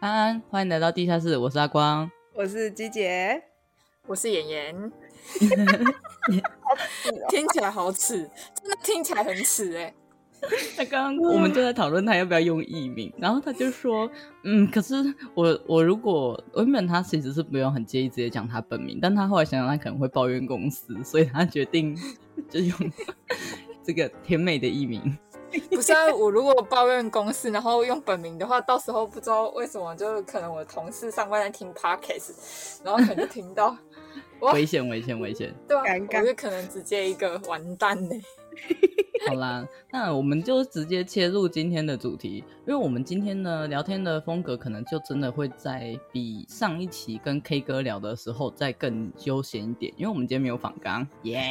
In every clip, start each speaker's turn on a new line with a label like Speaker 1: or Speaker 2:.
Speaker 1: 安安，欢迎来到地下室，我是阿光。
Speaker 2: 我是姬姐，
Speaker 3: 我是妍妍，
Speaker 2: 啊
Speaker 3: 听起来好耻， 真的听起来很耻哎、
Speaker 1: 那刚刚我们就在讨论他要不要用艺名，然后他就说，嗯，可是我我如果原本他其实是不用很介意直接讲他本名，但他后来想想他可能会抱怨公司，所以他决定就用 这个甜美的艺名。
Speaker 3: 不是啊，我如果抱怨公司，然后用本名的话，到时候不知道为什么，就是可能我同事上班在听 podcast，然后可能就 听到，哇
Speaker 1: 危险，危险，危险！
Speaker 3: 对啊，
Speaker 2: 尴尬
Speaker 3: 我就可能直接一个完蛋欸呢、
Speaker 1: 好啦，那我们就直接切入今天的主题，因为我们今天呢聊天的风格可能就真的会在比上一期跟 K 哥聊的时候再更悠闲一点，因为我们今天没有访纲，耶、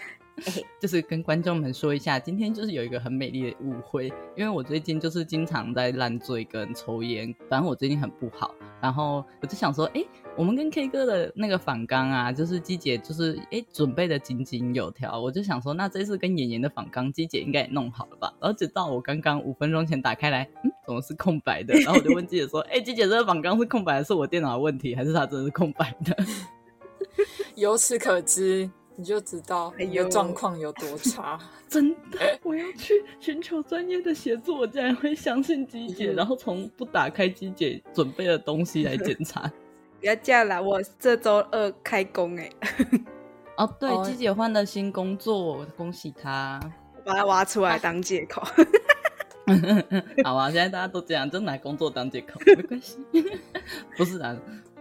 Speaker 1: 就是跟观众们说一下，今天就是有一个很美丽的误会，因为我最近就是经常在烂醉跟抽烟，反正我最近很不好，然后我就想说，哎、我们跟 K 哥的那个反纲啊，就是鸡姐就是哎、诶准备的井井有条，我就想说，那这次跟演员的反纲，鸡姐应该也弄好了吧？然后直到我刚刚五分钟前打开来，嗯，怎么是空白 的？然后我就问鸡姐说，哎、鸡姐这个反纲是空白的，是我电脑的问题，还是它真的是空白 的？
Speaker 3: 由此可知，你就知道
Speaker 2: 哎呦
Speaker 3: 你的状况有多 差。
Speaker 1: 真的，我要去寻求专业的协助，我竟然会相信机姐，然后从不打开机姐准备的东西来检查。
Speaker 2: 不要这样啦，我这周二开工哎、
Speaker 1: 哦，对，
Speaker 3: 哦
Speaker 1: 机姐换了新工作，恭喜她。
Speaker 2: 我把它挖出来当借口。
Speaker 1: 好啊，现在大家都这样，就拿工作当借口，没关系。 不是啊，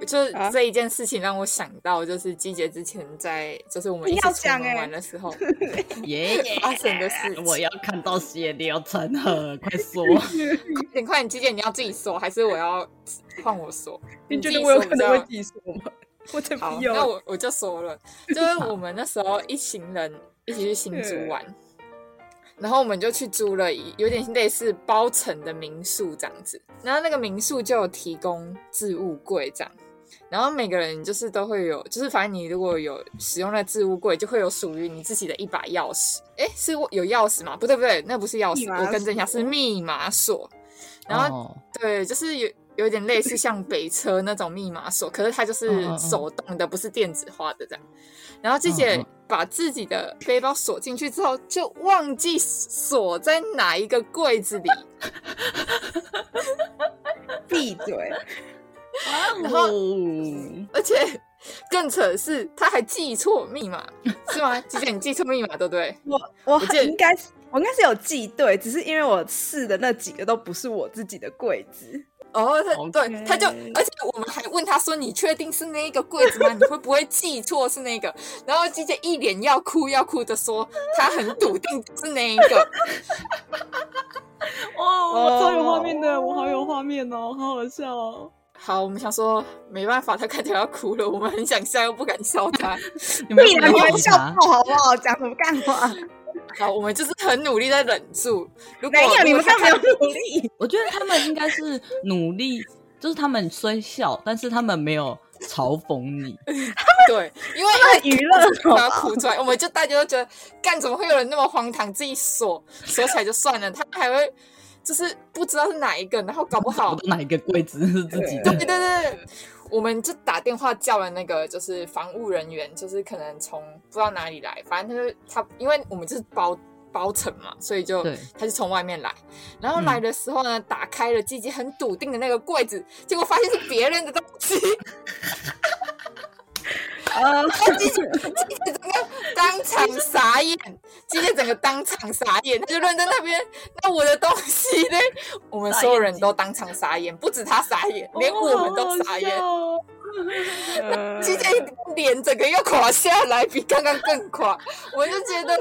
Speaker 3: 就是
Speaker 2: 啊
Speaker 3: 这一件事情让我想到，就是季姐之前在，就是我们一
Speaker 2: 不要
Speaker 3: 起出
Speaker 2: 讲
Speaker 3: 门
Speaker 2: 欸
Speaker 3: 玩的时候
Speaker 1: 耶、
Speaker 3: 发生的事情。
Speaker 1: 我要看到血流成河，快说！
Speaker 3: 快点快点，季姐你要自己说，还是我要换我说？
Speaker 2: 你觉
Speaker 3: 自
Speaker 2: 得
Speaker 3: 己
Speaker 2: 我有
Speaker 3: 说
Speaker 2: 可能
Speaker 3: 比较
Speaker 2: 会自己说吗？我才
Speaker 3: 好，
Speaker 2: 不
Speaker 3: 那
Speaker 2: 要！
Speaker 3: 我我就说 了，就是我们那时候一行人一起去新竹玩，然后我们就去租了一有点类似包层的民宿这样子，然后那个民宿就有提供置物柜这样。然后每个人就是都会有，就是反正你如果有使用那置物柜，就会有属于你自己的一把钥匙。诶，是有钥匙吗？不对不对，那不是钥
Speaker 2: 密
Speaker 3: 匙，
Speaker 2: 码
Speaker 3: 我更正一下，是密码锁。然后
Speaker 1: 后
Speaker 3: 对，就是有有点类似像北车那种密码锁，可是它就是
Speaker 1: 嗯嗯嗯
Speaker 3: 手动的，不是电子化的这样。然后季姐
Speaker 1: 嗯
Speaker 3: 把自己的背包锁进去之后，就忘记锁在哪一个柜子里，
Speaker 2: 闭嘴！
Speaker 1: 然
Speaker 3: 后
Speaker 1: 哦
Speaker 3: 而且 更扯的是，她还记错密码，是吗？季姐，你记错密码对不对？
Speaker 2: 我
Speaker 3: 记得
Speaker 2: 应该是我应该是有记对，只是因为我试的那几个都不是我自己的柜子。
Speaker 3: 哦，他
Speaker 1: OK
Speaker 3: 对，他就，而且我们还问他说：“你确定是那一个柜子吗？你会不会记错是那个？”然后季姐一脸要哭要哭的说：“他很笃定就是那一个。
Speaker 1: 我超有画面的，我好有画面哦，好好笑哦。”
Speaker 3: 好，我们想说没办法，他看起来要哭了，我们很想笑又不敢笑 他。
Speaker 1: 你们
Speaker 2: 闭
Speaker 1: 要
Speaker 2: 你
Speaker 1: 不要
Speaker 2: 们
Speaker 1: 回
Speaker 2: 笑
Speaker 1: 答
Speaker 2: 爆好不好？讲什么干话？
Speaker 3: 好，我们就是很努力在忍住。如果
Speaker 2: 没有，你们
Speaker 3: 看
Speaker 2: 干嘛有努力？
Speaker 1: 我觉得他们应该是努力，就是他们虽笑，但是他们没有嘲讽你。
Speaker 3: 对，因为
Speaker 2: 娱乐好
Speaker 3: 我
Speaker 2: 不
Speaker 3: 要
Speaker 2: 好？
Speaker 3: 哭出来，我们就大家都觉得，干怎么会有人那么荒唐，自己锁锁起来就算了，他还会就是不知道是哪一个，然后搞不好
Speaker 1: 我到哪一个柜子是自己
Speaker 3: 对
Speaker 1: 的？
Speaker 3: 对对，我们就打电话叫了那个就是防务人员，就是可能从不知道哪里来，反正他就是他，因为我们就是包包层嘛，所以就
Speaker 1: 对
Speaker 3: 他就从外面来，然后
Speaker 1: 嗯
Speaker 3: 来的时候呢，打开了季姐很笃定的那个柜子，结果发现是别人的东西，
Speaker 2: 呃，
Speaker 3: 季姐整个当场傻眼，季姐整个当场傻眼，他就愣在那边，那我的东西呢？我们所有人都当场傻眼，不止他傻眼，连我们都哦傻眼。
Speaker 2: 呃
Speaker 3: 今天脸整个又垮下来，比刚刚更垮。我就觉得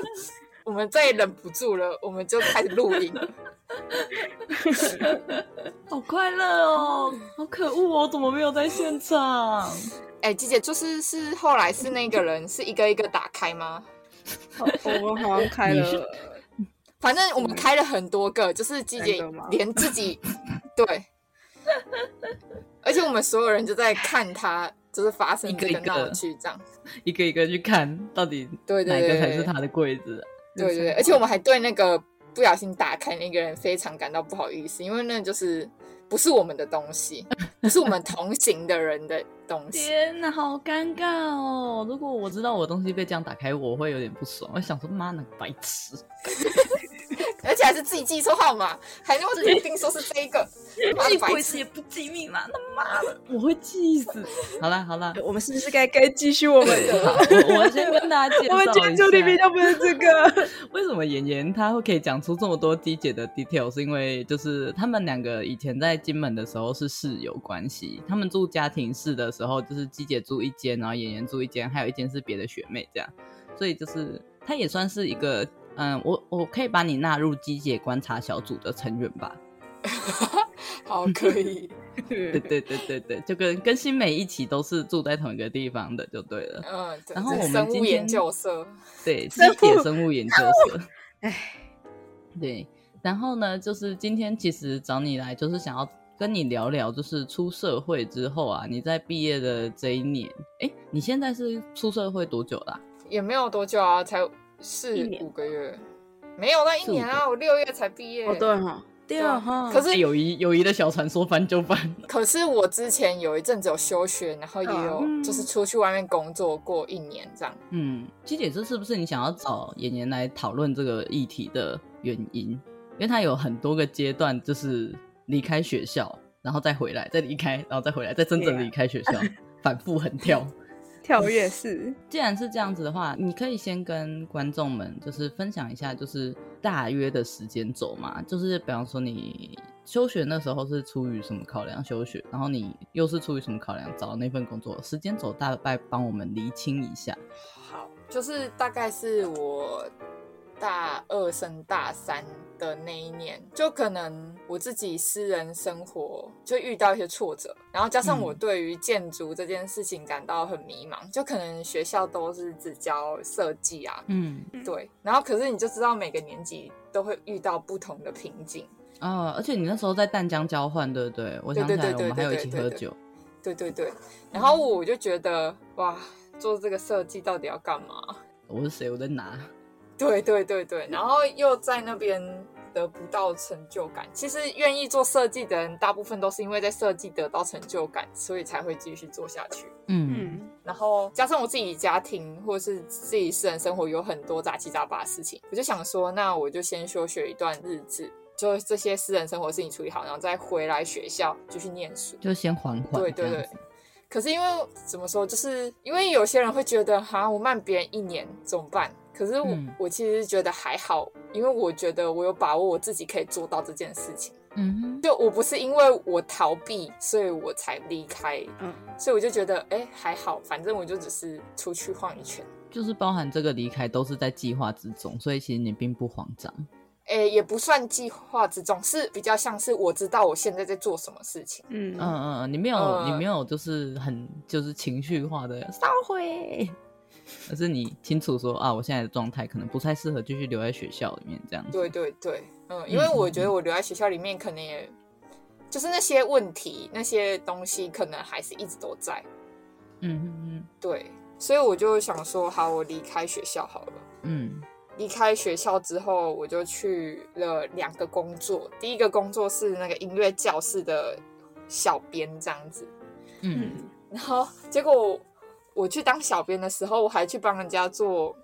Speaker 3: 我们再也忍不住了，我们就开始录音。
Speaker 1: 好快乐哦，好可恶哦，怎么没有在现场？
Speaker 3: 哎，季姐，就是是后来是那个人是一个一个打开吗？
Speaker 2: 我们好像开
Speaker 1: 你是
Speaker 2: 了。
Speaker 3: 反正我们开了很多个，就是季姐
Speaker 2: 三个吗
Speaker 3: 连自己对，而且我们所有人就在看他，就是发生这
Speaker 1: 一个
Speaker 3: 个
Speaker 1: 一个
Speaker 3: 闹剧这样。
Speaker 1: 一个一个去看，到底
Speaker 3: 对
Speaker 1: 哪
Speaker 3: 对
Speaker 1: 一
Speaker 3: 对
Speaker 1: 个才是他的柜子？
Speaker 3: 对对对，而且我们还对那个不小心打开那个人非常感到不好意思，因为那就是不是我们的东 西，不是我们同行的人的东西。
Speaker 1: 天哪，好尴尬哦！如果我知道我的东西被这样打开，我会有点不爽。我想说，妈那个白痴，
Speaker 3: 而且还是自己记错号码，还那么决定说是这 一个，妈的白痴！
Speaker 1: 也不记密码，他妈的，我会气死。好啦好啦，
Speaker 2: 我们是不是该该继续我们
Speaker 1: 好
Speaker 2: 的？
Speaker 1: 我我先跟大家介
Speaker 2: 我们
Speaker 1: 绍
Speaker 2: 全
Speaker 1: 一
Speaker 2: 球里面
Speaker 1: 下，
Speaker 2: 就不是这 个，
Speaker 1: 为什么妍妍她会可以讲出这么多低姐的 detail，是因为就是他们两个以前在金门的时候是室友关系，他们住家庭式的时候，就是鸡姐住一间，然后妍妍住一间，还有一间是别的学妹这样。所以就是他也算是一个，嗯，我我可以把你纳入机械观察小组的成员吧。
Speaker 3: 好，可以，
Speaker 1: 对对对对对，就跟跟新美一起都是住在同一个地方的，就对了。
Speaker 3: 嗯，对
Speaker 1: 然后
Speaker 3: 这
Speaker 1: 我们
Speaker 3: 生
Speaker 1: 今
Speaker 3: 物
Speaker 1: 天
Speaker 3: 研究社，
Speaker 1: 对，机
Speaker 2: 生物
Speaker 1: 械生物研究社。
Speaker 2: 哎，
Speaker 1: 对，然后呢，就是今天其实找你来，就是想要跟你聊聊，就是出社会之后啊，你在毕业的这一年，哎，你现在是出社会多久啊啦、
Speaker 3: 也没有多久啊，才四
Speaker 2: 一年
Speaker 3: 五个月，没有到一年
Speaker 1: 四五
Speaker 3: 啊，我六月才毕业。
Speaker 2: 哦对哈，对
Speaker 3: 啊
Speaker 2: 哈
Speaker 3: 可
Speaker 1: 哎
Speaker 3: 是
Speaker 1: 友谊友谊的小船说翻就翻。
Speaker 3: 可是我之前有一阵子有休学，然后也有
Speaker 1: 嗯
Speaker 3: 就是出去外面工作过一年这样。
Speaker 1: 嗯，鸡姐，这是不是你想要找妍妍来讨论这个议题的原因？因为她有很多个阶段，就是离开学校，然后再回来，再离开，然后再回来，再真正离开学校，反复横跳。
Speaker 2: 跳跃式，
Speaker 1: 既然是这样子的话，你可以先跟观众们就是分享一下，就是大约的时间轴嘛，就是比方说你休学那时候是出于什么考量休学，然后你又是出于什么考量找那份工作，时间轴大概帮我们厘清一下。
Speaker 3: 好，就是大概是我大二升大三的那一年，就可能我自己私人生活就遇到一些挫折，然后加上
Speaker 1: 嗯
Speaker 3: 我对于建筑这件事情感到很迷茫，就可能学校都是只教设计啊，
Speaker 1: 嗯，
Speaker 3: 对，然后可是你就知道每个年级都会遇到不同的瓶颈，
Speaker 1: 啊，而且你那时候在淡江交换，对不对？我
Speaker 3: 对
Speaker 1: 想起
Speaker 3: 对
Speaker 1: 来，
Speaker 3: 对
Speaker 1: 我
Speaker 3: 对
Speaker 1: 们还有一
Speaker 3: 对
Speaker 1: 起
Speaker 3: 对
Speaker 1: 喝
Speaker 3: 对
Speaker 1: 酒。
Speaker 3: 对对对，然
Speaker 1: 嗯
Speaker 3: 后我就觉得哇，做这个设计到底要干嘛？
Speaker 1: 我是谁？我在哪？
Speaker 3: 对对对对，然后又在那边得不到成就感。其实愿意做设计的人，大部分都是因为在设计得到成就感，所以才会继续做下去。
Speaker 1: 嗯
Speaker 2: 嗯，
Speaker 3: 然后加上我自己家庭或是自己私人生活有很多杂七杂八的事情，我就想说，那我就先休学一段日子，就这些私人生活事情处理好，然后再回来学校继续念书。
Speaker 1: 就先缓缓。
Speaker 3: 对对对。可是因为怎么说，就是因为有些人会觉得哈，我慢别人一年怎么办？可是我、
Speaker 1: 嗯
Speaker 3: 我其实觉得还好，因为我觉得我有把握我自己可以做到这件事情。
Speaker 1: 嗯哼，
Speaker 3: 就我不是因为我逃避，所以我才离开，
Speaker 2: 嗯
Speaker 3: 所以我就觉得哎、还好，反正我就只是出去晃一圈，
Speaker 1: 就是包含这个离开都是在计划之中，所以其实你并不慌张。
Speaker 3: 哎、也不算计划之中，是比较像是我知道我现在在做什么事情。
Speaker 2: 嗯
Speaker 1: 嗯嗯，嗯，你没有，你
Speaker 3: 呃
Speaker 1: 没有，就是很就是情绪化的烧 毁，而是你清楚说啊，我现在的状态可能不太适合继续留在学校里面这样子。
Speaker 3: 对对对，嗯，因为我觉得我留在学校里面，可能也就是那些问题、那些东西，可能还是一直都在。
Speaker 1: 嗯哼
Speaker 3: 对，所以我就想说，好，我离开学校好了。
Speaker 1: 嗯嗯
Speaker 3: 离开学校之后，我就去了两个工作。第一个工作是那个音乐教室的小编这样子，
Speaker 1: 嗯
Speaker 2: 嗯，
Speaker 3: 然后结果我我去当小编的时候，我还去帮人家做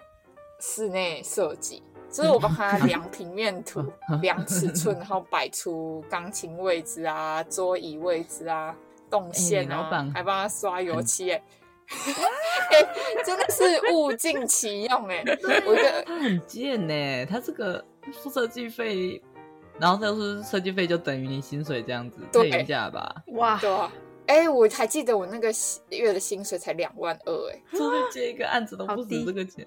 Speaker 3: 室内设计，就是我帮他量平 面图、量尺寸，然后摆出钢琴位置啊、桌椅位置啊、动线
Speaker 1: 哎你
Speaker 3: 啊，
Speaker 1: 老板
Speaker 3: 还帮他刷油漆、欸。哎、真的是物尽其用哎、我觉得
Speaker 1: 他很贱呢、他这个付设计费，然后就是设计费就等于你薪水这样子，
Speaker 3: 对
Speaker 1: 退一下吧。
Speaker 2: 哇，
Speaker 3: 对啊，哎、我还记得我那个月的薪水才两万二哎、
Speaker 1: 就是接一个案子都
Speaker 2: 好
Speaker 1: 不止
Speaker 2: 低
Speaker 1: 这个钱，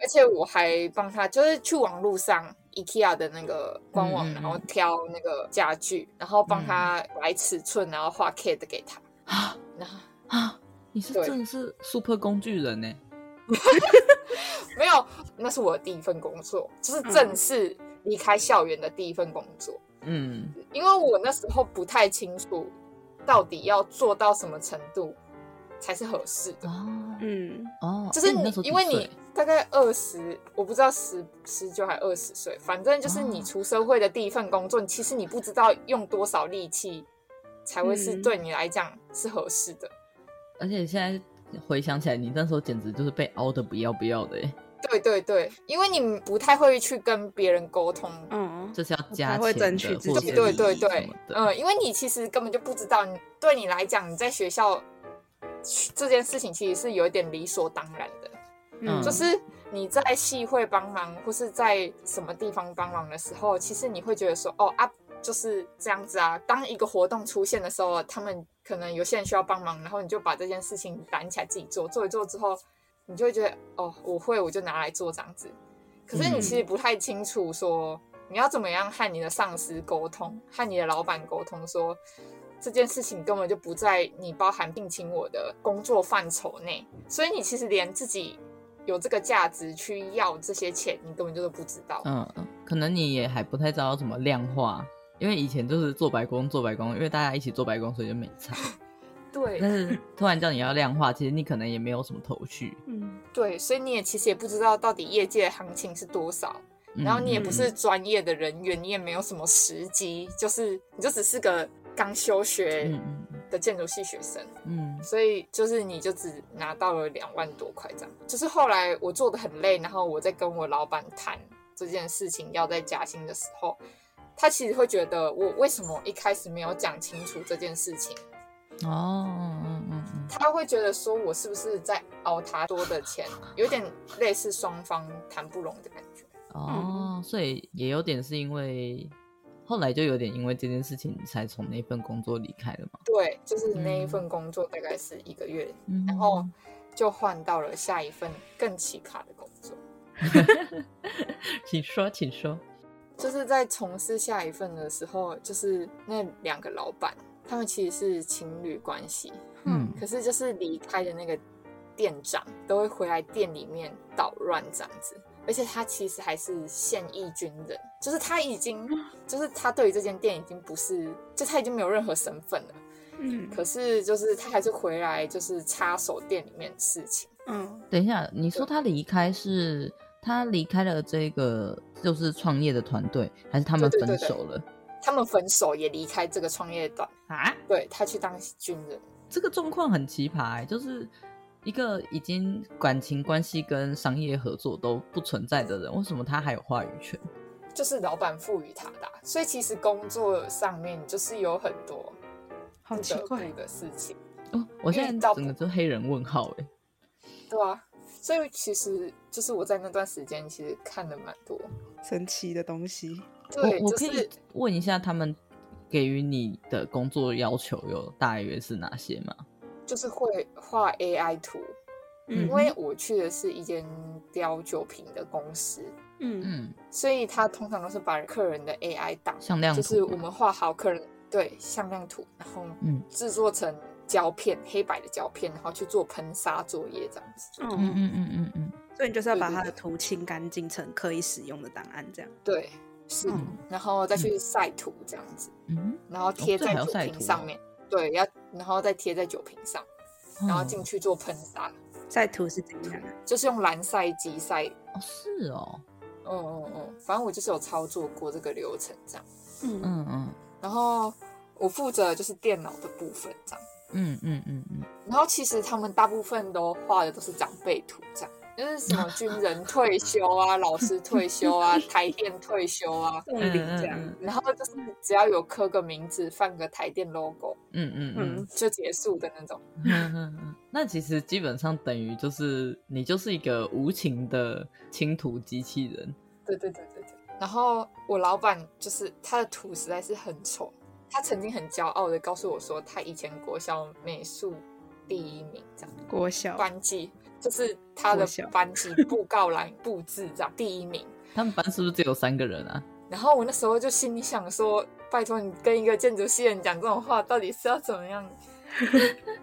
Speaker 3: 而且我还帮他，就是去网络上 IKEA 的那个官网，
Speaker 1: 嗯嗯嗯嗯
Speaker 3: 然后挑那个家具，然后帮他来尺寸，然后画 kit 给他。
Speaker 1: 啊
Speaker 3: 然后
Speaker 1: 啊！你是
Speaker 3: 对
Speaker 1: 真的是 super 工具人欸呢、
Speaker 3: 没有，那是我的第一份工作，就是正式离开校园的第一份工作。
Speaker 1: 嗯
Speaker 3: 因为我那时候不太清楚，到底要做到什么程度才是合适的。
Speaker 1: 哦
Speaker 2: 嗯，
Speaker 1: 哦，
Speaker 3: 就是
Speaker 1: 哎
Speaker 3: 你
Speaker 1: 那时候，几
Speaker 3: 因为你
Speaker 1: 岁
Speaker 3: 大概二十，我不知道十十九还二十岁，反正就是你
Speaker 1: 哦
Speaker 3: 出社会的第一份工作，你其实你不知道用多少力气才会是
Speaker 2: 嗯
Speaker 3: 对你来讲是合适的。
Speaker 1: 而且现在回想起来，你那时候简直就是被凹的不要不要的欸，
Speaker 3: 对对对，因为你不太会去跟别人沟通。
Speaker 2: 嗯，
Speaker 1: 就是要加
Speaker 2: 会
Speaker 1: 钱的，
Speaker 2: 争取自
Speaker 1: 或
Speaker 2: 己
Speaker 1: 者
Speaker 2: 的
Speaker 1: 是
Speaker 3: 对
Speaker 1: 利
Speaker 3: 对
Speaker 1: 益什
Speaker 3: 对
Speaker 1: 么，的
Speaker 3: 嗯，因为你其实根本就不知道，你对你来讲，你在学校这件事情其实是有一点理所当然的。
Speaker 1: 嗯
Speaker 3: 就是你在系会帮忙或是在什么地方帮忙的时候，其实你会觉得说，哦啊，就是这样子啊。当一个活动出现的时候，他们可能有些人需要帮忙，然后你就把这件事情揽起来自己做，做一做之后，你就会觉得，哦，我会，我就拿来做这样子。可是你
Speaker 1: 嗯
Speaker 3: 其实不太清楚说，你要怎么样和你的上司沟通，和你的老板沟通说。这件事情根本就不在你包含聘请我的工作范畴内，所以你其实连自己有这个价值去要这些钱，你根本就是不知道。
Speaker 1: 嗯，可能你也还不太知道怎么量化，因为以前就是做白工做白工，因为大家一起做白工，所以就没差。但
Speaker 3: 对
Speaker 1: 是突然叫你要量化，其实你可能也没有什么头绪，
Speaker 2: 嗯，
Speaker 3: 对，所以你也其实也不知道到底业界行情是多少，
Speaker 1: 嗯
Speaker 3: 然后你也不是
Speaker 1: 嗯
Speaker 3: 专业的人员，你也没有什么时机，就是你就只是个刚休学
Speaker 1: 嗯嗯
Speaker 3: 的建筑系学生。
Speaker 1: 嗯
Speaker 3: 所以就是你就只拿到了两万多块这样。就是后来我做的很累，然后我在跟我老板谈这件事情要再加薪的时候，他其实会觉得我为什么一开始没有讲清楚这件事情，
Speaker 1: 嗯哦嗯嗯嗯
Speaker 3: 他会觉得说我是不是在熬他多的钱，有点类似双方谈不拢的感觉。嗯
Speaker 1: 哦，所以也有点是因为后来就有点因为这件事情才从那份工作离开了嘛。
Speaker 3: 对，就是那一份工作大概是一个月，
Speaker 1: 嗯
Speaker 3: 然后就换到了下一份更奇葩的工作。
Speaker 1: 请说，请说。
Speaker 3: 就是在从事下一份的时候，就是那两个老板，他们其实是情侣关系，
Speaker 1: 嗯
Speaker 3: 可是就是离开的那个店长都会回来店里面捣乱这样子，而且他其实还是现役军人，就是他已经，就是他对于这间店已经不是，就他已经没有任何身份了，
Speaker 2: 嗯
Speaker 3: 可是就是他还是回来就是插手店里面的事情。
Speaker 2: 嗯，
Speaker 1: 等一下，你说他离开是他离开了这个就是创业的团队，还是他们
Speaker 3: 对对
Speaker 1: 分
Speaker 3: 对对
Speaker 1: 手了
Speaker 3: 他们分手也离开这个创业团，
Speaker 1: 啊？
Speaker 3: 对他去当军人。
Speaker 1: 这个状况很奇葩、欸，就是一个已经感情关系跟商业合作都不存在的人，为什么他还有话语权？
Speaker 3: 就是老板赋予他的啊、所以其实工作上面就是有很多
Speaker 2: 好奇
Speaker 3: 不得
Speaker 2: 怪
Speaker 3: 不，的事情，
Speaker 1: 哦，我现
Speaker 3: 遇
Speaker 1: 在
Speaker 3: 到
Speaker 1: 整个就黑人问号哎、
Speaker 3: 对啊，所以其实就是我在那段时间其实看了蛮多，
Speaker 2: 神奇的东西。
Speaker 3: 对，
Speaker 1: 我我
Speaker 3: 就
Speaker 1: 可以
Speaker 3: 是
Speaker 1: 问一下他们给予你的工作要求有大约是哪些吗？
Speaker 3: 就是会画 AI 图，
Speaker 1: 嗯
Speaker 3: 因为我去的是一间雕酒瓶的公司，
Speaker 2: 嗯
Speaker 1: 嗯，
Speaker 3: 所以他通常都是把客人的 AI 档，
Speaker 1: 向量
Speaker 3: 就是
Speaker 1: 图
Speaker 3: 我们画好客人对向量图，然后
Speaker 1: 嗯
Speaker 3: 制作成胶片黑白的胶片，然后去做喷砂作业这样子。
Speaker 1: 嗯
Speaker 2: 嗯，
Speaker 1: 嗯嗯嗯嗯，
Speaker 2: 所以你就是要把它的
Speaker 3: 对对对
Speaker 2: 图清干净成可以使用的档案，这样。
Speaker 3: 对，是，
Speaker 2: 嗯
Speaker 3: 然后再去晒图这样子，
Speaker 1: 嗯
Speaker 3: 然后贴
Speaker 1: 这
Speaker 3: 在
Speaker 1: 还要
Speaker 3: 酒
Speaker 1: 晒
Speaker 3: 瓶
Speaker 1: 图哦
Speaker 3: 上面，对，要然后再贴在酒瓶上，
Speaker 1: 嗯，
Speaker 3: 然后进去做喷砂，
Speaker 2: 晒图是怎样？啊
Speaker 3: 就是用蓝晒机晒，
Speaker 1: 哦是哦，
Speaker 3: 嗯嗯嗯，反正我就是有操作过这个流程这样，
Speaker 2: 嗯
Speaker 1: 嗯嗯
Speaker 3: 然后我负责就是电脑的部分这样，
Speaker 1: 嗯嗯嗯嗯，
Speaker 3: 然后其实他们大部分都画的都是长辈图这样。就是什么军人退休啊，老师退休啊，台电退休啊，
Speaker 2: 送
Speaker 1: 嗯
Speaker 2: 礼这样。
Speaker 1: 嗯
Speaker 3: 然后就是只要有刻个名字，放个台电 logo，
Speaker 1: 嗯嗯嗯
Speaker 2: 嗯，
Speaker 3: 就结束的那种。
Speaker 1: 嗯嗯 嗯，那其实基本上等于就是你就是一个无情的清图机器人。
Speaker 3: 对对对对对。然后我老板就是他的图实在是很丑，他曾经很骄傲的告诉我说，他以前国小美术第一名这样，
Speaker 2: 国小
Speaker 3: 班级就是他的
Speaker 2: 国小
Speaker 3: 班 级布告栏布置这样第一名。
Speaker 1: 他们班是不是只有三个人啊？
Speaker 3: 然后我那时候就心里想说，拜托你跟一个建筑系人讲这种话，到底是要怎么样？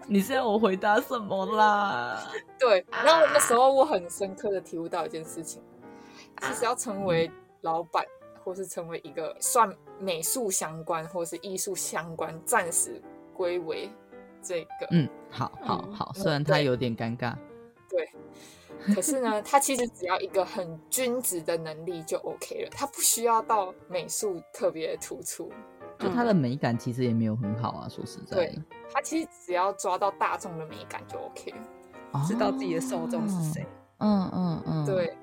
Speaker 1: 你是要我回答什么啦？
Speaker 3: 对，
Speaker 1: 啊
Speaker 3: 然后那时候我很深刻的体悟到一件事情，其实要成
Speaker 1: 嗯
Speaker 3: 为老板，或是成为一个算美术相关或是艺术相关，暂时归为这个。
Speaker 1: 嗯，好好
Speaker 2: 嗯
Speaker 1: 好，
Speaker 3: 嗯
Speaker 1: 虽然他
Speaker 3: 对
Speaker 1: 有点尴尬。嗯
Speaker 3: 可是呢，他其实只要一个很均值的能力就 OK 了，他不需要到美术特别突出。
Speaker 1: 嗯就它的美感其实也没有很好啊，说实在的
Speaker 3: 对，它其实只要抓到大众的美感就 OK 了。
Speaker 1: 哦
Speaker 2: 知道自己的受众是谁。。
Speaker 1: 嗯嗯嗯，，
Speaker 3: 对，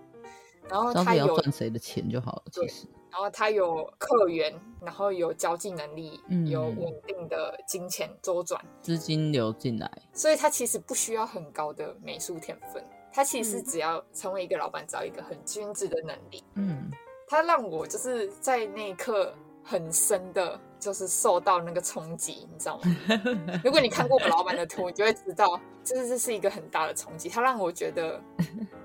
Speaker 3: 然后
Speaker 1: 知道自
Speaker 3: 它
Speaker 1: 己要
Speaker 3: 有，
Speaker 1: 赚谁的钱就好了。其
Speaker 3: 对
Speaker 1: 实，
Speaker 3: 然后它有客源，然后有交际能力，
Speaker 1: 嗯
Speaker 3: 有稳定的金钱周转，
Speaker 1: 资金流进来，
Speaker 3: 所以它其实不需要很高的美术天分，它其实
Speaker 2: 嗯
Speaker 3: 只要成为一个老板，只要一个很均质的能力，
Speaker 1: 嗯，
Speaker 3: 它让我就是在那一刻很深的，就是受到那个冲击，你知道吗？如果你看过我老板的图，你就会知道，就是这是一个很大的冲击，它让我觉得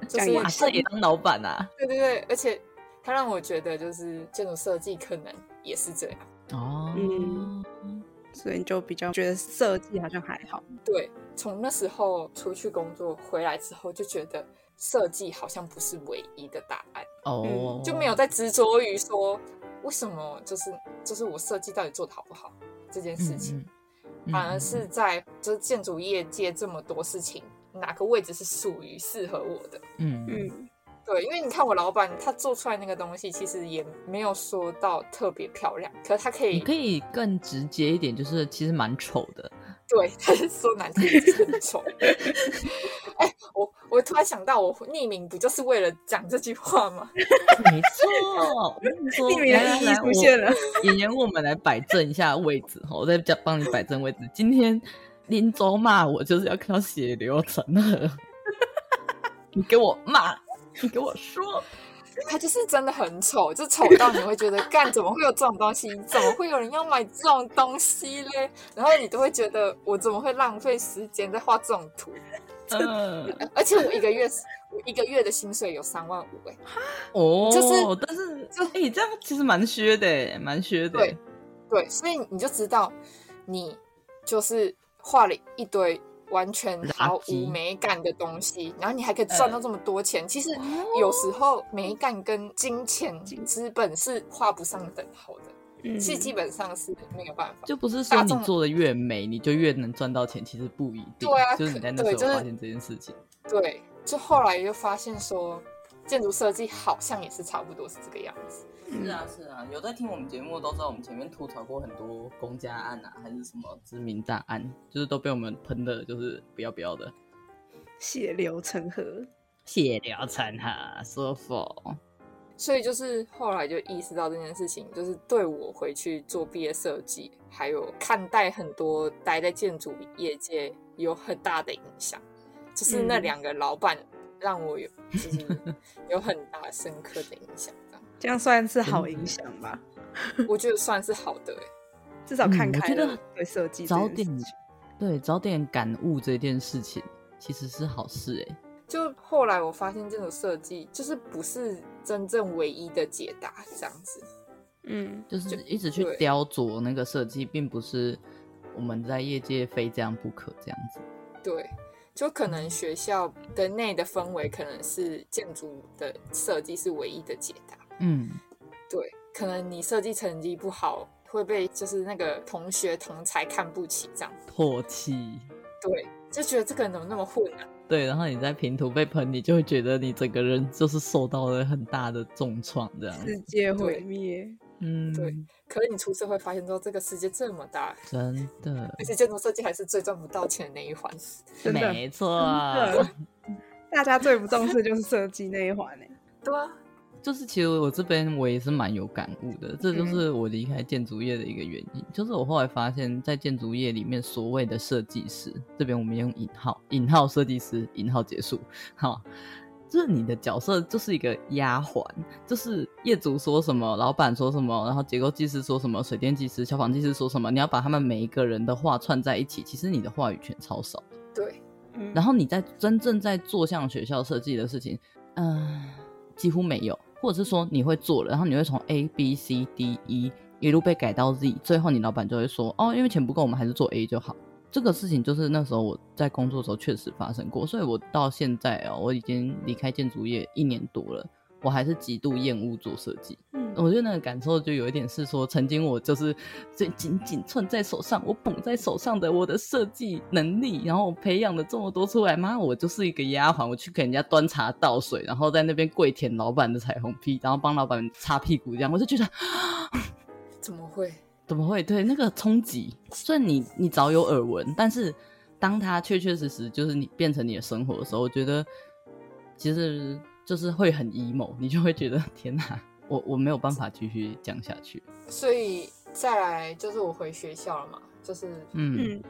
Speaker 3: 就
Speaker 2: 讲
Speaker 3: 是
Speaker 2: 也
Speaker 1: 马上也当老板啊！
Speaker 3: 对对对，而且它让我觉得就是建筑设计可能也是这样，
Speaker 1: 哦，
Speaker 2: 嗯所以你就比较觉得设计好像还好。
Speaker 3: 对。从那时候出去工作回来之后，就觉得设计好像不是唯一的答案。
Speaker 1: 哦
Speaker 2: 嗯，
Speaker 3: 就没有在执着于说为什么就是就是我设计到底做的好不好这件事情，
Speaker 1: 嗯，
Speaker 3: 反而
Speaker 1: 嗯
Speaker 3: 是在就是建筑业界这么多事情，哪个位置是属于适合我的？
Speaker 1: 嗯嗯
Speaker 2: 嗯
Speaker 3: 对，因为你看我老板他做出来那个东西，其实也没有说到特别漂亮，可是他可以，
Speaker 1: 你可以更直接一点，就是其实蛮丑 的。
Speaker 3: 对，他是说难听就是很丑。 哎、我我突然想到，我匿名不就是为了讲这句话吗？
Speaker 1: 没错，我跟你说，
Speaker 2: 匿名的
Speaker 1: 来
Speaker 2: 意义
Speaker 1: 来
Speaker 2: 出现了。
Speaker 1: 我演员，我们来摆正一下位 置哈，我再加帮你摆正位置。今天林州骂我，就是要看到血流成 河。你给我骂，你给我 说，
Speaker 3: 它就是真的很丑，就丑到你会觉得，干怎么会有这种东西？怎么会有人要买这种东西嘞？然后你都会觉得，我怎么会浪费时间在画这种图？
Speaker 1: 嗯，
Speaker 3: 而且我一个月，我一个月的薪水有三万五哎，
Speaker 1: 哦，
Speaker 3: 就是
Speaker 1: 但是
Speaker 3: 就
Speaker 1: 哎、这样其实蛮削的，蛮削的。
Speaker 3: 对对，所以你就知道，你就是画了一堆完全毫
Speaker 1: 垃
Speaker 3: 无
Speaker 1: 圾
Speaker 3: 美感的东西，然后你还可以赚到这么多钱。其实
Speaker 1: 哦
Speaker 3: 有时候美感跟金钱、资本是画不上等号的，
Speaker 2: 嗯
Speaker 3: 是基本上是没有办法。
Speaker 1: 就不是说
Speaker 3: 大
Speaker 1: 你
Speaker 3: 众
Speaker 1: 做的越美，你就越能赚到钱，其实不一定。
Speaker 3: 对啊
Speaker 1: 就是你在那
Speaker 3: 对
Speaker 1: 时候
Speaker 3: 就是嗯
Speaker 1: 发现这件事情。
Speaker 3: 对，就后来就发现说，建筑设计好像也是差不多是这个样子。
Speaker 1: 是啊，是啊，有在听我们节目都知道，我们前面吐槽过很多公家案啊，还是什么知名大案，就是都被我们喷的，就是不要不要的，
Speaker 2: 血流成河。
Speaker 1: 血流成河，是否？
Speaker 3: 所以就是后来就意识到这件事情，就是对我回去做毕业设计，还有看待很多待在建筑业界有很大的影响。就是那
Speaker 2: 嗯
Speaker 3: 两个老板让我有，就是有很大深刻的影响。这样
Speaker 2: 这样算是好影响吧，
Speaker 3: 我觉得算是好的、欸。
Speaker 2: 至少看
Speaker 1: 嗯
Speaker 2: 开
Speaker 1: 我觉
Speaker 2: 了
Speaker 1: 得
Speaker 2: 对设计这
Speaker 1: 早
Speaker 2: 件事
Speaker 1: 点
Speaker 2: 情，
Speaker 1: 对，早点感悟这件事情，其实是好事哎、
Speaker 3: 就后来我发现建筑设计就是不是真正唯一的解答，这样子。
Speaker 2: 嗯
Speaker 1: 就是
Speaker 3: 就
Speaker 1: 一直去
Speaker 3: 对
Speaker 1: 雕琢那个设计，并不是我们在业界非这样不可这样子。
Speaker 3: 对，就可能学校的内的氛围可能是建筑的设计是唯一的解答。
Speaker 1: 嗯，
Speaker 3: 对，可能你设计成绩不好，会被就是那个同学同才看不起这样。
Speaker 1: 唾弃。
Speaker 3: 对，就觉得这个人怎么那么混啊？
Speaker 1: 对，然后你在平图被喷，你就会觉得你整个人就是受到了很大的重创，这样。
Speaker 2: 世界毁灭，
Speaker 1: 嗯，
Speaker 3: 对可是你出社会发现之后，这个世界这么大，
Speaker 1: 真的，
Speaker 3: 而且建筑设计还是最赚不到钱的那一环。
Speaker 2: 真的
Speaker 1: 没错，
Speaker 2: 真的大家最不重 视就是设计那一环呢、欸
Speaker 3: 对啊，
Speaker 1: 就是其实我这边我也是蛮有感悟的，这就是我离开建筑业的一个原因。就是我后来发现，在建筑业里面，所谓的设计师，这边我们用引号，引号设计师，引号结束，好。就是你的角色就是一个丫鬟，就是业主说什么，老板说什么，然后结构技师说什么，水电技师、消防技师说什么，你要把他们每一个人的话串在一起，其实你的话语权超少。
Speaker 3: 对，
Speaker 2: 嗯，
Speaker 1: 然后你在真正在做像学校设计的事情，嗯、几乎没有，或者是说你会做了，然后你会从 A B C D E 一路被改到 Z，最后你老板就会说，哦，因为钱不够，我们还是做 A 就好。这个事情就是那时候我在工作的时候确实发生过，所以我到现在哦，我已经离开建筑业一年多了，我还是极度厌恶做设计。
Speaker 2: 嗯
Speaker 1: 我觉得那个感受就有一点是说，曾经我就是最紧紧攥在手上，我捧在手上的我的设计能力，然后我培养了这么多出来，妈，我就是一个丫鬟，我去给人家端茶倒水，然后在那边跪舔老板的彩虹屁，然后帮老板擦屁股，这样我就觉得，
Speaker 3: 怎么会？
Speaker 1: 怎么会？对，那个冲击，虽然你你早有耳闻，但是当它确确实实就是你变成你的生活的时候，我觉得其实就是会很 emo，你就会觉得天哪，我我没有办法继续讲下去。
Speaker 3: 所以再来就是我回学校了嘛，就是
Speaker 1: 嗯，
Speaker 2: 嗯，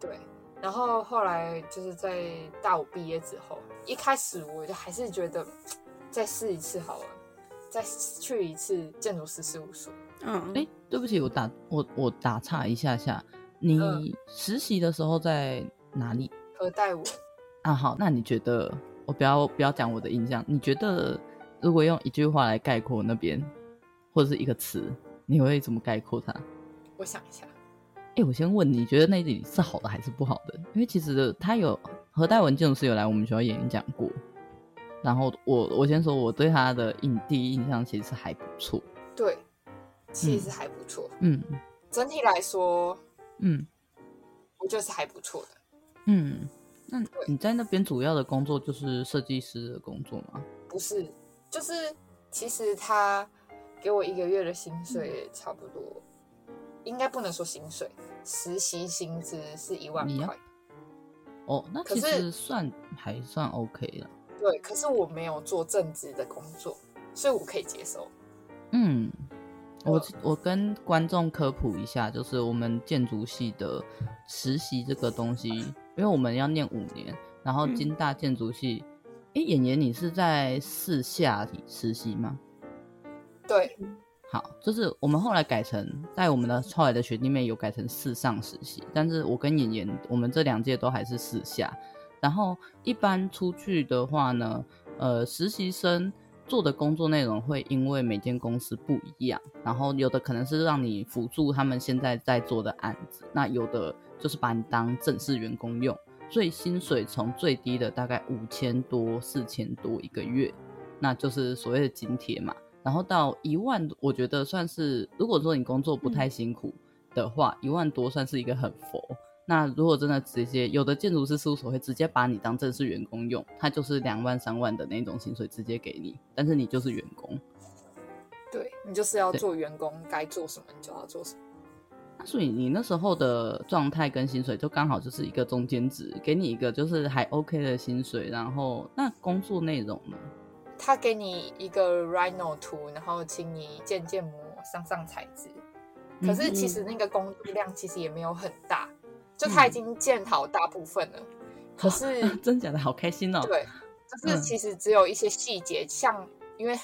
Speaker 3: 对，然后后来就是在大五毕业之后，一开始我就还是觉得再试一次好了，再去一次建筑师事务所。
Speaker 2: 嗯，
Speaker 1: 哎、对不起，我打我我打岔一下下，你
Speaker 3: 嗯
Speaker 1: 实习的时候在哪里？
Speaker 3: 和代文，
Speaker 1: 啊，好，那你觉得我不要不要讲我的印象？你觉得如果用一句话来概括那边，或者是一个词，你会怎么概括它？
Speaker 3: 我想一下，
Speaker 1: 哎、我先问，你觉得那里是好的还是不好的？因为其实他有何代文建筑师有来我们学校演讲过，然后我我先说我对他的印第一印象其实还不错，
Speaker 3: 对，其实还不错。
Speaker 1: 嗯
Speaker 3: 整体来说，
Speaker 1: 嗯
Speaker 3: 我觉得是还不错的。
Speaker 1: 嗯。那你在那边主要的工作就是设计师的工作吗？
Speaker 3: 不是，就是其实他给我一个月的薪水
Speaker 1: 嗯
Speaker 3: 差不多，应该不能说薪水，实习薪资是一万
Speaker 1: 一样
Speaker 3: 块。
Speaker 1: 哦，那
Speaker 3: 可
Speaker 1: 其
Speaker 3: 是
Speaker 1: 实算还算 OK 了。
Speaker 3: 对，可是我没有做正职的工作，所以我可以接受。
Speaker 1: 嗯，我
Speaker 3: 对
Speaker 1: 我跟观众科普一下，就是我们建筑系的实习这个东西，因为我们要念五年，然后
Speaker 2: 嗯
Speaker 1: 金大建筑系，诶，演员你是在四下实习吗？
Speaker 3: 对，
Speaker 1: 好，就是我们后来改成在我们的后来的学弟妹有改成四上实习，但是我跟妍妍我们这两届都还是四下。然后一般出去的话呢，呃，实习生做的工作内容会因为每间公司不一样，然后有的可能是让你辅助他们现在在做的案子，那有的就是把你当正式员工用，所以薪水从最低的大概五千多、四千多一个月，那就是所谓的津贴嘛。然后到一万，我觉得算是，如果说你工作不
Speaker 3: 嗯
Speaker 1: 太辛苦的话，一、万多算是一个很佛。那如果真的直接，有的建筑师事务所会直接把你当正式员工用，他就是两万三万的那种薪水直接给你，但是你就是员工。
Speaker 3: 对你就是要
Speaker 1: 对
Speaker 3: 做员工该做什么，你就要做什么。
Speaker 1: 那所以你那时候的状态跟薪水就刚好就是一个中间值，给你一个就是还 OK 的薪水，然后那工作内容呢？
Speaker 3: 他给你一个 Rhino 图，然后请你渐渐磨上上材质。可是其实那个工作量其实也没有很大，就他已经建好大部分了。可是
Speaker 1: 真假的好开心哦。
Speaker 3: 对，就是
Speaker 1: 嗯
Speaker 3: 其实只有一些细节，像因为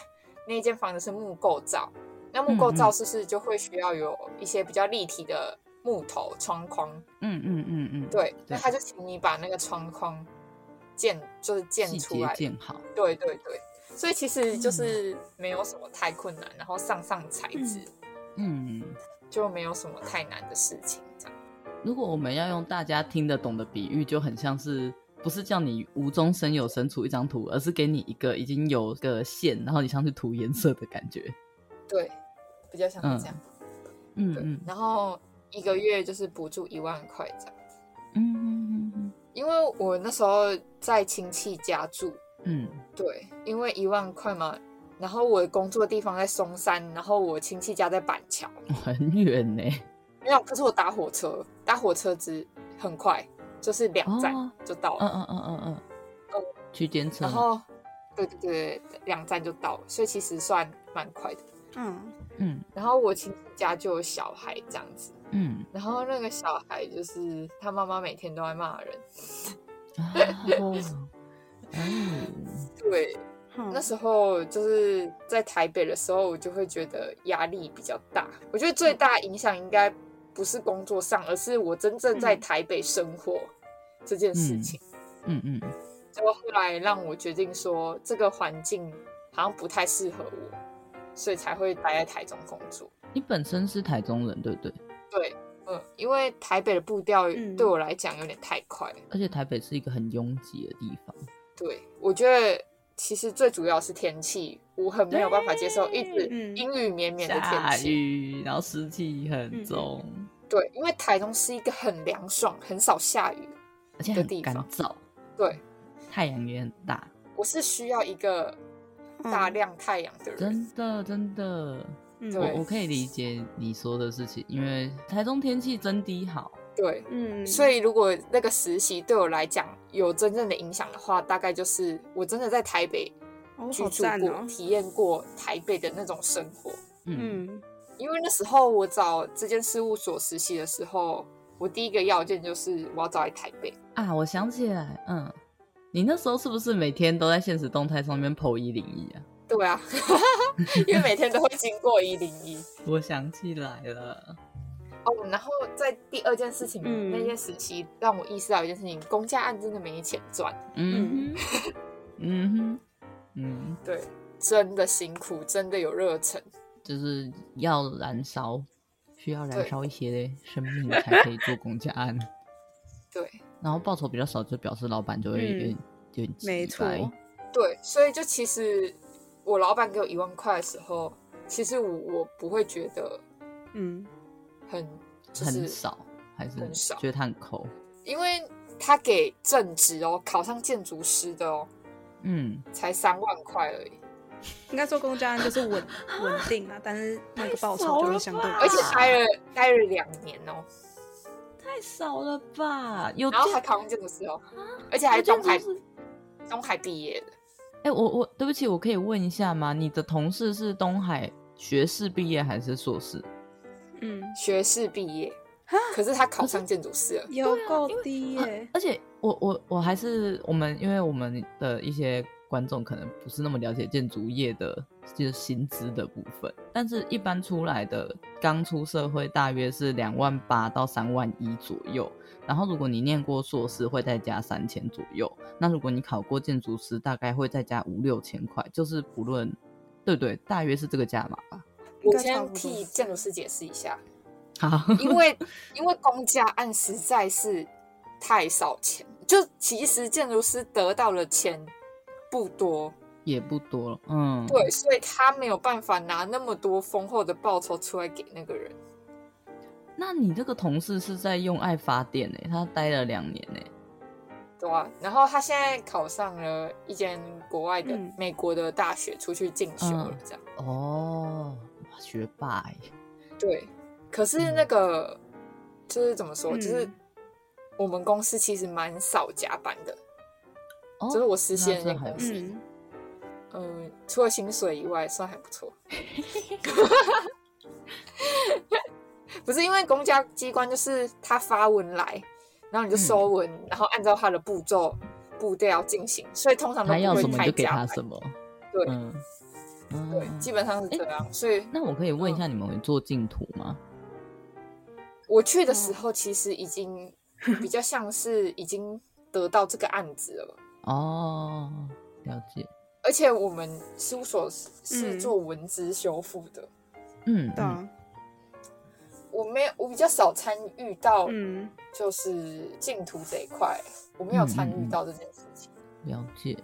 Speaker 3: 那间房子是木构造，那木构
Speaker 1: 嗯嗯
Speaker 3: 造是不是就会需要有一些比较立体的木头窗框？
Speaker 1: 嗯嗯嗯嗯，
Speaker 3: 对，那
Speaker 1: 对
Speaker 3: 他就请你把那个窗框建，就是建
Speaker 1: 细
Speaker 3: 出
Speaker 1: 节
Speaker 3: 来。
Speaker 1: 建嗯好。
Speaker 3: 对对对，所以其实就是没有什么太困难，然后上上材质、
Speaker 1: 嗯，
Speaker 3: 就没有什么太难的事情，这样。
Speaker 1: 如果我们要用大家听得懂的比喻，就很像是不是叫你无中生有生出一张图，而是给你一个已经有个线，然后你上去涂颜色的感觉。
Speaker 3: 对，比较像
Speaker 1: 嗯
Speaker 3: 是这样。
Speaker 1: 嗯
Speaker 3: 对，
Speaker 1: 嗯
Speaker 3: 然后一个月就是补助一万块这样。
Speaker 1: 嗯嗯嗯
Speaker 3: 因为我那时候在亲戚家住，
Speaker 1: 嗯
Speaker 3: 对，因为一万块嘛，然后我工作的地方在松山，然后我亲戚家在板桥，
Speaker 1: 嗯，很远呢、
Speaker 3: 没有，可是我搭火车，搭火车只很快，就是两站
Speaker 1: 哦
Speaker 3: 就到了，
Speaker 1: 嗯嗯嗯嗯嗯，区间车
Speaker 3: 然
Speaker 1: 吗，
Speaker 3: 后对对对，两站就到了，所以其实算蛮快的。
Speaker 2: 嗯，
Speaker 1: 嗯
Speaker 3: 然后我亲戚家就有小孩这样子，
Speaker 1: 嗯，
Speaker 3: 然后那个小孩就是他妈妈每天都在骂人，
Speaker 1: 哦，哎
Speaker 3: 对，
Speaker 1: 嗯
Speaker 2: 好
Speaker 3: 那时候就是在台北的时候，我就会觉得压力比较大。我觉得
Speaker 1: 嗯
Speaker 3: 最大影响应该不是工作上，而是我真正在台北生活这件事情。
Speaker 1: 嗯嗯
Speaker 3: 就后来让我决定说，这个环境好像不太适合我，所以才会待在台中工作。
Speaker 1: 你本身是台中人对不对？
Speaker 3: 对，嗯，因为台北的步调
Speaker 2: 嗯
Speaker 3: 对我来讲有点太快。
Speaker 1: 而且台北是一个很拥挤的地方。
Speaker 3: 对，我觉得其实最主要是天气，我很没有办法接受一直
Speaker 2: 嗯
Speaker 3: 阴雨绵绵的天
Speaker 1: 下
Speaker 3: 气。嗯
Speaker 1: 雨，然后湿气很重，
Speaker 3: 对，因为台东是一个很凉爽、很少下雨。
Speaker 1: 而且
Speaker 3: 的
Speaker 1: 很
Speaker 3: 地
Speaker 1: 干
Speaker 3: 方
Speaker 1: 燥，
Speaker 3: 对，
Speaker 1: 太阳也很大，
Speaker 3: 我是需要一个大
Speaker 2: 嗯
Speaker 3: 量太阳的人。
Speaker 1: 真的真的。
Speaker 2: 嗯
Speaker 3: 对
Speaker 1: 我我可以理解你说的事情，因为台中天气真低好，
Speaker 3: 对，
Speaker 2: 嗯，
Speaker 3: 所以如果那个实习对我来讲有真正的影响的话，大概就是我真的在台北
Speaker 2: 哦
Speaker 3: 居
Speaker 2: 好
Speaker 3: 住
Speaker 2: 赞
Speaker 3: 过、
Speaker 2: 哦，
Speaker 3: 体验过台北的那种生活。
Speaker 1: 嗯，
Speaker 2: 嗯
Speaker 3: 因为那时候我找这间事务所实习的时候，我第一个要件就是我要找在台北。
Speaker 1: 啊，我想起来，嗯，你那时候是不是每天都在现实动态上面 PO 一零一啊？
Speaker 3: 对啊， 因为每天都会经过一零一。
Speaker 1: 我想起来了，
Speaker 3: 哦，然后在第二件事情，
Speaker 2: 嗯
Speaker 3: 那件时期让我意识到一件事情：公家案真的没钱赚，
Speaker 1: 嗯哼嗯哼，嗯，
Speaker 3: 对，真的辛苦，真的有热忱。
Speaker 1: 就是要燃烧，需要燃
Speaker 3: 对
Speaker 1: 烧一些生命才可以做公家案，
Speaker 3: 对
Speaker 1: 然后报酬比较少，就表示老板就会有点、有点
Speaker 2: 没
Speaker 1: 急
Speaker 2: 错，
Speaker 1: 掰
Speaker 3: 对，所以就其实我老板给我一万块的时候，其实我我不会觉得
Speaker 2: 嗯
Speaker 3: 很就
Speaker 1: 很
Speaker 3: 是，
Speaker 1: 少，还是
Speaker 3: 很少
Speaker 1: 觉得他很抠，
Speaker 3: 因为他给正职哦，考上建筑师的哦，
Speaker 1: 嗯，
Speaker 3: 才三万块而已，
Speaker 2: 应该说公家案就是 稳稳定啊，但是那个报酬就会相对
Speaker 1: 啊
Speaker 2: 比较
Speaker 3: 而且
Speaker 2: 啊少
Speaker 3: 待了待了两年哦，
Speaker 1: 太少了吧？有
Speaker 3: 然
Speaker 1: 哦
Speaker 3: 后
Speaker 1: 这
Speaker 3: 还考上建筑师哦，而且还
Speaker 1: 我
Speaker 3: 是
Speaker 1: 觉
Speaker 3: 东
Speaker 1: 得
Speaker 3: 海
Speaker 1: 这是
Speaker 3: 东海毕业的。
Speaker 1: 哎、我我对不起，我可以问一下吗？你的同事是东海学士毕业还是硕士？
Speaker 2: 嗯
Speaker 3: 学士毕业，
Speaker 2: 啊
Speaker 3: 可是他考上建筑师了。
Speaker 2: 有够低
Speaker 1: 啊
Speaker 2: 耶，
Speaker 1: 而且我我我还是我们，因为我们的一些观众可能不是那么了解建筑业的就是薪资的部分，但是一般出来的刚出社会大约是两万八到三万一左右，然后如果你念过硕士会再加三千左右，那如果你考过建筑师大概会再加五六千块，就是不论对对，大约是这个价码吧。
Speaker 2: 应
Speaker 3: 我
Speaker 2: 该差
Speaker 3: 先
Speaker 2: 不
Speaker 3: 替
Speaker 2: 多。
Speaker 3: 建筑师解释一下，
Speaker 1: 好，
Speaker 3: 因 为因为公家案实在是太少钱，就其实建筑师得到的钱不多，
Speaker 1: 也不多了，嗯，
Speaker 3: 对，所以他没有办法拿那么多丰厚的报酬出来给那个人。
Speaker 1: 那你这个同事是在用爱发电呢、欸他待了两年欸呢、
Speaker 3: 对啊，然后他现在考上了一间国外的、
Speaker 2: 嗯
Speaker 3: 美国的大学，出去进修了
Speaker 1: 嗯，
Speaker 3: 这样、
Speaker 1: 哦，哇学霸欸、
Speaker 3: 对。可是
Speaker 1: 嗯
Speaker 3: 那个就是怎么说，
Speaker 2: 嗯
Speaker 3: 就是我们公司其实蛮少加班的，
Speaker 1: 哦，
Speaker 3: 就是我实习的
Speaker 1: 那
Speaker 3: 那
Speaker 1: 这
Speaker 3: 个
Speaker 1: 还
Speaker 3: 公司，
Speaker 2: 嗯，
Speaker 3: 嗯、除了薪水以外，算还不错。 不是因为公家机关就是他发文来，然
Speaker 1: 嗯
Speaker 3: 后你就收文，然后按照他的步骤步调进行，所以通常都
Speaker 1: 他
Speaker 3: 不
Speaker 1: 要
Speaker 3: 会
Speaker 1: 什么你
Speaker 3: 太
Speaker 1: 就给
Speaker 3: 加
Speaker 1: 他
Speaker 3: 班。
Speaker 1: 什么，
Speaker 3: 对、
Speaker 1: 嗯，
Speaker 3: 对，
Speaker 1: 嗯
Speaker 3: 基本嗯上是这样。所以
Speaker 1: 那我可以问一下，你们会做净土吗？
Speaker 3: 我去的时候，其实已经比较像是已经得到这个案子了。
Speaker 1: 哦，了解，
Speaker 3: 而且我们事务所是是
Speaker 2: 嗯
Speaker 3: 做文资修复的，
Speaker 1: 嗯，
Speaker 2: 对
Speaker 1: 嗯
Speaker 2: 啊，
Speaker 3: 我没有，我比较少参与到
Speaker 2: 嗯
Speaker 3: 就是净土这一块，我没有参与到这件事情。
Speaker 1: 嗯了解，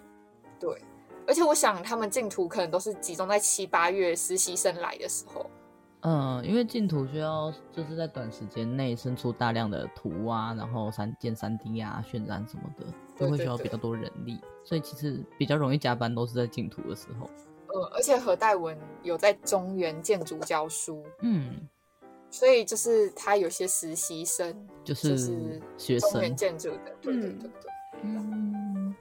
Speaker 3: 对，而且我想他们净土可能都是集中在七八月实习生来的时候。
Speaker 1: 嗯，因为净土需要就是在短时间内生出大量的图啊，然后三建三 D 啊、渲染什么的，
Speaker 3: 对
Speaker 1: 都会
Speaker 3: 对
Speaker 1: 需要比
Speaker 3: 对
Speaker 1: 较多人力，所以其实比较容易加班都是在净土的时候，
Speaker 3: 呃，而且何代文有在中原建筑教书，
Speaker 1: 嗯，
Speaker 3: 所以就是他有些实习生
Speaker 1: 就
Speaker 3: 就是是
Speaker 1: 学
Speaker 3: 中原
Speaker 1: 生，
Speaker 3: 建筑的，对对
Speaker 2: 嗯
Speaker 3: 对对。
Speaker 1: 嗯，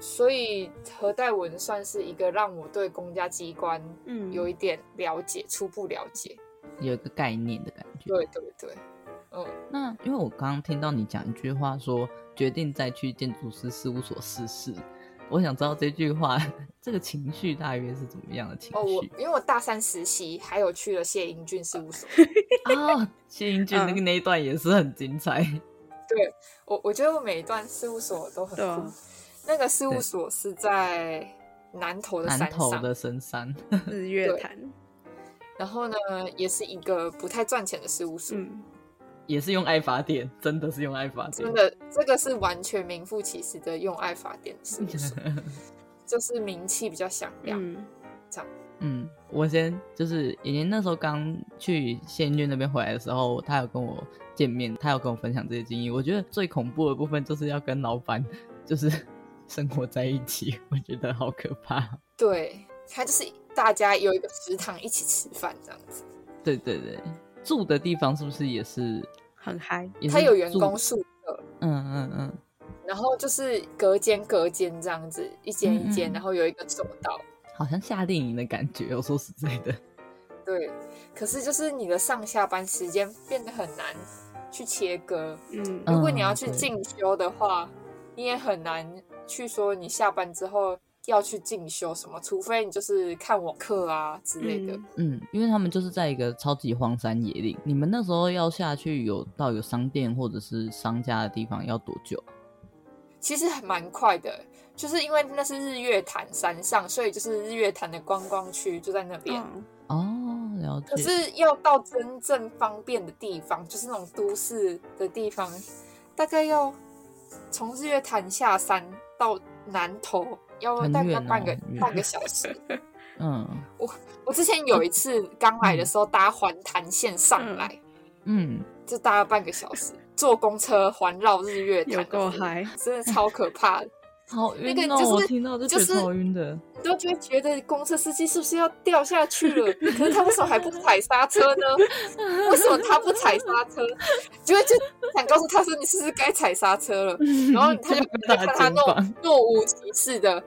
Speaker 3: 所以何代文算是一个让我对公家机关
Speaker 2: 嗯，
Speaker 3: 有一点了解，初步了解。
Speaker 1: 有一个概念的感觉。
Speaker 3: 对对对，嗯，
Speaker 1: 那因为我刚刚听到你讲一句话说，决定再去建筑师事务所试试，我想知道这句话这个情绪大约是怎么样的情
Speaker 3: 哦，我
Speaker 1: 绪？
Speaker 3: 因为我大三实习，还有去了谢英俊事务 所，
Speaker 1: 哦，谢英俊那个
Speaker 2: 嗯
Speaker 1: 那一段也是很精彩。
Speaker 3: 我我觉得我每一段事务所都很
Speaker 2: 对啊
Speaker 3: 酷。那个事务
Speaker 1: 对
Speaker 3: 所是在南投的
Speaker 1: 南
Speaker 3: 山
Speaker 1: 投
Speaker 3: 上，
Speaker 1: 的深山，
Speaker 2: 嗯日月潭，
Speaker 3: 然后呢，也是一个不太赚钱的事务所，
Speaker 2: 嗯
Speaker 1: 也是用爱发电，真的是用爱发电
Speaker 3: 真。的，这个是完全名副其实的用爱法典事务 所，就是名气比较响亮。
Speaker 2: 嗯
Speaker 1: 嗯，我先就是妍妍那时候刚去谢英俊那边回来的时候，她有跟我见面，她有跟我分享这些经历。我觉得最恐怖的部分就是要跟老板 就是生活在一起，我觉得好可怕。
Speaker 3: 对，他就是大家有一个食堂一起吃饭这样子。
Speaker 1: 对对对，住的地方是不是也是？
Speaker 2: 很嗨，
Speaker 1: 也是
Speaker 3: 它有员
Speaker 1: 住
Speaker 3: 工宿舍，
Speaker 1: 嗯嗯嗯，
Speaker 3: 然后就是隔间隔间这样子，一间一间，
Speaker 1: 嗯嗯
Speaker 3: 然后有一个走道。
Speaker 1: 好像夏令营的感觉。我哦说实在的，
Speaker 3: 对，可是就是你的上下班时间变得很难去切割。
Speaker 2: 嗯
Speaker 1: 嗯
Speaker 3: 如果你要去
Speaker 1: 对
Speaker 3: 进修的话，你也很难去说你下班之后要去进修什么，除非你就是看网课啊之类的。
Speaker 2: 嗯
Speaker 1: 嗯，因为他们就是在一个超级荒山野岭。你们那时候要下去有到有商店或者是商家的地方要多久？
Speaker 3: 其实还蛮快的，就是因为那是日月潭山上，所以就是日月潭的观光区就在那边。
Speaker 2: 嗯
Speaker 1: 哦，了解。
Speaker 3: 可是要到真正方便的地方，就是那种都市的地方，大概要从日月潭下山到南投，要
Speaker 1: 很
Speaker 3: 大概
Speaker 1: 远哦
Speaker 3: 半个、
Speaker 1: 很远
Speaker 3: 半个小时。
Speaker 1: 嗯
Speaker 3: 我之前有一次刚来的时候搭环潭线上来，
Speaker 1: 嗯，
Speaker 3: 就搭了半个小时，坐公车环绕日月潭，
Speaker 2: 有够， 嗨，
Speaker 3: 真的超可怕的。
Speaker 1: 好晕哦！
Speaker 3: 那个就是
Speaker 1: 我听到就觉得
Speaker 3: 就是
Speaker 1: 超晕 的。
Speaker 3: 你都就会觉得公车司机是不是要掉下去了？可是他为什么还不踩刹车呢？为什么他不踩刹车？就会就想告诉他说你是不是该踩刹 车了？然后 他就
Speaker 1: 大
Speaker 3: 看他
Speaker 1: 肩
Speaker 3: 若
Speaker 1: 膀
Speaker 3: 若无其事的，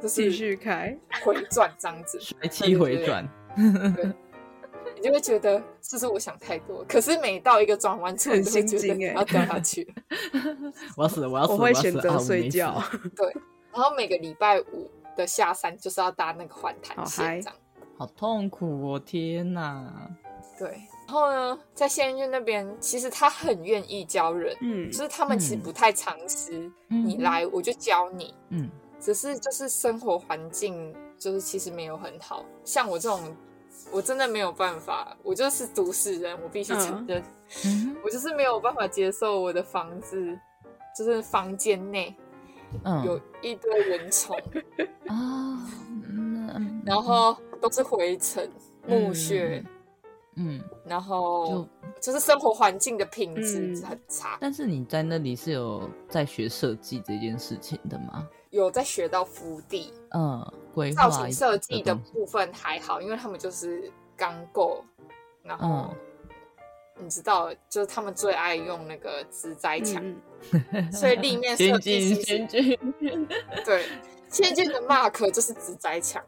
Speaker 3: 就
Speaker 2: 继
Speaker 3: 是
Speaker 2: 续开，
Speaker 3: 回转这样子，
Speaker 1: 甩气回转，
Speaker 3: 你就会觉得是不是我想太多？可是每到一个转弯处，
Speaker 2: 很
Speaker 3: 你就会觉
Speaker 2: 心惊
Speaker 3: 得
Speaker 2: 欸
Speaker 3: 要掉下去。
Speaker 1: 我要死了，我要死了，
Speaker 2: 我
Speaker 1: 要
Speaker 2: 会
Speaker 1: 死
Speaker 2: 选
Speaker 1: 了啊
Speaker 2: 择
Speaker 1: 我
Speaker 2: 睡
Speaker 1: 没
Speaker 2: 觉
Speaker 1: 事。
Speaker 3: 然后每个礼拜五的下山就是要搭那个环潭
Speaker 2: 好嗨
Speaker 3: 线这样。
Speaker 1: 好痛苦哦！天哪，
Speaker 3: 对，然后呢，在仙人那边，其实他很愿意教人。
Speaker 2: 嗯
Speaker 3: 就是他们其实
Speaker 1: 嗯
Speaker 3: 不太常识，
Speaker 1: 嗯
Speaker 3: 你来我就教你，
Speaker 1: 嗯，
Speaker 3: 只是就是生活环境就是其实没有很好，像我这种我真的没有办法，我就是都市人，我必须承认，
Speaker 1: 嗯
Speaker 3: 我就是没有办法接受我的房子就是房间内
Speaker 1: 嗯
Speaker 3: 有一堆蚊虫，
Speaker 1: 啊，嗯嗯
Speaker 3: 然后都是灰尘、墓穴，，哦
Speaker 1: 嗯嗯，嗯
Speaker 3: 然
Speaker 1: 就
Speaker 3: 后就是生活环境的品质
Speaker 2: 嗯
Speaker 3: 很差，
Speaker 1: 但是你在那里是有在学设计这件事情的吗？
Speaker 3: 有在学到伏地，
Speaker 1: 嗯，规
Speaker 3: 造
Speaker 1: 划
Speaker 3: 型设计的
Speaker 1: 的东西
Speaker 3: 部分还好，因为他们就是钢构，然
Speaker 1: 嗯
Speaker 3: 后、你知道，就是他们最爱用那个植栽墙，
Speaker 2: 嗯
Speaker 3: 所以立面设
Speaker 1: 先
Speaker 3: 计
Speaker 1: 进
Speaker 3: 其实
Speaker 1: 先进，
Speaker 3: 对。现在的 mark 就是植栽墙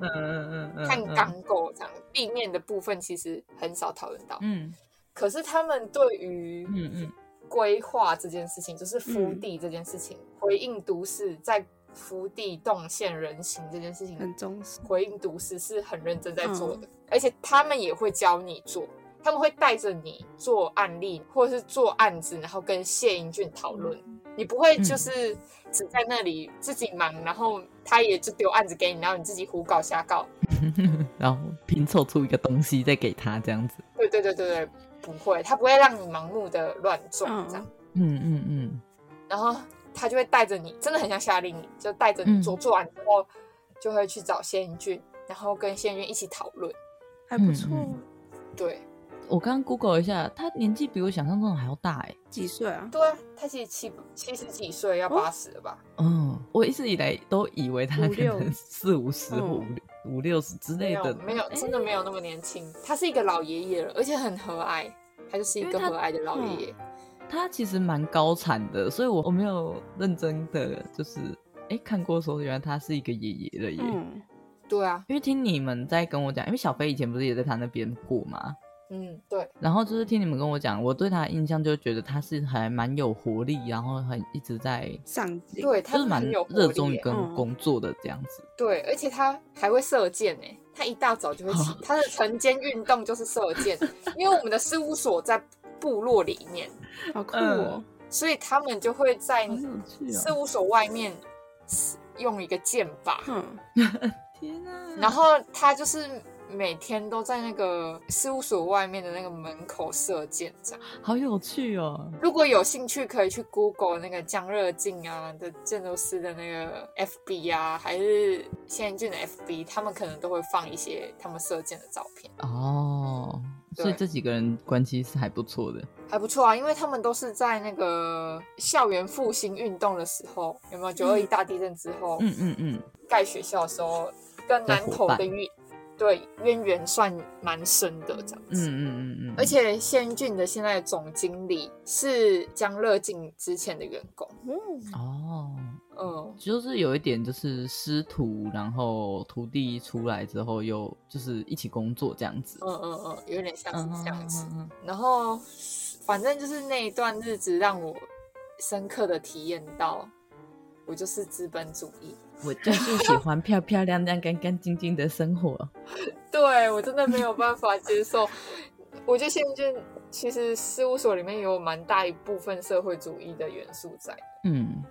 Speaker 1: 嗯嗯嗯，
Speaker 3: 和钢构这样，立面的部分其实很少讨论到。
Speaker 1: 嗯，
Speaker 3: 可是他们对于
Speaker 1: 嗯嗯
Speaker 3: 规划这件事情，就是福
Speaker 2: 嗯
Speaker 3: 地这件事情，回应都市在福地动线人行这件事情
Speaker 2: 嗯很重视，
Speaker 3: 回应读师是很认真在做的，而且他们也会教你做，他们会带着你做案例或者是做案子，然后跟谢英俊讨论。你不会就是只在那里自己忙，然后他也就丢案子给你，然后你自己胡搞瞎搞。
Speaker 1: 嗯， 然后拼凑出一个东西再给他这样子，
Speaker 3: 对对对对对，不会，他不会让你盲目的乱撞
Speaker 2: 嗯
Speaker 3: 这样，
Speaker 1: 嗯嗯嗯，
Speaker 3: 然后他就会带着你，真的很像夏令营，就带着你做，做完之后就会去找谢英俊，然后跟谢英俊一起讨论。
Speaker 2: 还不错
Speaker 1: 嗯，
Speaker 3: 对，
Speaker 1: 我刚刚 Google 一下，他年纪比我想象中的还要大哎。
Speaker 2: 几岁啊？
Speaker 3: 对啊，他其实七七十几岁，要
Speaker 2: 哦
Speaker 3: 八十了吧？
Speaker 1: 嗯，我一直以来都以为他
Speaker 2: 五
Speaker 1: 可
Speaker 2: 六
Speaker 1: 能四五十
Speaker 2: 嗯
Speaker 1: 或五六五六十之
Speaker 3: 没
Speaker 1: 类
Speaker 3: 有
Speaker 1: 的，
Speaker 3: 没有，真的没有那么年轻。他是一个老爷爷了，而且很和蔼，他就是一
Speaker 1: 因为
Speaker 3: 个
Speaker 1: 他嗯
Speaker 3: 和蔼的老爷爷。
Speaker 1: 他其实蛮高产的，所以我我没有认真的就是哎、诶看过的时候，原来他是一个爷爷了耶。
Speaker 2: 嗯，
Speaker 3: 对啊，
Speaker 1: 因为听你们在跟我讲，因为小飞以前不是也在他那边过嘛，
Speaker 3: 嗯，对，
Speaker 1: 然后就是听你们跟我讲，我对他的印象就觉得他是还蛮有活力，然后很一直在
Speaker 2: 上进，
Speaker 3: 对，
Speaker 1: 就
Speaker 3: 他
Speaker 1: 是蛮
Speaker 3: 很有活
Speaker 1: 热
Speaker 3: 力
Speaker 1: 衷于
Speaker 3: 耶
Speaker 1: 跟
Speaker 2: 嗯
Speaker 1: 工作的这样子。
Speaker 3: 对，而且他还会射箭呢。他一大早就会 起，他的晨间运动就是射箭，因为我们的事务所在部落里面，
Speaker 2: 好酷哦，
Speaker 3: 所以他们就会在
Speaker 1: 好有趣
Speaker 3: 事
Speaker 1: 哦！
Speaker 3: 务所外面用一个箭靶，
Speaker 2: 嗯，
Speaker 1: 天啊！
Speaker 3: 然后他就是每天都在那个事务所外面的那个门口射箭，这样。
Speaker 1: 好有趣哦！
Speaker 3: 如果有兴趣，可以去 Google 那个江热静啊的建筑师的那个 FB 啊，还是现俊的 FB，他们可能都会放一些他们射箭的照片，
Speaker 1: 哦，所以
Speaker 3: 对
Speaker 1: 这几个人关系是还不错的。
Speaker 3: 还不错啊，因为他们都是在那个校园复兴运动的时候，有没有九二一大地震之后，
Speaker 1: 嗯嗯嗯嗯，
Speaker 3: 盖学校的时候，跟南
Speaker 1: 在
Speaker 3: 投
Speaker 1: 伙伴
Speaker 3: 的原对渊源算蛮深的这样
Speaker 1: 嗯
Speaker 3: 子。
Speaker 1: 嗯嗯嗯，
Speaker 3: 而且先俊的现在的总经理是江乐静之前的员工，
Speaker 2: 嗯，
Speaker 1: 哦，
Speaker 3: 嗯，
Speaker 1: 就是有一点就是师徒，然后徒弟出来之后又就是一起工作这样子。
Speaker 3: 嗯嗯嗯，有点像
Speaker 1: 嗯
Speaker 3: 是这样子。
Speaker 1: 嗯
Speaker 3: 然后反正就是那一段日子让我深刻的体验到，我就是资本主义。
Speaker 1: 嗯我就是喜欢漂漂亮亮、干干净净的生活。
Speaker 3: 对我真的没有办法接受。我觉得现在其实事务所里面有蛮大一部分社会主义的元素在，
Speaker 1: 嗯，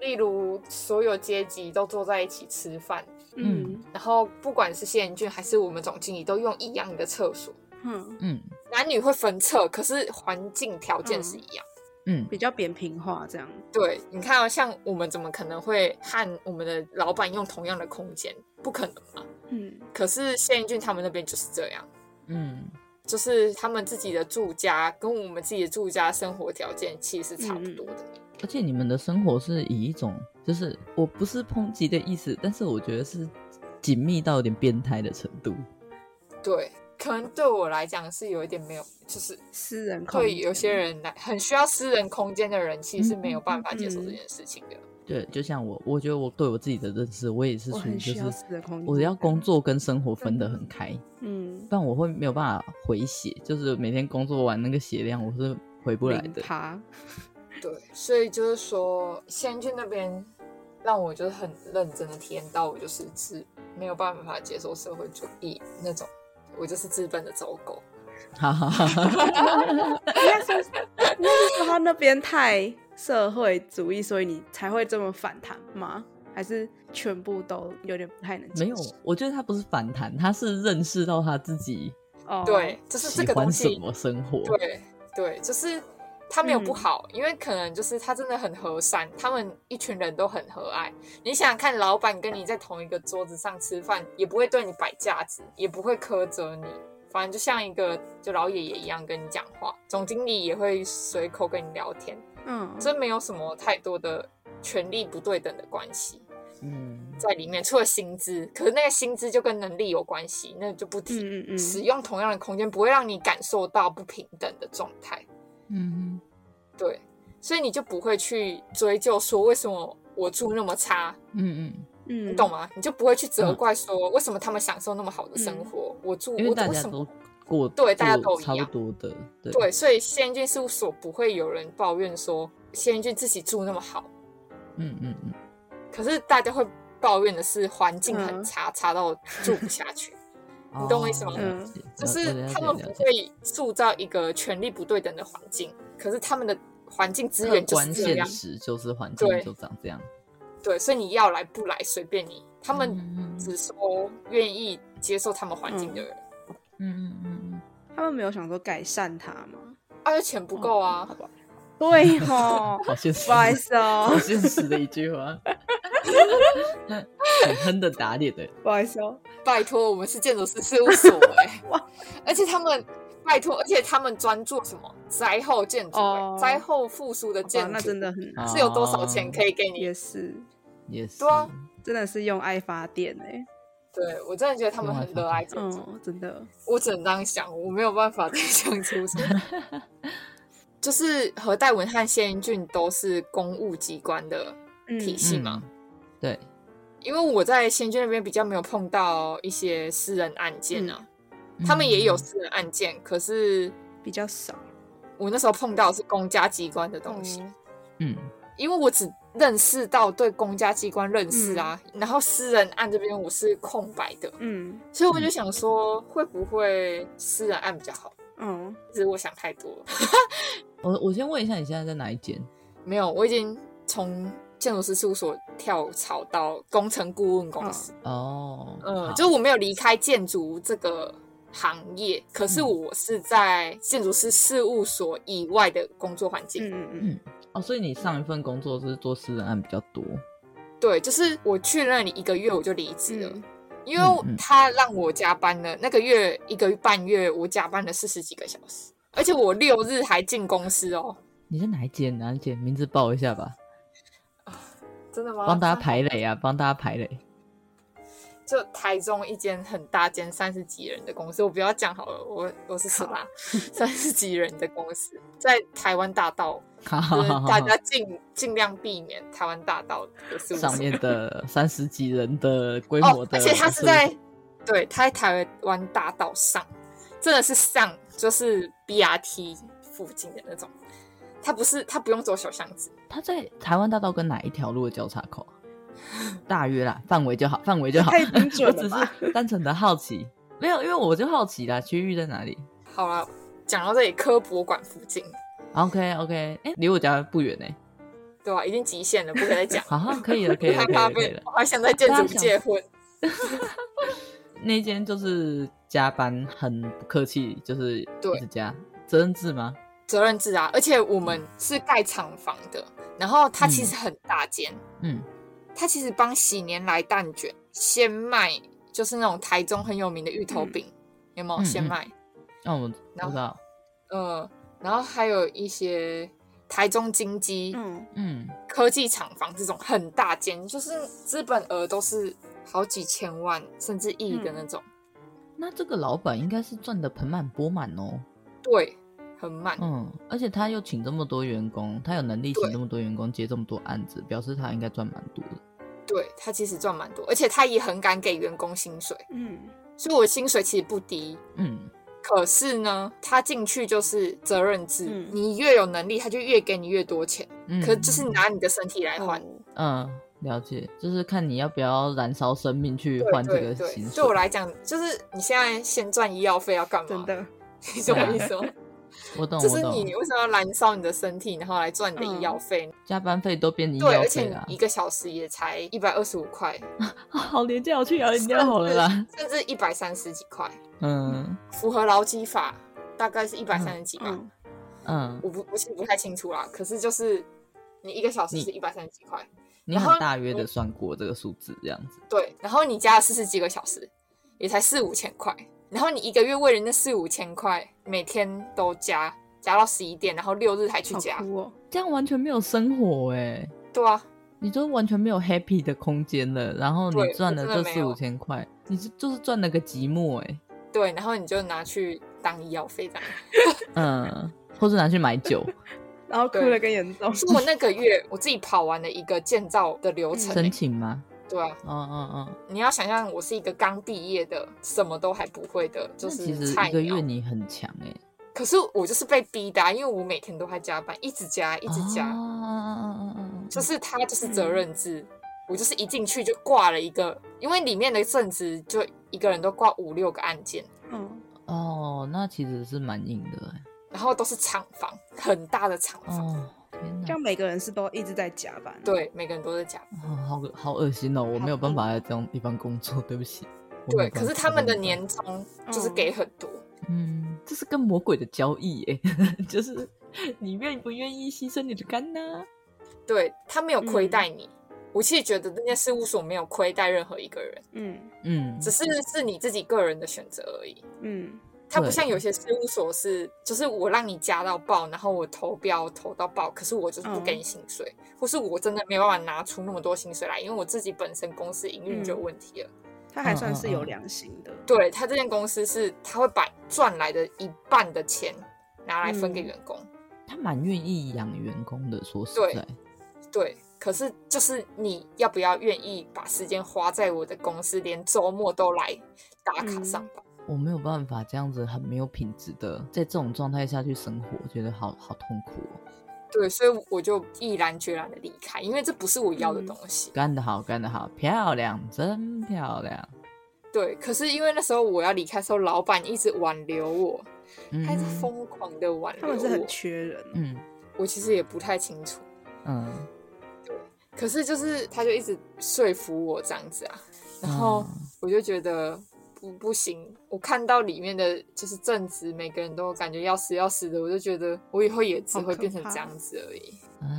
Speaker 3: 例如所有阶级都坐在一起吃饭，
Speaker 1: 嗯
Speaker 2: 嗯
Speaker 3: 然后不管是谢贤俊还是我们总经理都用一样的厕所，
Speaker 2: 嗯，
Speaker 1: 嗯
Speaker 3: 男女会分厕，可是环境条件是一样。
Speaker 1: 嗯
Speaker 2: 比较扁平化这样。
Speaker 3: 对，你看、哦，像我们怎么可能会和我们的老板用同样的空间？不可能嘛。
Speaker 2: 嗯
Speaker 3: 可是谢英俊他们那边就是这样，
Speaker 1: 嗯
Speaker 3: 就是他们自己的住家跟我们自己的住家生活条件其实是差
Speaker 2: 嗯
Speaker 3: 不多的。
Speaker 1: 而且你们的生活是以一种，就是我不是抨击的意思，但是我觉得是紧密到有点变态的程度。
Speaker 3: 对，可能对我来讲是有一点没有，就是
Speaker 2: 私人空
Speaker 3: 对
Speaker 2: 间
Speaker 3: 有些人来很需要私人空间的人，其实是没有办法接受这
Speaker 2: 嗯
Speaker 3: 件事情的。
Speaker 1: 对，就像我，我觉得我对我自己的认识，我也是
Speaker 2: 我
Speaker 1: 属于
Speaker 2: 很需
Speaker 1: 就
Speaker 2: 要
Speaker 1: 是
Speaker 2: 私人空间，
Speaker 1: 我要工作跟生活分得很开，
Speaker 2: 嗯，
Speaker 1: 不然我会没有办法回血，就是每天工作完那个血量我是回不来
Speaker 2: 零
Speaker 1: 的。
Speaker 2: 趴
Speaker 3: 对，所以就是说，先去那边让我就是很认真的体验到，我就是资没有办法接受社会主义那种，我就是资本的走狗。
Speaker 1: 哈哈哈 哈，
Speaker 2: 应该说，那个时候那边太社会主义，所以你才会这么反弹吗？还是全部都有点不太能接
Speaker 1: 没有
Speaker 2: 受？，
Speaker 1: 我觉得他不是反弹，他是认识到他自己
Speaker 2: 哦，
Speaker 3: 对，，就是这
Speaker 1: 喜
Speaker 3: 个
Speaker 1: 欢
Speaker 3: 东
Speaker 1: 什
Speaker 3: 西，
Speaker 1: 么生活。
Speaker 3: 对对，就是他没有不
Speaker 2: 嗯
Speaker 3: 好，因为可能就是他真的很和善，他们一群人都很和蔼。你想想看，老板跟你在同一个桌子上吃饭，也不会对你摆架子，也不会苛责你。反正就像一个就老爷爷一样跟你讲话，总经理也会随口跟你聊天，
Speaker 2: 嗯，
Speaker 3: 这没有什么太多的权力不对等的关系
Speaker 1: 嗯，
Speaker 3: 在里面，除了薪资，可是那个薪资就跟能力有关系，那就不
Speaker 2: 嗯
Speaker 3: 提。
Speaker 2: 嗯嗯，
Speaker 3: 使用同样的空间，不会让你感受到不平等的状态，
Speaker 1: 嗯
Speaker 3: 对，所以你就不会去追究说为什么我住那么差，
Speaker 1: 嗯嗯，
Speaker 2: 嗯，
Speaker 3: 你懂吗？你就不会去责怪说为什么他们享受那么好的生活，我住
Speaker 1: 嗯因为
Speaker 3: 我
Speaker 1: 大
Speaker 3: 为
Speaker 1: 家
Speaker 3: 什么
Speaker 1: 都过
Speaker 3: 对大家都
Speaker 1: 过
Speaker 3: 一
Speaker 1: 差不
Speaker 3: 样
Speaker 1: 多的，对
Speaker 3: 对，所以仙君事务所不会有人抱怨说仙君自己住那么好，
Speaker 1: 嗯嗯嗯，
Speaker 3: 可是大家会抱怨的是环境很
Speaker 2: 嗯
Speaker 3: 差，差到住不下 去。你懂我意思吗
Speaker 1: 哦
Speaker 2: 嗯
Speaker 1: 了解
Speaker 3: 就
Speaker 1: 了
Speaker 3: 是
Speaker 1: 我了
Speaker 3: 他
Speaker 1: 解
Speaker 3: 们
Speaker 1: 了
Speaker 3: 不
Speaker 1: 解
Speaker 3: 会塑造一个权力不对等的环境，可是他们的环境资
Speaker 1: 客
Speaker 3: 源就是
Speaker 1: 观
Speaker 3: 这
Speaker 1: 现
Speaker 3: 样，
Speaker 1: 实就是环境
Speaker 3: 对
Speaker 1: 就长这样。
Speaker 3: 对，所以你要来不来随便你，他们
Speaker 1: 嗯
Speaker 3: 只收愿意接受他们环境的人，
Speaker 1: 嗯 嗯
Speaker 2: 他们没有想说改善它吗？
Speaker 3: 而且钱不够啊
Speaker 2: 好，吧，对
Speaker 1: 嗯
Speaker 2: 吼，
Speaker 1: 好现实
Speaker 2: 不，好意思哦
Speaker 1: 好，现实的一句 话，很哼的打脸的。
Speaker 2: 不好意思哦，
Speaker 3: 拜托，我们是建筑师事务所哎、
Speaker 2: 哇
Speaker 3: 而且他们。拜托，而且他们专注什么灾后建筑、欸
Speaker 2: 哦
Speaker 3: 灾后复苏的建
Speaker 2: 哇，
Speaker 3: 筑，
Speaker 2: 那真的很
Speaker 1: 哦
Speaker 2: 难，
Speaker 3: 是有多少钱可
Speaker 1: 以？
Speaker 3: 以给你？
Speaker 2: 也是，
Speaker 1: 哦也是
Speaker 3: 对啊
Speaker 2: 真的是用爱发电哎，
Speaker 3: 对我真的觉得他们很热爱建筑，
Speaker 2: 嗯，真的，
Speaker 3: 我只能这样想，我没有办法再 想出什么。 就是何代文和谢英俊都是公务机关的
Speaker 2: 嗯
Speaker 3: 体系嘛，
Speaker 1: 嗯对，
Speaker 3: 因为我在仙君那边比较没有碰到一些私人案件啊，
Speaker 1: 嗯
Speaker 2: 嗯
Speaker 3: 他们也有私人案件，可是
Speaker 2: 比较少，
Speaker 3: 我那时候碰到的是公家机关的东西，
Speaker 2: 哦
Speaker 1: 嗯，
Speaker 3: 因为我只认识到对公家机关认识啊，然后私人案这边我是空白的，
Speaker 2: 嗯
Speaker 3: 所以我就想说会不会私人案比较好？
Speaker 2: 嗯，
Speaker 3: 只是我想太多了，
Speaker 1: 我我先问一下，你现在在哪一间？
Speaker 3: 没有，我已经从建筑师事务所跳槽到工程顾问公司。
Speaker 1: 哦，
Speaker 3: 嗯，
Speaker 1: 好
Speaker 3: 就是我没有离开建筑这个行业，可是
Speaker 1: 嗯
Speaker 3: 我是在建筑师事务所以外的工作环境。
Speaker 2: 嗯嗯
Speaker 1: 嗯哦，所以你上一份工作是做私人案比较多。
Speaker 3: 对，就是我去那里一个月我就离职了，
Speaker 2: 嗯
Speaker 3: 因为他让我加班了。那个月一个半月，我加班了四十几个小时，而且我六日还进公司哦。
Speaker 1: 你在哪一间？哪一间？名字报一下吧，
Speaker 3: 真的吗？
Speaker 1: 帮大家排雷啊，帮大家排雷。
Speaker 3: 就台中一间很大间三十几人的公司，我不要讲好了，我我是什么啊三十几人的公司，在台湾大 道，
Speaker 1: 好好
Speaker 3: 就是
Speaker 1: 好好
Speaker 3: 大
Speaker 1: 好
Speaker 3: 家尽尽量避免台湾大道的事务所
Speaker 1: 上面的三十几人的规模
Speaker 3: 哦，
Speaker 1: 的
Speaker 3: 而
Speaker 1: 事务所，
Speaker 3: 且它是在对，它在台湾大道上，真的是上就是 BRT 附近的那种，它不是它不用走小巷子，
Speaker 1: 它在台湾大道跟哪一条路的交叉口 啊？大约啦，范围就好，范围就好。
Speaker 2: 太精准
Speaker 1: 我
Speaker 2: 了
Speaker 1: 只
Speaker 2: 吧
Speaker 1: 是单纯的好奇，没有，因为我就好奇啦，区域在哪里
Speaker 3: 好了，讲到这里，科博馆附近，
Speaker 1: ？OK OK，哎、离我家不远哎、。
Speaker 3: 对吧、已经极限了，不可以再讲
Speaker 1: 好 好，可以了，可以了，
Speaker 3: 害
Speaker 1: 可以
Speaker 3: 怕
Speaker 1: 了，可以
Speaker 3: 被
Speaker 1: 了。
Speaker 3: 我还想在建
Speaker 1: 大
Speaker 3: 筑
Speaker 1: 家想
Speaker 3: 界混，
Speaker 1: 那间就是加班很不客气，就是
Speaker 3: 对
Speaker 1: 一直加责任制吗？
Speaker 3: 责任制啊！而且我们
Speaker 1: 嗯
Speaker 3: 是盖厂房的，然后它其实很大间，
Speaker 1: 嗯，
Speaker 3: 它其实帮喜年来蛋卷、鲜麦，就是那种台中很有名的芋头饼，有没有
Speaker 1: 嗯
Speaker 3: 鲜
Speaker 1: 嗯
Speaker 3: 麦？
Speaker 1: 那我们不
Speaker 3: 然后
Speaker 1: 知道，
Speaker 3: 呃，然后还有一些台中金鸡、
Speaker 2: 嗯，
Speaker 1: 嗯，
Speaker 3: 科技厂房这种很大间，就是资本额都是好几千万甚至亿
Speaker 1: 嗯
Speaker 3: 的那种，
Speaker 1: 那这个老板应该是赚的盆满钵满哦，
Speaker 3: 对，很慢。
Speaker 1: 嗯，而且他又请这么多员工，他有能力请
Speaker 3: 对
Speaker 1: 这么多员工接这么多案子，表示他应该赚蛮多的。
Speaker 3: 对他其实赚蛮多，而且他也很敢给员工薪水，
Speaker 2: 嗯，
Speaker 3: 所以我薪水其实不低。
Speaker 1: 嗯，
Speaker 3: 可是呢，他进去就是责任制，
Speaker 2: 嗯
Speaker 3: 你越有能力，他就越给你越多钱，
Speaker 1: 嗯
Speaker 3: 可就是拿你的身体来换。
Speaker 2: 哦
Speaker 1: 嗯，了解，就是看你要不要燃烧生命去
Speaker 3: 对
Speaker 1: 换这
Speaker 3: 对
Speaker 1: 个
Speaker 3: 对
Speaker 1: 薪，水。
Speaker 3: 对我来讲，就是你现在先赚医药费要干嘛？
Speaker 2: 真，的，
Speaker 3: 你懂我意思吗？
Speaker 1: 我懂，
Speaker 3: 就
Speaker 1: 我
Speaker 3: 是
Speaker 1: 懂
Speaker 3: 你，为什么要燃烧你的身体，然后来赚你的医药费？
Speaker 1: 加班费都变医
Speaker 3: 对，
Speaker 1: 药
Speaker 3: 而且
Speaker 1: 费
Speaker 3: 你
Speaker 1: 啦， 哦
Speaker 3: 一个小时也才一百二十五块，
Speaker 1: 好廉价，我去摇饮料好了啦。
Speaker 3: 甚至一百三十几块，
Speaker 1: 嗯
Speaker 3: 符合劳基法大概是一百三十几吧，
Speaker 2: 嗯，
Speaker 1: 嗯，
Speaker 3: 我不我其实不太清楚啦。可是就是你一个小时
Speaker 1: 你
Speaker 3: 是一百三十几块，
Speaker 1: 你
Speaker 3: 然后
Speaker 1: 很大约的算过这个数字这样子。
Speaker 3: 对，然后你加了四十几个小时，也才四五千块，然后你一个月为了那四五千块，每天都加加到十一点，然后六日还去
Speaker 2: 好
Speaker 3: 加，
Speaker 2: 酷哦，
Speaker 1: 这样完全没有生活哎、
Speaker 3: 对啊，
Speaker 1: 你就完全没有 happy 的空间了。然后你
Speaker 3: 对
Speaker 1: 赚了
Speaker 3: 我真
Speaker 1: 这
Speaker 3: 的没
Speaker 1: 四
Speaker 3: 有
Speaker 1: 五千块，你是就是赚了个寂寞哎、
Speaker 3: 对，然后你就拿去当医药费这样。
Speaker 1: 嗯，或是拿去买 酒，
Speaker 2: 然后哭
Speaker 3: 对
Speaker 2: 的更严重，
Speaker 3: 是我那个月我自己跑完了一个建造的流程、
Speaker 1: 申请吗？
Speaker 3: 对啊，
Speaker 1: 嗯嗯嗯，
Speaker 3: 你要想象我是一个刚毕业的，什么都还不会的，就
Speaker 1: 那
Speaker 3: 是
Speaker 1: 其实
Speaker 3: 菜
Speaker 1: 一个
Speaker 3: 鸟
Speaker 1: 月你很强哎、
Speaker 3: 可是我就是被逼的、啊，因为我每天都在加班，一直加，一直加，
Speaker 1: 哦嗯嗯嗯嗯嗯嗯
Speaker 3: 就是他就是责任制，我就是一进去就挂了一个，因为里面的正职就一个人都挂五六个案件，
Speaker 2: 嗯，
Speaker 1: 哦，那其实是蛮硬的欸、
Speaker 3: 然后都是厂房，很大的厂房，
Speaker 1: 哦，天哪
Speaker 2: 这样，每个人是都一直在加班，，
Speaker 3: 对，每个人都在加班。
Speaker 1: 哦好恶好恶心哦！我没有办法在这种地方工作，对不起。我没
Speaker 3: 对，
Speaker 1: 有办
Speaker 3: 可是
Speaker 1: 法
Speaker 3: 他们的
Speaker 1: 我没有办
Speaker 3: 年终
Speaker 2: 哦
Speaker 3: 就是给很多，
Speaker 1: 法，嗯，这是跟魔鬼的交易耶， 就是你愿不愿意牺牲你的肝呢？
Speaker 3: 对他没有
Speaker 1: 嗯
Speaker 3: 亏待你。我其实觉得那间事务所没有亏待任何一个人，
Speaker 2: 嗯
Speaker 1: 嗯，
Speaker 3: 只是是你自己个人的选择而已。
Speaker 2: 嗯，
Speaker 3: 它不
Speaker 1: 对
Speaker 3: 像有些事务所是，就是我让你加到爆，然后我投标投到爆，可是我就是不
Speaker 2: 嗯
Speaker 3: 给你薪水，或是我真的没有办法拿出那么多薪水来，因为我自己本身公司营运
Speaker 2: 嗯
Speaker 3: 就有问题了。
Speaker 2: 他还算
Speaker 1: 嗯
Speaker 2: 是
Speaker 1: 嗯嗯
Speaker 2: 有良心的，
Speaker 3: 对他这间公司是，他会把赚来的一半的钱拿来分给
Speaker 2: 嗯
Speaker 3: 员工，
Speaker 1: 他蛮愿意养员工的，说实
Speaker 3: 对
Speaker 1: 在，
Speaker 3: 对。可是就是你要不要愿意把时间花在我的公司，连周末都来打卡
Speaker 2: 嗯
Speaker 3: 上班？
Speaker 1: 我没有办法这样子很没有品质的，在这种状态下去生活，我觉得好好痛苦哦。
Speaker 3: 对，所以我就毅然决然的离开，因为这不是我要的
Speaker 2: 嗯
Speaker 3: 东西。
Speaker 1: 干得好，干得好，漂亮，真漂亮。
Speaker 3: 对，可是因为那时候我要离开的时候，老板一直挽留我，
Speaker 1: 嗯
Speaker 3: 他一直疯狂的挽
Speaker 2: 他
Speaker 3: 留我。
Speaker 2: 们是很缺人，
Speaker 1: 嗯
Speaker 3: 我其实也不太清楚，
Speaker 1: 嗯，
Speaker 3: 可是就是他就一直说服我这样子啊，然后
Speaker 1: 嗯
Speaker 3: 我就觉得不不行，我看到里面的就是正职，每个人都感觉要死要死的，我就觉得我以后也只
Speaker 2: 好
Speaker 3: 会
Speaker 2: 可
Speaker 3: 变成
Speaker 2: 怕
Speaker 3: 这样子而已。
Speaker 1: 啊，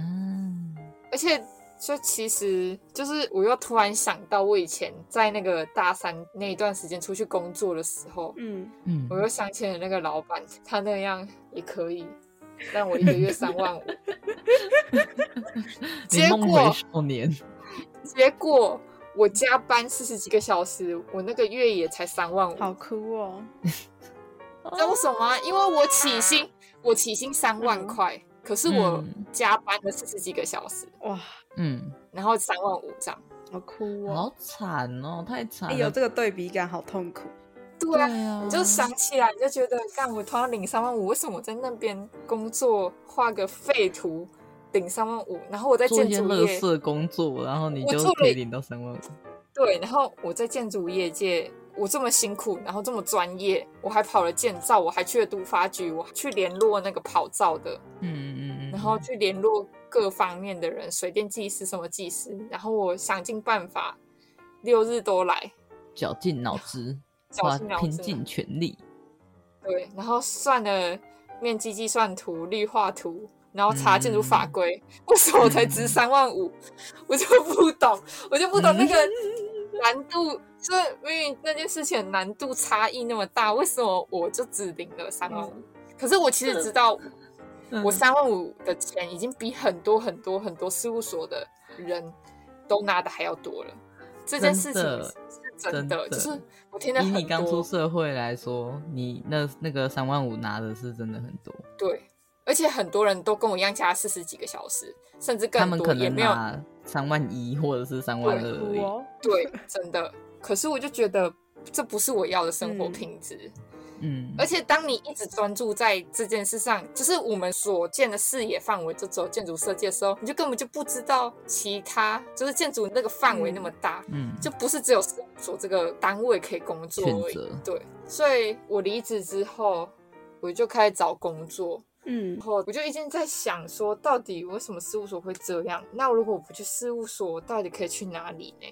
Speaker 3: 而且就其实就是我又突然想到，我以前在那个大三那一段时间出去工作的时候，
Speaker 2: 嗯，
Speaker 1: 嗯，
Speaker 3: 我又想起了那个老板，他那样也可以让我一个月三万五。
Speaker 1: 你
Speaker 3: 结
Speaker 1: 梦回
Speaker 3: 果，
Speaker 1: 少年，
Speaker 3: 结果我加班四十几个小时，我那个月也才三万五，
Speaker 2: 好酷哦！
Speaker 3: 知道为什么吗？因为我起薪，我起薪三万块，可是我
Speaker 1: 嗯
Speaker 3: 加班了四十几个小时，
Speaker 2: 哇，
Speaker 1: 嗯，
Speaker 3: 然后三万五这样。
Speaker 2: 好酷哦！
Speaker 1: 好惨哦，太惨
Speaker 2: 哎、
Speaker 1: 了。
Speaker 2: 有这个对比感，好痛苦。
Speaker 3: 对
Speaker 1: 对
Speaker 3: 啊，
Speaker 1: 啊，
Speaker 3: 你就想起来，你就觉得，干我同样领三万五，为什么我在那边工作画个废图领三万五，然后我在
Speaker 1: 做
Speaker 3: 建
Speaker 1: 一些
Speaker 3: 筑
Speaker 1: 乐
Speaker 3: 业
Speaker 1: 色工作，然后你
Speaker 3: 我
Speaker 1: 就
Speaker 3: 做
Speaker 1: 可以
Speaker 3: 了
Speaker 1: 领到三万五。
Speaker 3: 对，然后我在建筑业界，我这么辛苦，然后这么专业，我还跑了建造，我还去了都发局，我去联络那个跑照的，
Speaker 1: 嗯嗯嗯嗯，
Speaker 3: 然后去联络各方面的人，水电技师什么技师，然后我想尽办法，六日都来，
Speaker 1: 绞尽脑汁，
Speaker 3: 绞尽脑
Speaker 1: 拼
Speaker 3: 汁
Speaker 1: 尽全力。
Speaker 3: 对，然后算了面积计算图、绿化图，然后查建筑法
Speaker 1: 嗯
Speaker 3: 规，为什么我才值三万五？我就不懂，我就不懂那个
Speaker 1: 嗯
Speaker 3: 难度，就是明明那件事情的难度差异那么大，为什么我就只领了三万五？
Speaker 1: 嗯
Speaker 3: 可是我其实知道，我三万五的钱已经比很多很多很多事务所的人都拿的还要多了。这件事
Speaker 1: 真
Speaker 3: 情
Speaker 1: 的
Speaker 3: 是是真的，
Speaker 1: 真的
Speaker 3: 就是我听了
Speaker 1: 以
Speaker 3: 很多。
Speaker 1: 你刚出社会来说，你那那个三万五拿的是真的很多，
Speaker 3: 对，而且很多人都跟我一样加四十几个小时，甚至
Speaker 1: 他
Speaker 3: 更
Speaker 1: 们
Speaker 3: 多，
Speaker 1: 可
Speaker 3: 也
Speaker 1: 能啊
Speaker 3: 没有
Speaker 1: 拿三万一或者是三万二而
Speaker 2: 酷
Speaker 1: 已。
Speaker 2: 哦！
Speaker 3: 对，真的。可是我就觉得这不是我要的生活
Speaker 2: 嗯
Speaker 3: 品质，
Speaker 1: 嗯，
Speaker 3: 而且当你一直专注在这件事上，就是我们所见的视野范围就只有建筑设计的时候，你就根本就不知道其他，就是建筑那个范围那么大，
Speaker 1: 嗯，
Speaker 3: 就不是只有事务所这个单位可以工作
Speaker 1: 选
Speaker 3: 而已
Speaker 1: 择。
Speaker 3: 对，所以我离职之后，我就开始找工作。
Speaker 2: 嗯
Speaker 3: 然，后我就一直在想说，到底为什么事务所会这样？那如果我不去事务所，我到底可以去哪里呢？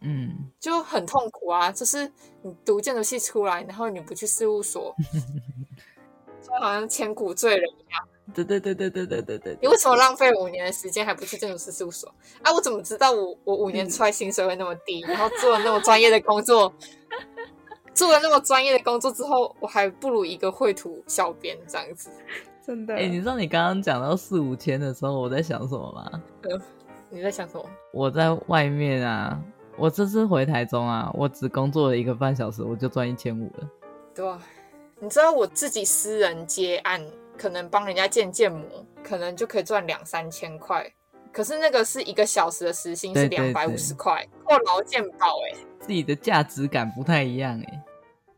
Speaker 1: 嗯，
Speaker 3: 就很痛苦啊！就是你读建筑系出来，然后你不去事务所，就好像千古罪人。
Speaker 1: 对对对对对对对对
Speaker 3: 你，为什么浪费五年的时间还不去建筑师事务所？啊，我怎么知道我我五年出来薪水会那么低？然后做了那么专业的工作，做了那么专业的工作之后，我还不如一个绘图小编这样子。
Speaker 2: 真的。
Speaker 1: 哎、你知道你刚刚讲到四五千的时候，我在想什么吗？
Speaker 3: 你在想什么？
Speaker 1: 我在外面啊，我这次回台中啊，我只工作了一个半小时，我就赚一千五了。
Speaker 3: 对啊，你知道我自己私人接案，可能帮人家建建模，可能就可以赚两三千块。可是那个是一个小时的时薪
Speaker 1: 对
Speaker 3: 是
Speaker 1: 对
Speaker 3: 两百
Speaker 1: 对
Speaker 3: 五十块，扣劳健保哎、
Speaker 1: 自己的价值感不太一样哎、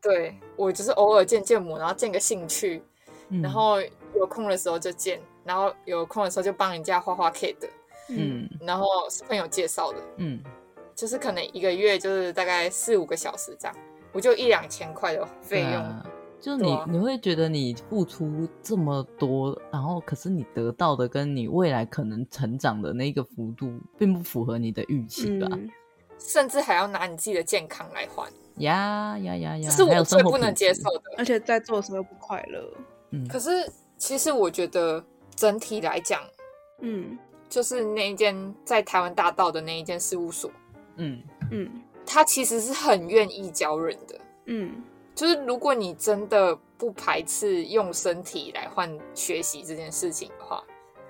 Speaker 3: 对我就是偶尔建建模，然后建个兴趣，
Speaker 1: 嗯
Speaker 3: 然后有空的时候就建，然后有空的时候就帮人家画画 K 的，
Speaker 1: 嗯
Speaker 3: 然后是朋友介绍的，
Speaker 1: 嗯，
Speaker 3: 就是可能一个月就是大概四五个小时这样，我就一两千块的费
Speaker 1: 对
Speaker 3: 用。
Speaker 1: 啊就
Speaker 3: 对
Speaker 1: 你、
Speaker 3: 啊
Speaker 1: 你会觉得你付出这么多，然后可是你得到的跟你未来可能成长的那个幅度，并不符合你的预期吧？
Speaker 2: 嗯，
Speaker 3: 甚至还要拿你自己的健康来换，
Speaker 1: 呀呀呀呀！
Speaker 3: 这是
Speaker 1: 啊还有
Speaker 3: 我
Speaker 1: 生
Speaker 3: 最
Speaker 1: 活
Speaker 3: 不能
Speaker 1: 品
Speaker 3: 接
Speaker 1: 质
Speaker 3: 受。的。
Speaker 2: 而且在做的时候又不快乐。
Speaker 1: 嗯，
Speaker 3: 可是其实我觉得整体来讲，
Speaker 2: 嗯
Speaker 3: 就是那一间在台湾大道的那一间事务所，
Speaker 1: 嗯
Speaker 2: 嗯
Speaker 3: 他其实是很愿意教人的。
Speaker 2: 嗯
Speaker 3: 就是如果你真的不排斥用身体来换学习这件事情的话，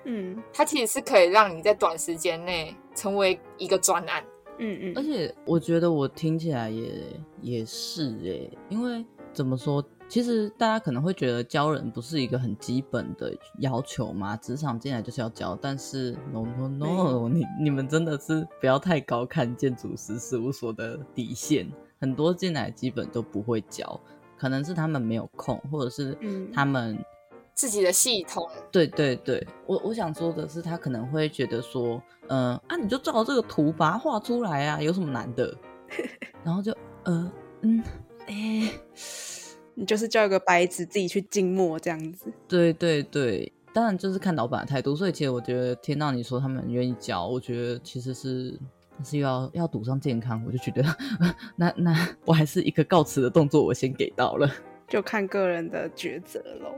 Speaker 2: 嗯
Speaker 3: 它其实是可以让你在短时间内成为一个专案。
Speaker 2: 嗯
Speaker 1: 而欸
Speaker 2: 嗯
Speaker 1: 且我觉得我听起来也也是哎、因为怎么说，其实大家可能会觉得教人不是一个很基本的要求嘛，职场进来就是要教。但是 no no
Speaker 2: 没
Speaker 1: no，
Speaker 2: 有
Speaker 1: 你你们真的是不要太高看建筑师事务所的底线，很多进来基本都不会教，可能是他们没有空，或者是
Speaker 2: 嗯
Speaker 1: 他们
Speaker 3: 自己的系统，
Speaker 1: 对对对，我我想说的是，他可能会觉得说，嗯、啊，你就照这个图把它画出来啊，有什么难的？ 然后就呃嗯，哎、
Speaker 2: 你就是叫一个白纸自己去静默这样子。
Speaker 1: 对对对，当然就是看老板的态度。所以其实我觉得听到你说他们愿意教，我觉得其实是。但是又要要赌上健康，我就觉得 那那我还是一个告辞的动作，我先给到了。
Speaker 2: 就看个人的抉择喽。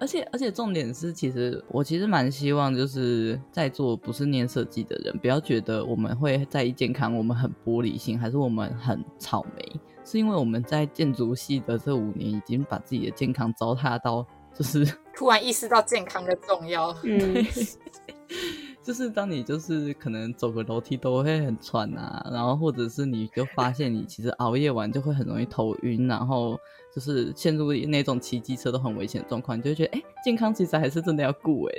Speaker 1: 而且而且重点是，其实我其实蛮希望，就是在座不是念设计的人，不要觉得我们会在意健康，我们很玻璃心，还是我们很草莓，是因为我们在建筑系的这五年，已经把自己的健康糟蹋到，就是
Speaker 3: 突然意识到健康的重要。
Speaker 2: 嗯，
Speaker 1: 就是当你就是可能走个楼梯都会很喘啊，然后或者是你就发现你其实熬夜完就会很容易头晕，然后就是陷入那种骑机车都很危险的状况，你就会觉得哎、诶健康其实还是真的要顾哎、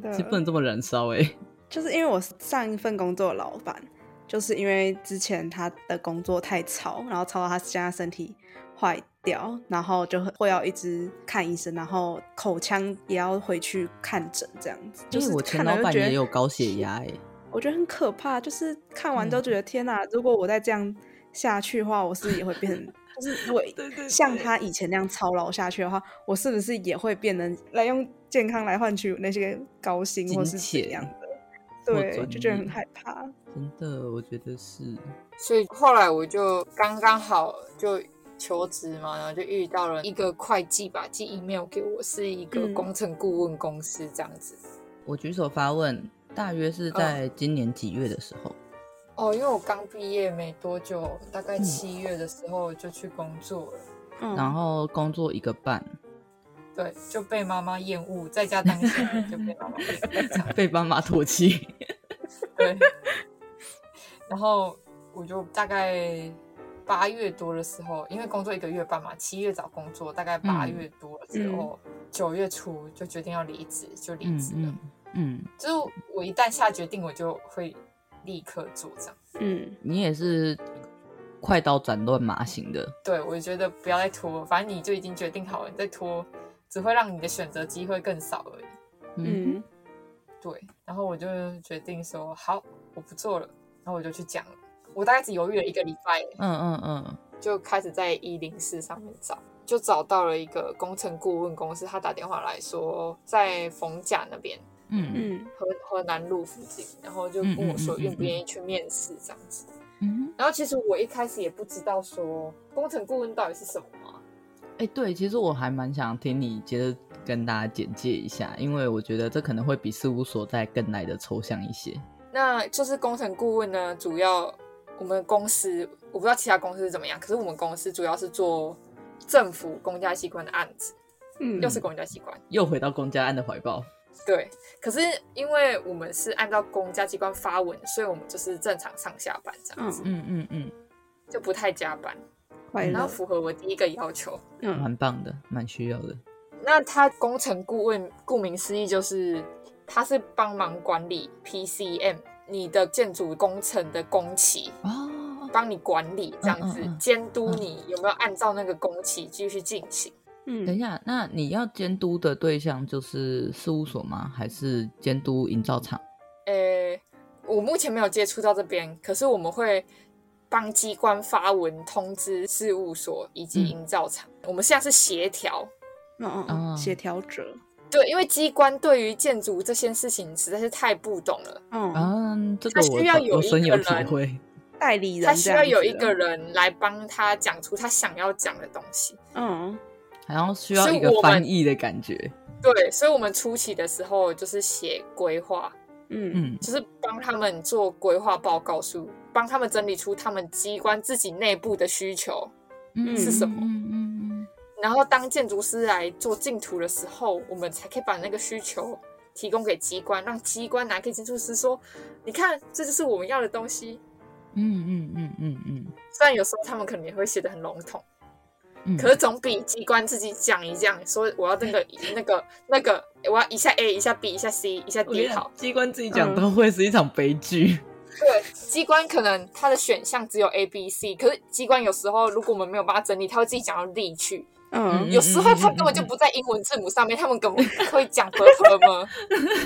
Speaker 2: 的
Speaker 1: 其实不能这么燃烧哎、
Speaker 2: 就是因为我上一份工作的老板，就是因为之前他的工作太吵，然后吵到他现在身体坏掉，然后就会要一直看医生，然后口腔也要回去看诊这样子。就是
Speaker 1: 因为我前
Speaker 2: 看
Speaker 1: 老
Speaker 2: 了就
Speaker 1: 板
Speaker 2: 觉得
Speaker 1: 也有高血压嗯哎、
Speaker 2: 我觉得很可怕，就是看完之后觉得、天哪，如果我再这样下去的话，我是不是也会变成，就是如果
Speaker 1: 对对
Speaker 2: 像
Speaker 1: 对
Speaker 2: 他以前那样操劳下去的话，我是不是也会变成来用健康来换取那些高薪或
Speaker 1: 金
Speaker 2: 是怎
Speaker 1: 钱
Speaker 2: 样的？
Speaker 1: 或
Speaker 2: 对，
Speaker 1: 专
Speaker 2: 就觉得很
Speaker 1: 利
Speaker 2: 害怕。
Speaker 1: 真的我觉得是
Speaker 3: 所以后来我就刚刚好就求职嘛，然后就遇到了一个会计吧，寄 email 给我，是一个
Speaker 2: 嗯
Speaker 3: 工程顾问公司这样子。
Speaker 1: 我举手发问，大约
Speaker 2: 嗯
Speaker 1: 是在今年几月的时候？
Speaker 3: 哦，因为我刚毕业没多久，大概
Speaker 1: 嗯
Speaker 3: 七月的时候就去工作了，
Speaker 2: 嗯，
Speaker 1: 然后工作一个半，
Speaker 3: 对，就被妈妈厌恶，在家当小孩就被妈妈厌恶这样，
Speaker 1: 被爸妈唾弃。
Speaker 3: 对。然后我就大概八月多的时候，因为工作一个月半嘛，七月找工作，大概八
Speaker 1: 嗯
Speaker 3: 月多的时候，九、月初就决定要离职，就离
Speaker 1: 嗯
Speaker 3: 职了。
Speaker 1: 嗯嗯，
Speaker 3: 就是我一旦下决定，我就会立刻做这样。
Speaker 2: 嗯，
Speaker 1: 你也是快刀斩乱麻型的，
Speaker 3: 对我觉得不要再拖，反正你就已经决定好了，你再拖只会让你的选择机会更少而已。
Speaker 1: 嗯，
Speaker 2: 嗯，
Speaker 3: 对，然后我就决定说好，我不做了，然后我就去讲了。我大概只犹豫了一个礼拜，
Speaker 1: 嗯嗯嗯，
Speaker 3: 就开始在一零四上面找，就找到了一个工程顾问公司，他打电话来说在逢甲那边
Speaker 1: 嗯
Speaker 2: 嗯，
Speaker 3: 河河南路附近，然后就跟我说愿不愿意去面试这样子。
Speaker 1: 嗯，
Speaker 3: 然后其实我一开始也不知道说工程顾问到底是什么啊，
Speaker 1: 哎、对，其实我还蛮想听你接着跟大家简介一下，因为我觉得这可能会比事务所再更来的抽象一些。
Speaker 3: 那就是工程顾问呢，主要我们公司我不知道其他公司是怎么样，可是我们公司主要是做政府公家机关的案子，
Speaker 2: 嗯，
Speaker 3: 又是公家机关。
Speaker 1: 又回到公家案的怀抱，
Speaker 3: 对，可是因为我们是按照公家机关发文，所以我们就是正常上下班这样子，
Speaker 2: 嗯，
Speaker 1: 嗯嗯嗯，
Speaker 3: 就不太加班，
Speaker 2: 快
Speaker 1: 嗯
Speaker 3: 然后
Speaker 2: 乐，
Speaker 3: 符合我第一个要求。
Speaker 2: 嗯
Speaker 1: 蛮棒的，蛮需要的。
Speaker 3: 那他工程顾问，顾名思义就是他是帮忙管理 PCM 你的建筑工程的工期，
Speaker 1: 哦，
Speaker 3: 帮你管理这样子，
Speaker 1: 嗯嗯嗯
Speaker 3: 监督你有没有按照那个工期继续进行。
Speaker 1: 等一
Speaker 2: 嗯，
Speaker 1: 下，那你要监督的对象就是事务所吗？还是监督营造厂？
Speaker 3: 呃，我目前没有接触到这边，可是我们会帮机关发文通知事务所以及
Speaker 1: 嗯
Speaker 3: 营造厂。我们现在是协调，
Speaker 2: 嗯
Speaker 1: 哦
Speaker 2: 嗯，协调者，
Speaker 3: 对，因为机关对于建筑这件事情实在是太不懂了，
Speaker 2: 嗯，
Speaker 1: 嗯，这个
Speaker 3: 他
Speaker 1: 我
Speaker 3: 需要
Speaker 1: 懂
Speaker 3: 有
Speaker 1: 我
Speaker 3: 一
Speaker 1: 深
Speaker 3: 个
Speaker 1: 有体
Speaker 3: 人
Speaker 1: 会。
Speaker 2: 代理人，
Speaker 3: 他需要有一
Speaker 2: 啊
Speaker 3: 个，人来帮他讲出他想要讲的东西。
Speaker 2: 嗯
Speaker 1: 好像需要
Speaker 3: 是
Speaker 1: 一个
Speaker 3: 我们
Speaker 1: 翻译的感觉。
Speaker 3: 对，所以我们初期的时候就是写规划，
Speaker 2: 嗯
Speaker 1: 嗯
Speaker 3: 就是帮他们做规划报告书，帮他们整理出他们机关自己内部的需求。
Speaker 1: 嗯
Speaker 2: 是
Speaker 3: 什么
Speaker 1: 嗯嗯
Speaker 3: 然后当建筑师来做净土的时候，我们才可以把那个需求提供给机关，让机关拿给建筑师说：“你看，这就是我们要的东西。
Speaker 1: 嗯嗯嗯嗯嗯嗯”
Speaker 3: 虽然有时候他们可能也会写的很笼统，
Speaker 1: 嗯
Speaker 3: 可是总比机关自己讲一讲，说我要那个那个那个，我要一下 A 一下 B 一下 C 一下
Speaker 1: 我跟
Speaker 3: D
Speaker 1: 你讲
Speaker 3: 好。
Speaker 1: 机关自己讲都会是一场悲剧。
Speaker 3: 对，机关可能它的选项只有 A B C，可是机关有时候如果我们没有帮它整理，它会自己讲到 D 去。
Speaker 1: 嗯
Speaker 2: 嗯，
Speaker 3: 有时候它根本就不在英文字母上面，他们根本会讲 和和吗？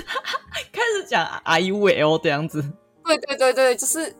Speaker 1: 开始讲 I will 这样子，
Speaker 3: 对对对对，就是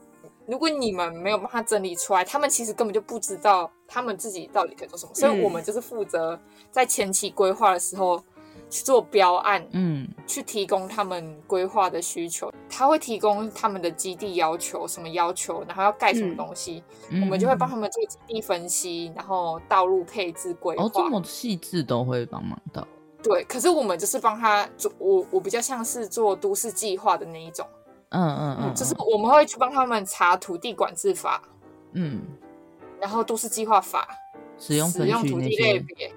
Speaker 3: 如果你们没有帮他整理出来，他们其实根本就不知道他们自己到底可以做什么，所以我
Speaker 1: 嗯
Speaker 3: 们就是负责在前期规划的时候去做标案，
Speaker 1: 嗯
Speaker 3: 去提供他们规划的需求，他会提供他们的基地要求什么要求，然后要盖什么
Speaker 2: 嗯
Speaker 3: 东西，
Speaker 1: 嗯
Speaker 3: 我们就会帮他们做基地分析，然后道路配置规划。
Speaker 1: 哦，这么细致都会帮忙到。
Speaker 3: 对，可是我们就是帮他做，我我比较像是做都市计划的那一种，
Speaker 1: 嗯嗯嗯，
Speaker 3: 就是我们会去帮他们查土地管制法，
Speaker 1: 嗯，
Speaker 3: 然后都市计划法、
Speaker 1: 使用
Speaker 3: 使
Speaker 1: 分
Speaker 3: 用
Speaker 1: 区
Speaker 3: 土
Speaker 1: 那
Speaker 3: 地
Speaker 1: 些，
Speaker 3: 类别，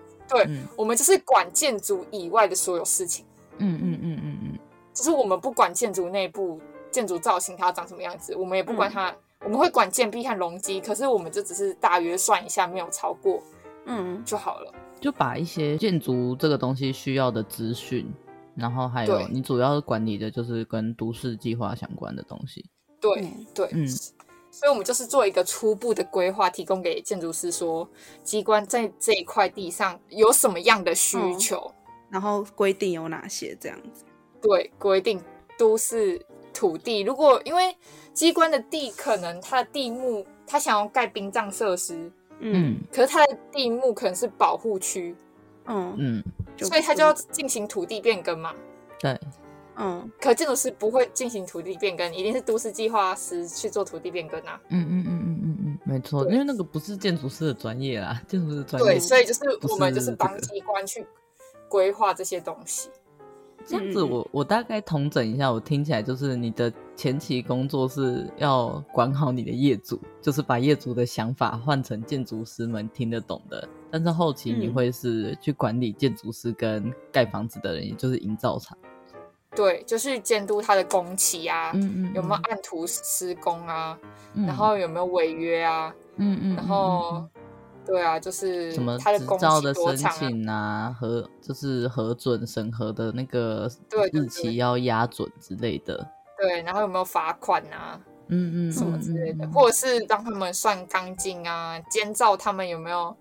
Speaker 1: 嗯
Speaker 3: 我们就是管建筑以外的所有事情，
Speaker 1: 嗯嗯嗯嗯嗯，
Speaker 3: 就是我们不管建筑内部建筑造型它长什么样子，我们也不管
Speaker 2: 嗯
Speaker 3: 它，我们会管建壁和容积，可是我们就只是大约算一下，没有超过
Speaker 2: 嗯
Speaker 3: 就好了。
Speaker 1: 就把一些建筑这个东西需要的资讯，然后还有
Speaker 3: 对
Speaker 1: 你主要管理的就是跟都市计划相关的东西。
Speaker 3: 对、
Speaker 2: 嗯
Speaker 3: 对，
Speaker 1: 嗯
Speaker 3: 所以我们就是做一个初步的规划，提供给建筑师说，机关在这一块地上有什么样的需
Speaker 2: 嗯
Speaker 3: 求，
Speaker 2: 然后规定有哪些这样子？
Speaker 3: 对规定都市土地，如果因为机关的地可能它的地目，它想要盖殡葬设施，
Speaker 2: 嗯
Speaker 1: 嗯
Speaker 3: 可是它的地目可能是保护区，
Speaker 2: 嗯，
Speaker 1: 嗯，
Speaker 3: 所以它就要进行土地变更嘛。
Speaker 1: 对，
Speaker 2: 嗯
Speaker 3: 可建筑师不会进行土地变更，一定是都市计划师去做土地变更啊。
Speaker 1: 嗯嗯嗯嗯嗯嗯，没错，
Speaker 3: 对
Speaker 1: 因为那个不是建筑师的专业啦，建筑师的专业
Speaker 3: 对，所以就是
Speaker 1: 不
Speaker 3: 我们就是是
Speaker 1: 这
Speaker 3: 帮
Speaker 1: 个
Speaker 3: 机关去规划这些东西。
Speaker 1: 这样子
Speaker 2: 嗯嗯嗯
Speaker 1: 我，我大概统整一下，我听起来就是你的前期工作是要管好你的业主，就是把业主的想法换成建筑师们听得懂的，但是后期你
Speaker 2: 嗯
Speaker 1: 会是去管理建筑师跟盖房子的人，也就是营造厂。
Speaker 3: 对，就是监督它的工期啊，
Speaker 1: 嗯嗯，
Speaker 3: 有没有
Speaker 1: 嗯？
Speaker 3: 按图施工啊，
Speaker 1: 嗯
Speaker 3: 然后有没有违约啊，
Speaker 1: 嗯嗯，
Speaker 3: 然
Speaker 1: 嗯
Speaker 3: 后
Speaker 1: 嗯，
Speaker 3: 对啊，就是
Speaker 1: 什么
Speaker 3: 它的
Speaker 1: 执
Speaker 3: 工
Speaker 1: 照
Speaker 3: 期
Speaker 1: 的
Speaker 3: 多
Speaker 1: 申
Speaker 3: 长啊？
Speaker 1: 请啊，核就是核准审核的那个
Speaker 3: 对对
Speaker 1: 日
Speaker 3: 对
Speaker 1: 期要压准之类的。
Speaker 3: 对，然后有没有罚款啊，
Speaker 1: 嗯嗯，
Speaker 3: 什么
Speaker 1: 嗯
Speaker 3: 之类
Speaker 1: 嗯
Speaker 3: 的，
Speaker 1: 嗯
Speaker 3: 或者是让他们算钢筋啊，监造他们有没有，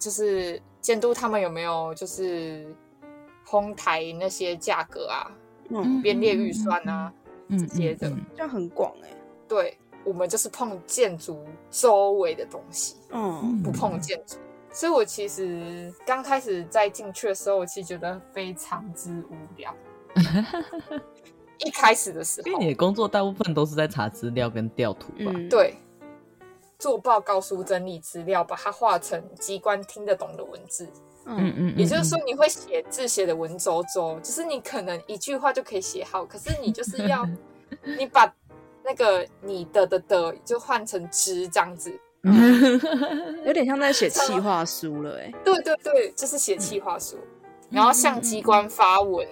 Speaker 3: 就是监督他们有没有就是哄抬那些价格啊，
Speaker 2: 嗯，
Speaker 3: 编列预算啊，
Speaker 1: 嗯，
Speaker 3: 这些的
Speaker 1: 嗯嗯嗯
Speaker 2: 这样很广哎，
Speaker 3: 对我们就是碰建筑周围的东西，
Speaker 2: 嗯
Speaker 3: 不碰建筑。所以我其实刚开始在进去的时候，我其实觉得非常之无 聊。一开始的时
Speaker 1: 因为
Speaker 3: 候
Speaker 1: 你，的工作大部分都是在查资料跟调图吧？
Speaker 2: 嗯，
Speaker 3: 对，做报告书、整理资料，把它画成机关听得懂的文字。
Speaker 1: 嗯
Speaker 2: 嗯
Speaker 1: 嗯，
Speaker 3: 也就是说，你会写字写的文绉绉，就是你可能一句话就可以写好，可是你就 是要你把那个你的的的就换成之这样子。
Speaker 1: 嗯，
Speaker 2: 有点像在写企划书了哎，
Speaker 3: 对对对，就是写企划书，然后向机关发文，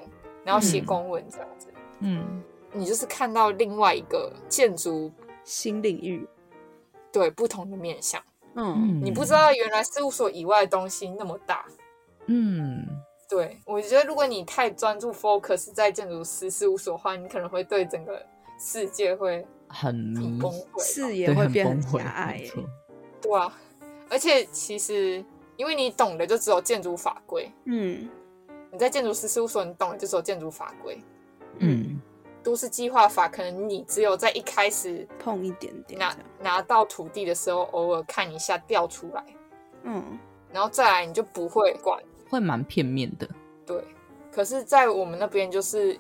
Speaker 3: 然后写
Speaker 1: 嗯嗯
Speaker 3: 公文这样子。
Speaker 1: 嗯，
Speaker 3: 你就是看到另外一个建筑
Speaker 2: 新领域，
Speaker 3: 对不同的面向，
Speaker 2: 嗯
Speaker 1: 嗯，
Speaker 3: 你不知，道原来事务所以外的东西那么大。
Speaker 1: 嗯，
Speaker 3: 对，我觉得如果你太专注 focus 在建筑师事务所的话，你可能会对整个世界会
Speaker 1: 很
Speaker 3: 很
Speaker 1: 迷，
Speaker 3: 崩溃吧。
Speaker 2: 视
Speaker 1: 对，
Speaker 2: 野会
Speaker 1: 很
Speaker 2: 变
Speaker 1: 崩
Speaker 2: 很
Speaker 1: 溃，
Speaker 2: 狭隘
Speaker 1: 没
Speaker 2: 欸
Speaker 1: 错，
Speaker 3: 对啊，
Speaker 1: 嗯
Speaker 3: 而且其实因为你懂的就只有建筑法规，
Speaker 2: 嗯
Speaker 3: 你在建筑师事务所你懂的就只有建筑法规，
Speaker 1: 嗯
Speaker 3: 都市计划法可能你只有在一开始
Speaker 2: 碰一点点这
Speaker 3: 拿
Speaker 2: 样，
Speaker 3: 拿到土地的时候偶尔看一下调出来，
Speaker 2: 嗯
Speaker 3: 然后再来你就不会管。
Speaker 1: 会蛮片面的，
Speaker 3: 对，可是，在我们那边就是，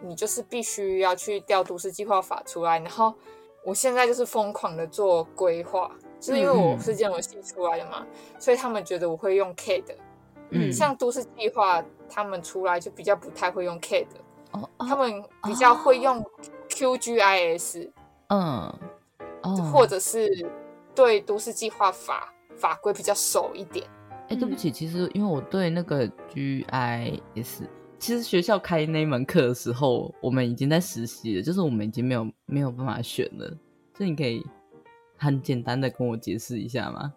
Speaker 3: 你就是必须要去调都市计划法出来，然后我现在就是疯狂的做规划，就是因为我
Speaker 1: 嗯
Speaker 3: 是建筑系出来的嘛，所以他们觉得我会用 CAD，
Speaker 1: 嗯，
Speaker 3: 像都市计划他们出来就比较不太会用 CAD，
Speaker 1: 哦
Speaker 3: 他
Speaker 1: 哦，
Speaker 3: 们比较会用 QGIS，、
Speaker 1: 嗯，哦，
Speaker 3: 或者是对都市计划法法规比较熟一点。
Speaker 1: 哎、对不
Speaker 2: 嗯
Speaker 1: 起，其实因为我对那个 GIS，其实学校开那一门课的时候，我们已经在实习了，就是我们已经没有没有办法选了，所以你可以很简单的跟我解释一下吗？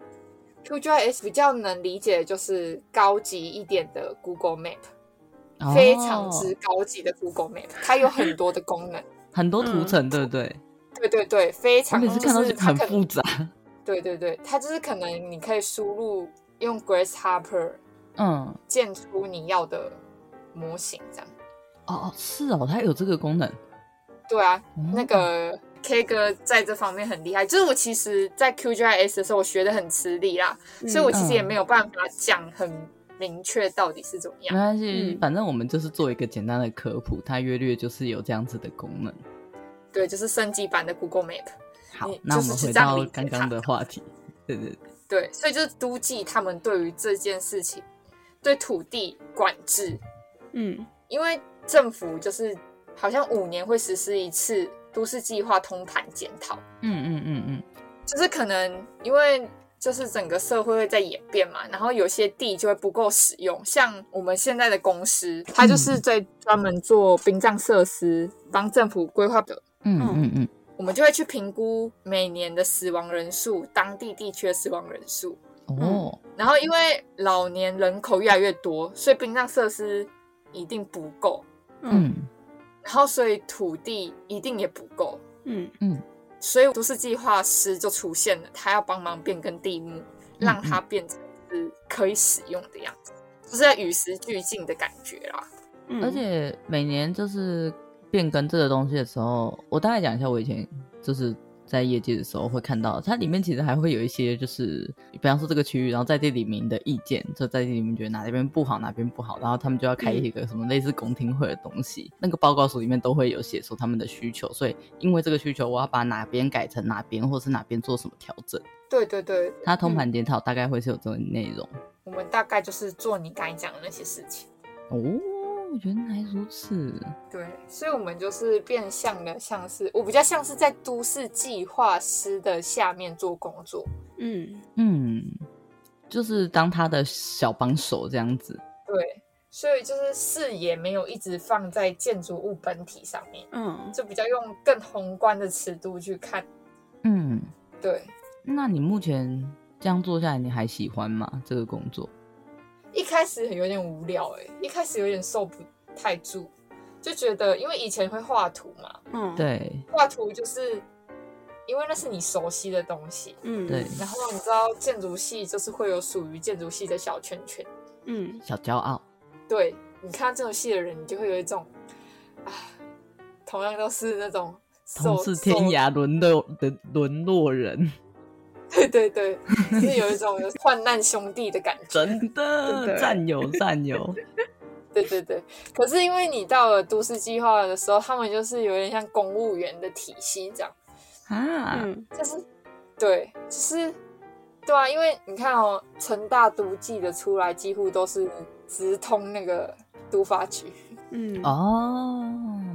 Speaker 3: QGIS 比较能理解的就是高级一点的 Google Map，、非常之
Speaker 1: 哦、
Speaker 3: 高级的 Google Map，它有很多的功能。
Speaker 1: 很多图层，对不对？
Speaker 3: 对对对，非
Speaker 1: 我
Speaker 3: 常
Speaker 1: 每次看到
Speaker 3: 就是
Speaker 1: 就
Speaker 3: 哦它
Speaker 1: 很
Speaker 3: 可能
Speaker 1: 复杂。
Speaker 3: 对对对，它就是可能你可以输入用 Grasshopper
Speaker 1: 嗯，
Speaker 3: 建出你要的模型，这样。
Speaker 1: 哦哦，是哦，它有这个功能。
Speaker 3: 对啊，
Speaker 1: 哦
Speaker 3: 那个 K 哥在这方面很厉害。就是我其实，在 QGIS 的时候，我学的很吃力啦，所以我其实也没有办法讲很明确到底是怎么
Speaker 1: 没
Speaker 3: 样。
Speaker 1: 关系，
Speaker 2: 嗯
Speaker 1: 反正我们就是做一个简单的科普，它约略就是有这样子的功能。
Speaker 3: 对，就是升级版的 Google Map。
Speaker 1: 好
Speaker 3: 嗯，
Speaker 1: 那我
Speaker 3: 就是
Speaker 1: 们
Speaker 3: 是
Speaker 1: 回
Speaker 3: 这样
Speaker 1: 到
Speaker 3: 理解
Speaker 1: 刚
Speaker 3: 它
Speaker 1: 刚的话题。对对对，
Speaker 3: 对，所以就是都记他们对于这件事情，对土地管制，
Speaker 2: 嗯
Speaker 3: 因为政府就是好像五年会实施一次都市计划通盘检讨。
Speaker 1: 嗯嗯嗯嗯，
Speaker 3: 就是可能因为就是整个社会会在演变嘛，然后有些地就会不够使用。像我们现在的公司，它就是在专门做殡葬设施，帮政府规划的。
Speaker 1: 嗯
Speaker 2: 嗯
Speaker 1: 嗯嗯，
Speaker 3: 我们就会去评估每年的死亡人数、当地地区的死亡人数。
Speaker 1: 哦，
Speaker 3: 然后因为老年人口越来越多，所以殡葬设施一定不够，
Speaker 2: 嗯
Speaker 1: 嗯
Speaker 3: 然后所以土地一定也不够。
Speaker 2: 嗯
Speaker 1: 嗯
Speaker 3: 所以都市计划师就出现了，他要帮忙变更地目，让它变成是可以使用的样子，就是要与时俱进的感觉啦。
Speaker 2: 嗯，
Speaker 1: 而且每年就是变更这个东西的时候，我大概讲一下我以前就是在业界的时候会看到，它里面其实还会有一些就是，比方说这个区域，然后在地里民的意见，就在地里民觉得哪边不好，哪边不好，然后他们就要开一个什么类似公听会的东西，那个报告书里面都会有写说他们的需求，所以因为这个需求，我要把哪边改成哪边，或是哪边做什么调整，
Speaker 3: 对对对，
Speaker 1: 它通盘检讨大概会是有这种内容。
Speaker 3: 我们大概就是做你刚才讲的那些事情。
Speaker 1: 哦，原来如此，
Speaker 3: 对，所以我们就是变相的，像是我比较像是在都市计划师的下面做工作。
Speaker 2: 嗯
Speaker 1: 嗯，就是当他的小帮手这样子。
Speaker 3: 对，所以就是视野没有一直放在建筑物本体上面，
Speaker 2: 嗯
Speaker 3: 就比较用更宏观的尺度去看。
Speaker 1: 嗯，
Speaker 3: 对，
Speaker 1: 那你目前这样做下来，你还喜欢吗？这个工作？
Speaker 3: 一开始有点无聊哎、一开始有点受不太住，就觉得因为以前会画图嘛，
Speaker 2: 嗯，
Speaker 1: 对
Speaker 3: 画图就是因为那是你熟悉的东西，
Speaker 2: 嗯
Speaker 1: 对，
Speaker 3: 然后你知道建筑系就是会有属于建筑系的小圈圈，
Speaker 2: 嗯
Speaker 1: 小骄傲。
Speaker 3: 对你看到建筑系的人，你就会有一种啊，同样都是那种受
Speaker 1: 同是天，涯沦落的沦落人，
Speaker 3: 受对对对，就是有一种患难兄弟的感觉，
Speaker 1: 真
Speaker 2: 真
Speaker 1: 的
Speaker 2: 的
Speaker 1: 战友战 友，
Speaker 3: 对对对，可是因为你到了都市计划的时候，他们就是有点像公务员的体系这样，
Speaker 1: 啊，
Speaker 2: 嗯
Speaker 3: 就是对，就是对啊，因为你看哦，成大都记的出来几乎都是直通那个都发局，
Speaker 2: 嗯
Speaker 1: 哦，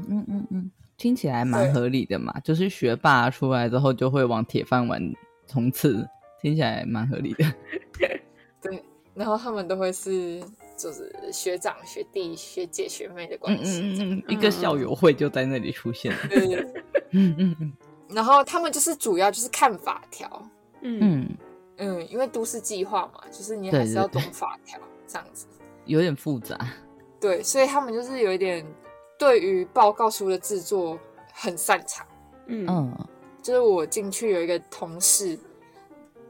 Speaker 1: 嗯嗯嗯，听起来蛮
Speaker 3: 对
Speaker 1: 合理的嘛，就是学霸出来之后就会往铁饭碗冲刺，听起来蛮合理的。
Speaker 3: 然后他们都会是就是学长、学弟、学姐、学妹的
Speaker 1: 嗯
Speaker 3: 关系。
Speaker 1: 嗯嗯嗯，一个校友会就在那里出现了。
Speaker 3: 对对对
Speaker 1: 嗯嗯嗯
Speaker 3: 然后他们就是主要就是看法条，
Speaker 2: 嗯
Speaker 1: 嗯，
Speaker 3: 嗯，因为都市计划嘛，就是你
Speaker 1: 对
Speaker 3: 还是要
Speaker 1: 对
Speaker 3: 懂
Speaker 1: 对
Speaker 3: 法条这样子。
Speaker 1: 有点复杂。
Speaker 3: 对，所以他们就是有一点对于报告书的制作很擅长。
Speaker 2: 嗯
Speaker 1: 嗯
Speaker 3: 就是我进去有一个同事，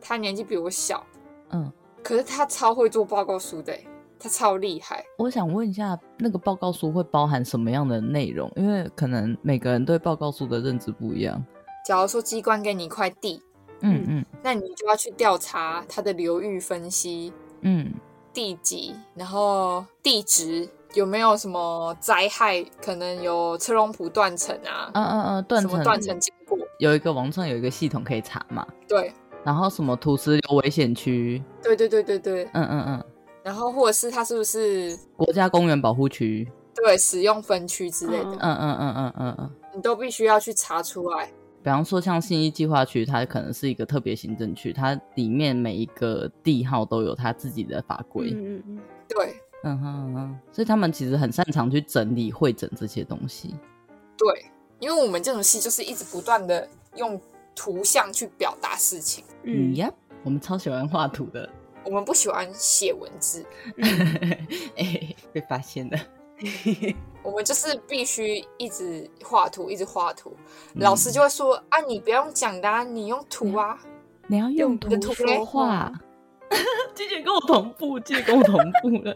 Speaker 3: 他年纪比我小，
Speaker 1: 嗯，
Speaker 3: 可是他超会做报告书的欸，他超厉害。
Speaker 1: 我想问一下，那个报告书会包含什么样的内容？因为可能每个人对报告书的认知不一样。
Speaker 3: 假如说机关给你一块地，
Speaker 1: 嗯嗯
Speaker 3: 那你就要去调查它的流域分析、
Speaker 1: 嗯
Speaker 3: 地籍，然后地质有没有什么灾害，可能有车龙埔断层啊，
Speaker 1: 嗯嗯嗯，断
Speaker 3: 什么
Speaker 1: 层
Speaker 3: 断层经过，
Speaker 1: 有一个网上有一个系统可以查嘛，
Speaker 3: 对，
Speaker 1: 然后什么土石流危险区，
Speaker 3: 对对对对对，
Speaker 1: 嗯嗯嗯，
Speaker 3: 然后或者是它是不是
Speaker 1: 国家公园保护区，
Speaker 3: 对使用分区之类的，
Speaker 2: 嗯
Speaker 1: 嗯嗯嗯嗯嗯嗯。
Speaker 3: 你都必须要去查出来。
Speaker 1: 比方说，像信义计划区，它可能是一个特别行政区，它里面每一个地号都有它自己的法规。
Speaker 2: 嗯嗯
Speaker 3: 对
Speaker 1: 嗯哼嗯哼，所以他们其实很擅长去整理、会诊这些东西。
Speaker 3: 对，因为我们这种戏就是一直不断的用图像去表达事情。
Speaker 2: 嗯，
Speaker 1: 呀，我们超喜欢画图的，
Speaker 3: 我们不喜欢写文字，
Speaker 2: 嗯
Speaker 1: 哎、被发现了。
Speaker 3: 我们就是必须一直画图，一直画图。老
Speaker 1: 嗯
Speaker 3: 师就会说啊，你不要用讲的、啊，你用图啊。
Speaker 1: 你要用
Speaker 3: 用你的
Speaker 1: 图
Speaker 3: 图来
Speaker 1: 说 话，季姐跟我同步，季姐跟我同步 了。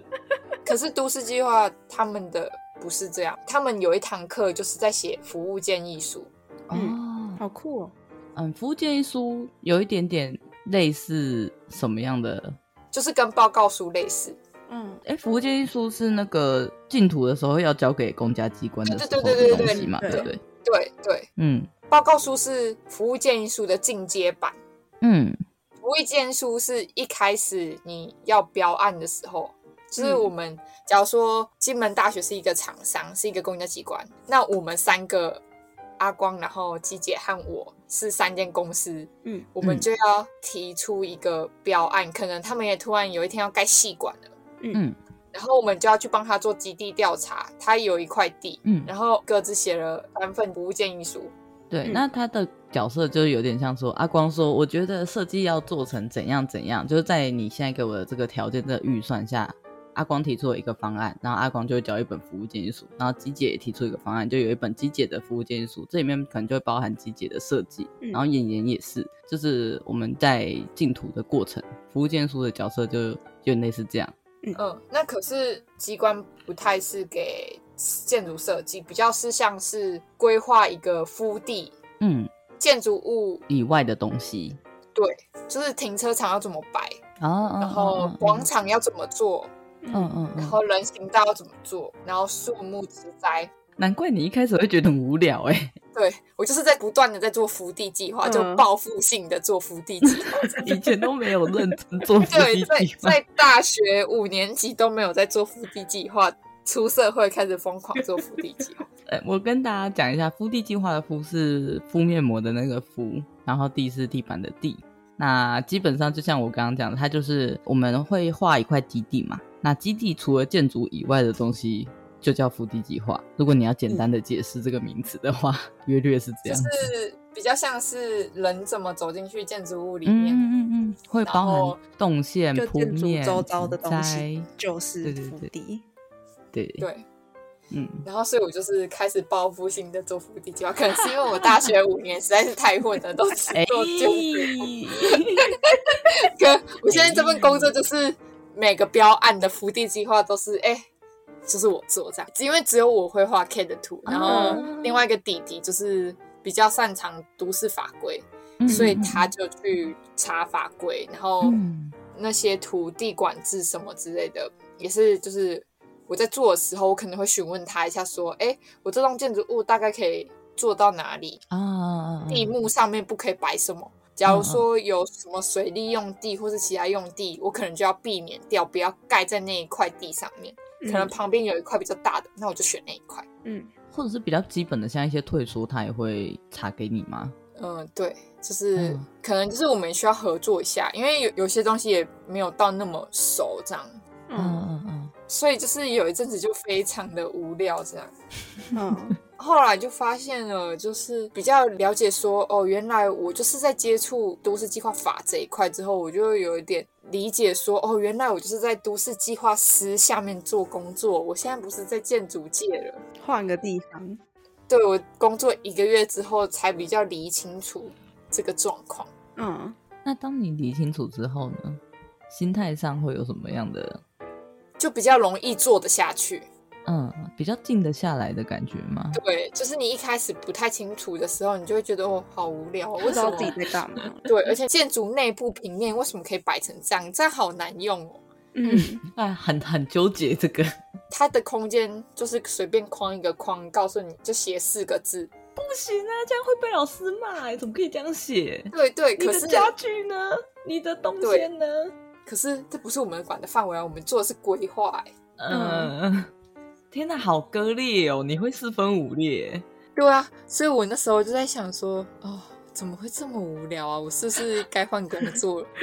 Speaker 3: 可是都市计划他们的不是这样，他们有一堂课就是在写服务建议书，
Speaker 1: 哦，
Speaker 2: 好酷哦！
Speaker 1: 嗯，服务建议书有一点点类似什么样的？
Speaker 3: 就是跟报告书类似。
Speaker 2: 嗯，
Speaker 1: 哎，服务建议书是那个进图的时候要交给公家机关的时候
Speaker 3: 对对对
Speaker 1: 的
Speaker 3: 对对
Speaker 1: 东西嘛，
Speaker 2: 对
Speaker 1: 对不对？
Speaker 3: 对对，
Speaker 1: 嗯
Speaker 3: 报告书是服务建议书的进阶版。
Speaker 1: 嗯
Speaker 3: 服务建议书是一开始你要标案的时候，就是
Speaker 2: 嗯
Speaker 3: 我们假如说金门大学是一个厂商，是一个公家机关，那我们三个阿光，然后季姐和我是三间公司，
Speaker 2: 嗯，
Speaker 3: 我们
Speaker 1: 嗯
Speaker 3: 就要提出一个标案，可能他们也突然有一天要盖细管了，
Speaker 1: 嗯
Speaker 3: 然后我们就要去帮他做基地调查，他有一块地。
Speaker 1: 嗯，
Speaker 3: 然后各自写了三份服务建议书，
Speaker 1: 对。
Speaker 2: 嗯
Speaker 1: 那他的角色就有点像说，阿光说，我觉得设计要做成怎样怎样，就是在你现在给我的这个条件的预算下。阿光提出了一个方案，然后阿光就会交一本服务建议书，然后机姐也提出一个方案，就有一本机姐的服务建议书，这里面可能就会包含机姐的设计，
Speaker 2: 嗯
Speaker 1: 然后演员也是，就是我们在进图的过程，服务建议书的角色就有点类似这样。
Speaker 3: 嗯，那可是机关不太是给建筑设计，比较是像是规划一个敷地
Speaker 1: 嗯，
Speaker 3: 建筑物，
Speaker 1: 以外的东西。
Speaker 3: 就是停车场要怎么摆，
Speaker 1: 哦哦，
Speaker 3: 然后
Speaker 1: 哦
Speaker 3: 广，场要怎么做，
Speaker 1: 嗯嗯
Speaker 3: 然
Speaker 1: 嗯，
Speaker 3: 后人行道要怎么做，然后树木植栽。
Speaker 1: 难怪你一开始会觉得很无聊哎、
Speaker 3: 对我就是在不断的在做伏地计划，就
Speaker 2: 嗯
Speaker 3: 报复性的做伏 地计划。
Speaker 1: 以前都没有认 真做复习
Speaker 3: 对，在
Speaker 1: 计划。
Speaker 3: 在大学五年级都没有在做伏地计划，出社会开始疯狂做伏地计划。
Speaker 1: 呃我跟大家讲一下，敷地计划的敷是敷面膜的那个敷，然后地是地板的地。那基本上就像我刚刚讲的，它就是我们会画一块基地嘛。那基地除了建筑以外的东西，就叫敷地计划。如果你要简单的解释这个名词的话，约略是这
Speaker 3: 嗯就
Speaker 1: 样。
Speaker 3: 是比较像是人怎么走进去建筑物里
Speaker 1: 嗯
Speaker 3: 面。
Speaker 1: 嗯嗯嗯，会
Speaker 3: 然
Speaker 1: 包含
Speaker 3: 后
Speaker 1: 动线、
Speaker 2: 就
Speaker 1: 铺
Speaker 2: 建筑
Speaker 1: 面、
Speaker 2: 周遭的
Speaker 1: 植
Speaker 2: 东西
Speaker 1: 栽
Speaker 2: 就是
Speaker 1: 对对
Speaker 2: 腹
Speaker 1: 对
Speaker 2: 地，
Speaker 1: 对，
Speaker 3: 对，
Speaker 1: 嗯，
Speaker 3: 然后所以我就是开始报复性的做伏地计划，可能是因为我大学五年实在是太混了，都只
Speaker 1: 哎、
Speaker 3: 做就跟我现在这份工作就是每个标案的伏地计划都是哎。就是我做这样，因为只有我会画 K 的图，然后
Speaker 1: 啊
Speaker 3: 另外一个弟弟就是比较擅长都市法规， 所以他就去查法规，然后
Speaker 1: 嗯
Speaker 3: 那些土地管制什么之类的，也是就是我在做的时候，我可能会询问他一下，说，哎、我这栋建筑物大概可以做到哪里？
Speaker 1: 啊啊，啊
Speaker 3: 地幕上面不可以摆什么？假如说有什么水利用地或是其他用地，我可能就要避免掉，不要盖在那一块地上面。可能旁边有一块比较大的，那我就选那一块。
Speaker 2: 嗯
Speaker 1: 或者是比较基本的，像一些退缩，他也会查给你吗？
Speaker 3: 嗯，对，就是、
Speaker 1: 嗯
Speaker 3: 可能就是我们需要合作一下，因为有有些东西也没有到那么熟这样。
Speaker 2: 嗯
Speaker 1: 嗯嗯
Speaker 3: 所以就是有一阵子就非常的无聊这样。
Speaker 2: 嗯
Speaker 3: 后来就发现了，就是比较了解说，哦，原来我就是在接触都市计划法这一块之后，我就有一点理解说，哦，原来我就是在都市计划师下面做工作，我现在不是在建筑界了。
Speaker 2: 嗯，换个地方，
Speaker 3: 对我工作一个月之后，才比较理清楚这个状况。
Speaker 2: 嗯，
Speaker 1: 嗯。那当你理清楚之后呢，心态上会有什么样的
Speaker 3: 就比较容易做得下去，
Speaker 1: 嗯比较静得下来的感觉吗？
Speaker 3: 对，就是你一开始不太清楚的时候，你就会觉得哦，好无聊，
Speaker 2: 不
Speaker 3: 为
Speaker 2: 知
Speaker 3: 什
Speaker 2: 道
Speaker 3: 么
Speaker 2: 自己在干嘛，
Speaker 3: 对，而且建筑内部平面为什么可以摆成这样？这样好难用哦。
Speaker 2: 嗯
Speaker 1: 哎，很很纠结这个， 不
Speaker 3: 它的空间就是随便框一个框，告诉你就写四个字。
Speaker 1: 行啊，这样会被老师骂，哎怎么可以这样写？
Speaker 3: 对对，可是
Speaker 1: 具呢？你的动
Speaker 3: 对线
Speaker 1: 呢？
Speaker 3: 可是这不是我们管的范围啊，我们做的是规划、欸。
Speaker 1: 嗯，天哪，好割裂哦！你会四分五裂。
Speaker 3: 对啊，所以我那时候就在想说，哦，怎么会这么无聊啊？我是不是该换工作了？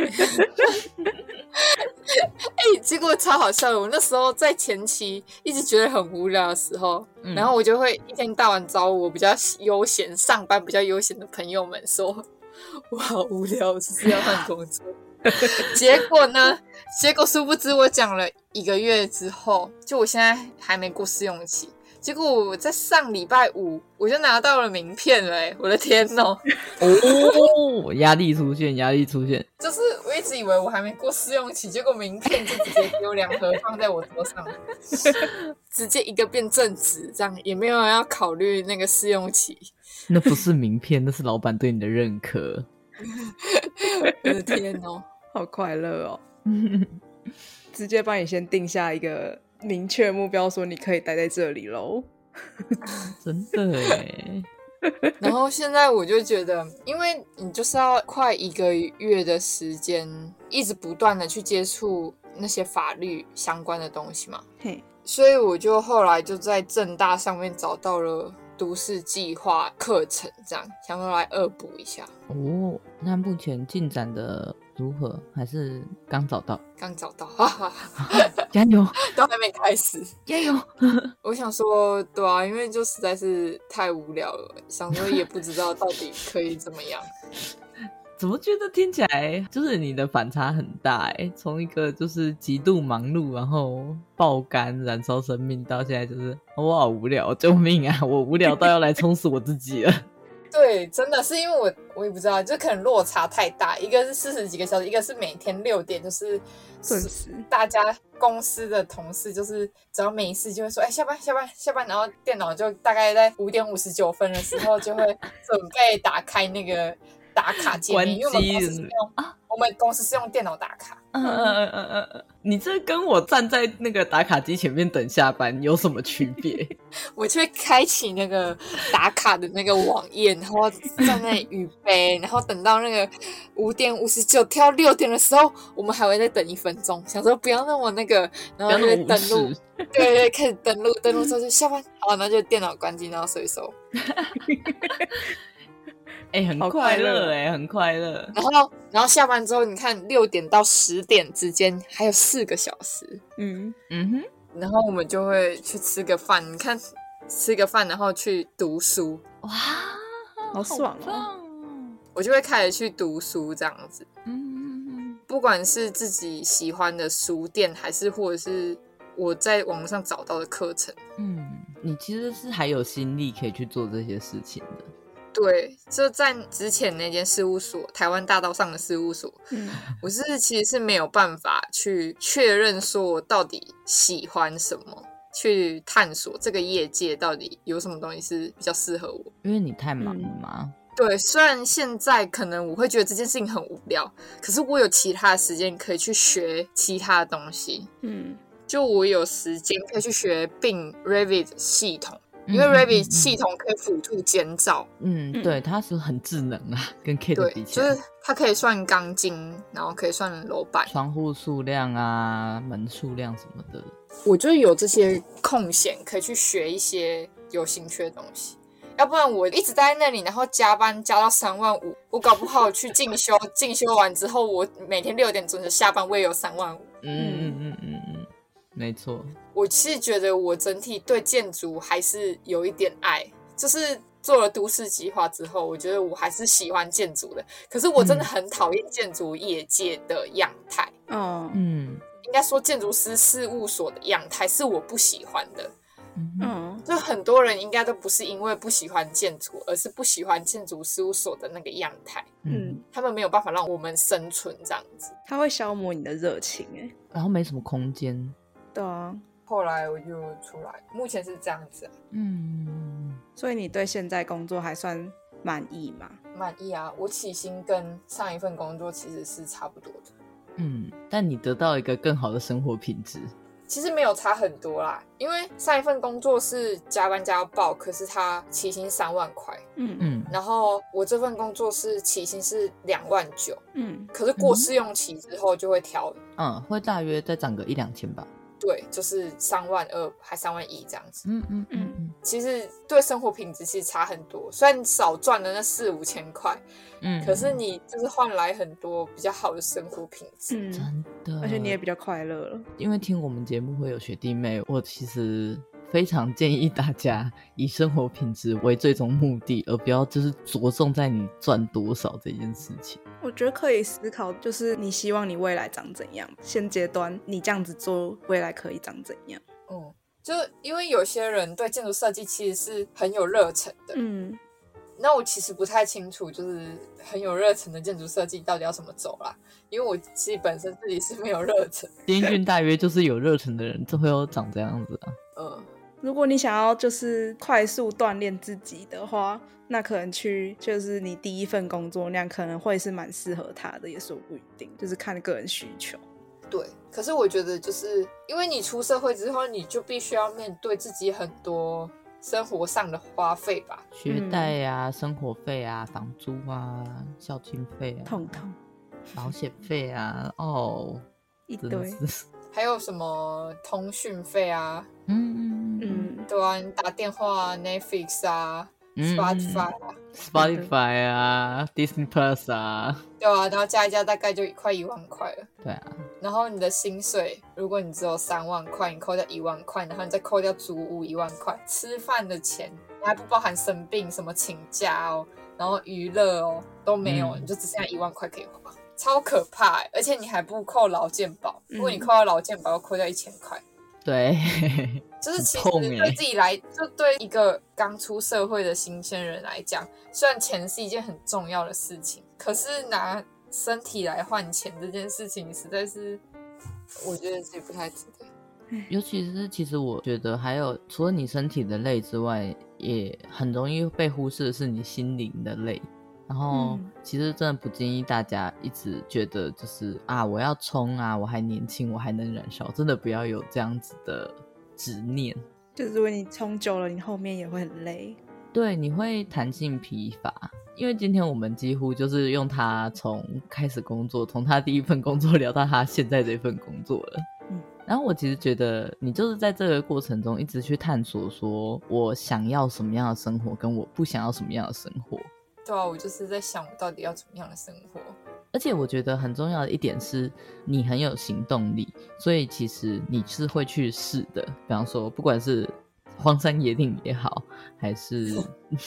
Speaker 3: 哎、结果超好笑的。我那时候在前期一直觉得很无聊的时候，
Speaker 1: 嗯
Speaker 3: 然后我就会一天到晚找我比较悠 闲、上班比较悠闲的朋友们说，我好无聊，我是不是要换工作？结果呢？结果殊不知我讲了一个月之后，就我现在还没过试用期。结果我在上礼拜五我就拿到了名片了、欸，我的天哦！
Speaker 1: 哦，压力出现，压力出现，
Speaker 3: 就是我一直以为我还没过试用期，结果名片就直接丢两盒放在我桌上，直接一个变正职，这样也没有要考虑那个试用期。
Speaker 1: 那不是名片，那是老板对你的认 可。
Speaker 3: 我的天哦，
Speaker 2: 好快乐哦！直接帮你先定下一个明确目标，说你可以待在这里喽。
Speaker 1: 真的哎，
Speaker 3: 然后现在我就觉得，因为你就是要快一个月的时间，一直不断的去接触那些法律相关的东西嘛，
Speaker 2: 嘿，
Speaker 3: 所以我就后来就在正大上面找到了都市计划课程，这样想说来恶补一下。
Speaker 1: 哦，那目前进展的如何？还是刚找到？
Speaker 3: 刚找到， 哈哈哈，
Speaker 1: 加油，
Speaker 3: 都还没开始。
Speaker 1: 加油！
Speaker 3: 我想说，对啊，因为就实在是太无聊了，想说也不知道到底可以怎么样。
Speaker 1: 怎么觉得听起来就是你的反差很大哎、从一个就是极度忙碌，然后爆肝燃烧生命，到现在就是我好无聊，救命啊！我无聊到要来充实我自己了。
Speaker 3: 对，真的是因为我我也不知道，就可能落差太大，一个是四十几个小时，一个是每天六点，就是
Speaker 2: 准时
Speaker 3: 大家公司的同事就是只要没事就会说，哎，下班下班下班，然后电脑就大概在五点五十九分的时候 就会准备打开那个打卡界
Speaker 1: 关
Speaker 3: 面，因为我们公司是
Speaker 1: 机啊
Speaker 3: 用我们公司是用电脑打卡，
Speaker 1: 嗯嗯嗯嗯嗯，你这跟我站在那个打卡机前面等下班有什么区别？
Speaker 3: 我就会开启那个打卡的那个网页，然后在那里预备，然后等到那个五点五十九跳六点的时候，我们还会再等一分钟，想说不要那么那个，
Speaker 1: 不
Speaker 3: 然后
Speaker 1: 要
Speaker 3: 就
Speaker 1: 那
Speaker 3: 会
Speaker 1: 么无
Speaker 3: 登录
Speaker 1: 视，。
Speaker 3: 对对，开始登录，登录之后就下班，好，然后就电脑关机，然后收一收，
Speaker 1: 哎、很
Speaker 2: 好
Speaker 1: 快
Speaker 2: 快乐
Speaker 1: 乐哎、很快乐。
Speaker 3: 然后然后下班之后，你看六点到十点之间还有四个小时，
Speaker 2: 嗯，
Speaker 1: 嗯哼，
Speaker 3: 然后我们就会去吃个饭，你看吃个饭，然后去读书，
Speaker 1: 哇，
Speaker 2: 好爽哦
Speaker 1: 棒
Speaker 3: 我就会开始去读书这样子。
Speaker 1: 嗯嗯嗯
Speaker 3: 不管是自己喜欢的书店，还是或者是我在网上找到的课程，
Speaker 1: 嗯，你其实是还有心力可以去做这些事情的。
Speaker 3: 对，就在之前那间事务所，台湾大道上的事务所，
Speaker 2: 嗯
Speaker 3: 我是其实是没有办法去确认说我到底喜欢什么，去探索这个业界到底有什么东西是比较适合我。
Speaker 1: 因为你太忙了嘛。
Speaker 3: 对，虽然现在可能我会觉得这件事情很无聊，可是我有其他的时间可以去学其他的东西。
Speaker 2: 嗯，
Speaker 3: 就我有时间可以去学并 Revit 系统，因为
Speaker 1: 嗯
Speaker 3: Revit 系，统可以辅助监造，
Speaker 1: 嗯，嗯嗯
Speaker 2: 嗯
Speaker 1: 对，它是很智能啊，跟 K 的
Speaker 3: 对
Speaker 1: 比，起
Speaker 3: 就
Speaker 1: 来，
Speaker 3: 是它可以算钢筋，然后可以算楼板。
Speaker 1: 窗户数量啊、门数量什么的。
Speaker 3: 我就有这些空闲可以去学一些有兴趣的东西，要不然我一直待在那里，然后加班加到三万五，我搞不好去进修，进修完之后我每天六点准时下班，我也有三万五。
Speaker 1: 嗯嗯嗯嗯嗯，没错。
Speaker 3: 我是觉得我整体对建筑还是有一点爱，就是做了都市计划之后，我觉得我还是喜欢建筑的。可是我真的很讨厌建筑业界的样态，
Speaker 2: 哦，
Speaker 1: 嗯
Speaker 3: 应该说建筑师事务所的样态是我不喜欢的。
Speaker 1: 嗯嗯
Speaker 2: 嗯，
Speaker 3: 就很多人应该都不是因为不喜欢建筑，而是不喜欢建筑事务所的那个样态，
Speaker 1: 嗯，
Speaker 3: 他们没有办法让我们生存这样子。
Speaker 2: 它会消磨你的热情哎。
Speaker 1: 然后没什么空间。
Speaker 2: 对啊，
Speaker 3: 后来我就出来，目前是这样子啊、
Speaker 1: 嗯嗯嗯嗯
Speaker 2: 所以你对现在工作还算满意吗？
Speaker 3: 满意啊。我起薪跟上一份工作其实是差不多的。
Speaker 1: 嗯，但你得到一个更好的生活品质。
Speaker 3: 其实没有差很多啦，因为上一份工作是加班加到爆，可是他起薪三万块，
Speaker 2: 嗯
Speaker 1: 嗯
Speaker 3: 然后我这份工作是起薪是两万九，
Speaker 2: 嗯
Speaker 3: 可是
Speaker 1: 嗯
Speaker 3: 过试用期之后就会调，
Speaker 1: 嗯，会大约再涨个一两千吧。
Speaker 3: 对，就是三万二还三万一这样子。
Speaker 1: 嗯嗯
Speaker 2: 嗯
Speaker 1: 嗯
Speaker 3: 其实对生活品质其实差很多，虽然少赚了那四五千块，
Speaker 1: 嗯
Speaker 3: 可是你就是换来很多比较好的生活品质。
Speaker 2: 嗯，
Speaker 1: 真的，
Speaker 2: 而且你也比较快乐了。
Speaker 1: 因为听我们节目会有学弟妹，我其实非常建议大家以生活 品质为最终目的，而不要就是着重在你赚多少这件事情。
Speaker 2: 我觉得可以思考，就是你希望你未来长怎样，现阶段你这样子做，未来可以长怎样？
Speaker 3: 嗯，就是因为有些人对建筑设计其实是很有热忱的，
Speaker 2: 嗯，
Speaker 3: 那我其实不太清楚，就是很有热忱的建筑设计到底要怎么走啦，因为我自己本身自己是没有热忱，
Speaker 1: 监训大约就是有热忱的人，这会有长这样子啊。
Speaker 3: 嗯，
Speaker 2: 如果你想要就是快速锻炼自己的话，那可能去就是你第一份工作那样，可能会是蛮适合他的，也说不一定，就是看个人需求。
Speaker 3: 对。可是我觉得，就是因为你出社会之后，你就必须要面对自己很多生活上的花费吧，
Speaker 1: 学贷啊、生活费啊、房租啊、孝敬费啊、
Speaker 2: 痛痛
Speaker 1: 保险费啊，哦，
Speaker 2: 一
Speaker 1: 真的
Speaker 2: 堆，
Speaker 1: 是，
Speaker 3: 还有什么通讯费啊，
Speaker 1: 嗯嗯
Speaker 2: 嗯，
Speaker 3: 对啊，你打电话、啊、Netflix 啊、
Speaker 1: 嗯
Speaker 3: Spotify 啊，
Speaker 1: Spotify 啊，Disney Plus 啊，
Speaker 3: 对啊，然后加一加大概就快一万块了。
Speaker 1: 对啊，
Speaker 3: 然后你的薪水，如果你只有三万块，你扣掉一万块，然后你再扣掉租屋一万块，吃饭的钱还不包含生病、什么请假哦，然后娱乐哦都没有，
Speaker 1: 嗯
Speaker 3: 你就只剩下一万块可以花，超可怕欸、而且你还不扣劳健保，如果你
Speaker 2: 嗯
Speaker 3: 扣掉劳健保，要扣掉一千块。
Speaker 1: 对，
Speaker 3: 就是其实
Speaker 1: 很痛欸
Speaker 3: 对自己来，就对一个刚出社会的新鲜人来讲，虽然钱是一件很重要的事情，可是拿身体来换钱这件事情，实在是我觉得自己不太值得。
Speaker 1: 尤其是其实我觉得还有除了你身体的累之外，也很容易被忽视的是你心灵的累。然后
Speaker 2: 嗯
Speaker 1: 其实真的不建议大家一直觉得就是啊我要冲啊我还年轻我还能燃烧，真的不要有这样子的执念。
Speaker 2: 就是如果你冲久了，你后面也会很累。
Speaker 1: 对，你会弹性疲乏，因为今天我们几乎就是用他从开始工作，从他第一份工作聊到他现在这份工作了。
Speaker 2: 嗯
Speaker 1: 然后我其实觉得，你就是在这个过程中一直去探索，说我想要什么样的生活，跟我不想要什么样的生活。
Speaker 3: 对啊，我就是在想我到底要怎么样的生活。
Speaker 1: 而且我觉得很重要的一点是，你很有行动力，所以其实你是会去试的。比方说，不管是荒山野岭也好，还是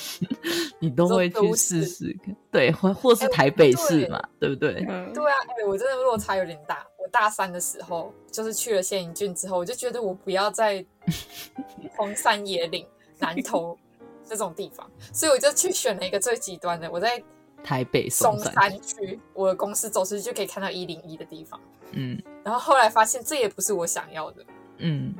Speaker 1: 你都会去试试看，对，或或是
Speaker 3: 哎
Speaker 1: 台北
Speaker 3: 对
Speaker 1: 市嘛，对不对？
Speaker 2: 嗯，
Speaker 3: 对啊，哎、我真的落差有点大。我大三的时候，就是去了县营郡之后，我就觉得我不要在 荒山野岭、南投这种地方，所以我就去选了一个最极端的，我在
Speaker 1: 台北
Speaker 3: 松
Speaker 1: 松山，
Speaker 3: 山区，我的公司走出去就可以看到一零一的地方。
Speaker 1: 嗯
Speaker 3: 然后后来发现这也不是我想要的。
Speaker 1: 嗯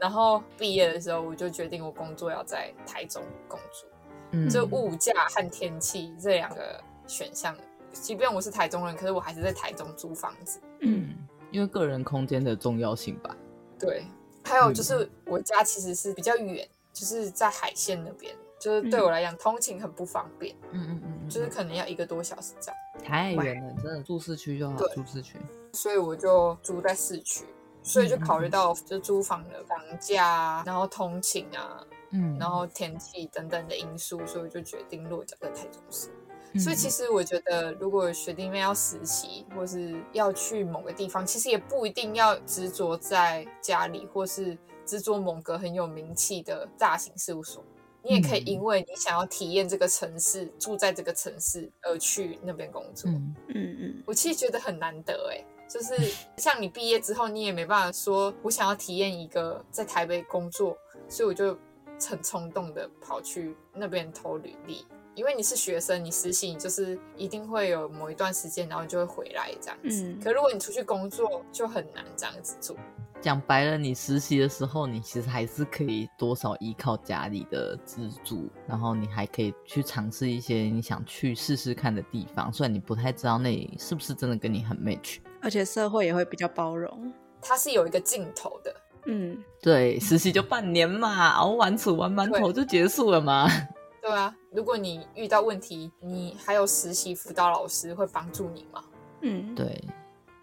Speaker 3: 然后毕业的时候，我就决定我工作要在台中工作。
Speaker 1: 嗯，
Speaker 3: 就物价和天气这两个选项，即便我是台中人，可是我还是在台中租房子。
Speaker 1: 嗯，因为个人空间的重要性吧，
Speaker 3: 对，还有就是我家其实是比较远，就是在海线那边，就是对我来讲通勤很不方便，
Speaker 1: 嗯嗯嗯，
Speaker 3: 就是可能要一个多小时这样。
Speaker 1: 太远了，真的住市区就好
Speaker 3: 对，
Speaker 1: 住市区，
Speaker 3: 所以我就租在市区，所以就考
Speaker 1: 嗯
Speaker 3: 虑到就租房的房价啊，然后通勤啊，
Speaker 1: 嗯，
Speaker 3: 然后天气等等的因素，所以我就决定落脚在台中市。
Speaker 1: 嗯
Speaker 3: 所以其实我觉得，如果学弟妹要实习或是要去某个地方，其实也不一定要执着在家里，或是执着某个很有名气的大型事务所。你也可以
Speaker 1: 嗯
Speaker 3: 因为你想要体验这个城市，住在这个城市而去那边工作。
Speaker 1: 嗯
Speaker 2: 嗯嗯，
Speaker 3: 我其实觉得很难得哎、就是像你毕业之后，你也没办法说我想要体验一个在台北工作，所以我就很冲动的跑去那边投履历。因为你是学生，你实习你就是一定会有某一段时间，然后你就会回来这样子。
Speaker 2: 嗯
Speaker 3: 可如果你出去工作，就很难这样子做。
Speaker 1: 讲白了，你实习的时候，你其实还是可以多少依靠家里的资助，然后你还可以去尝试一些你想去试试看的地方，虽然你不太知道那里是不是真的跟你很 match。
Speaker 2: 而且社会也会比较包容。
Speaker 3: 它是有一个尽头的，
Speaker 2: 嗯，
Speaker 1: 对，实习就半年嘛，熬完楚完馒头就结束了 嘛。
Speaker 3: 对啊。如果你遇到问题，你还有实习辅导老师会帮助你吗？
Speaker 2: 嗯，
Speaker 1: 对，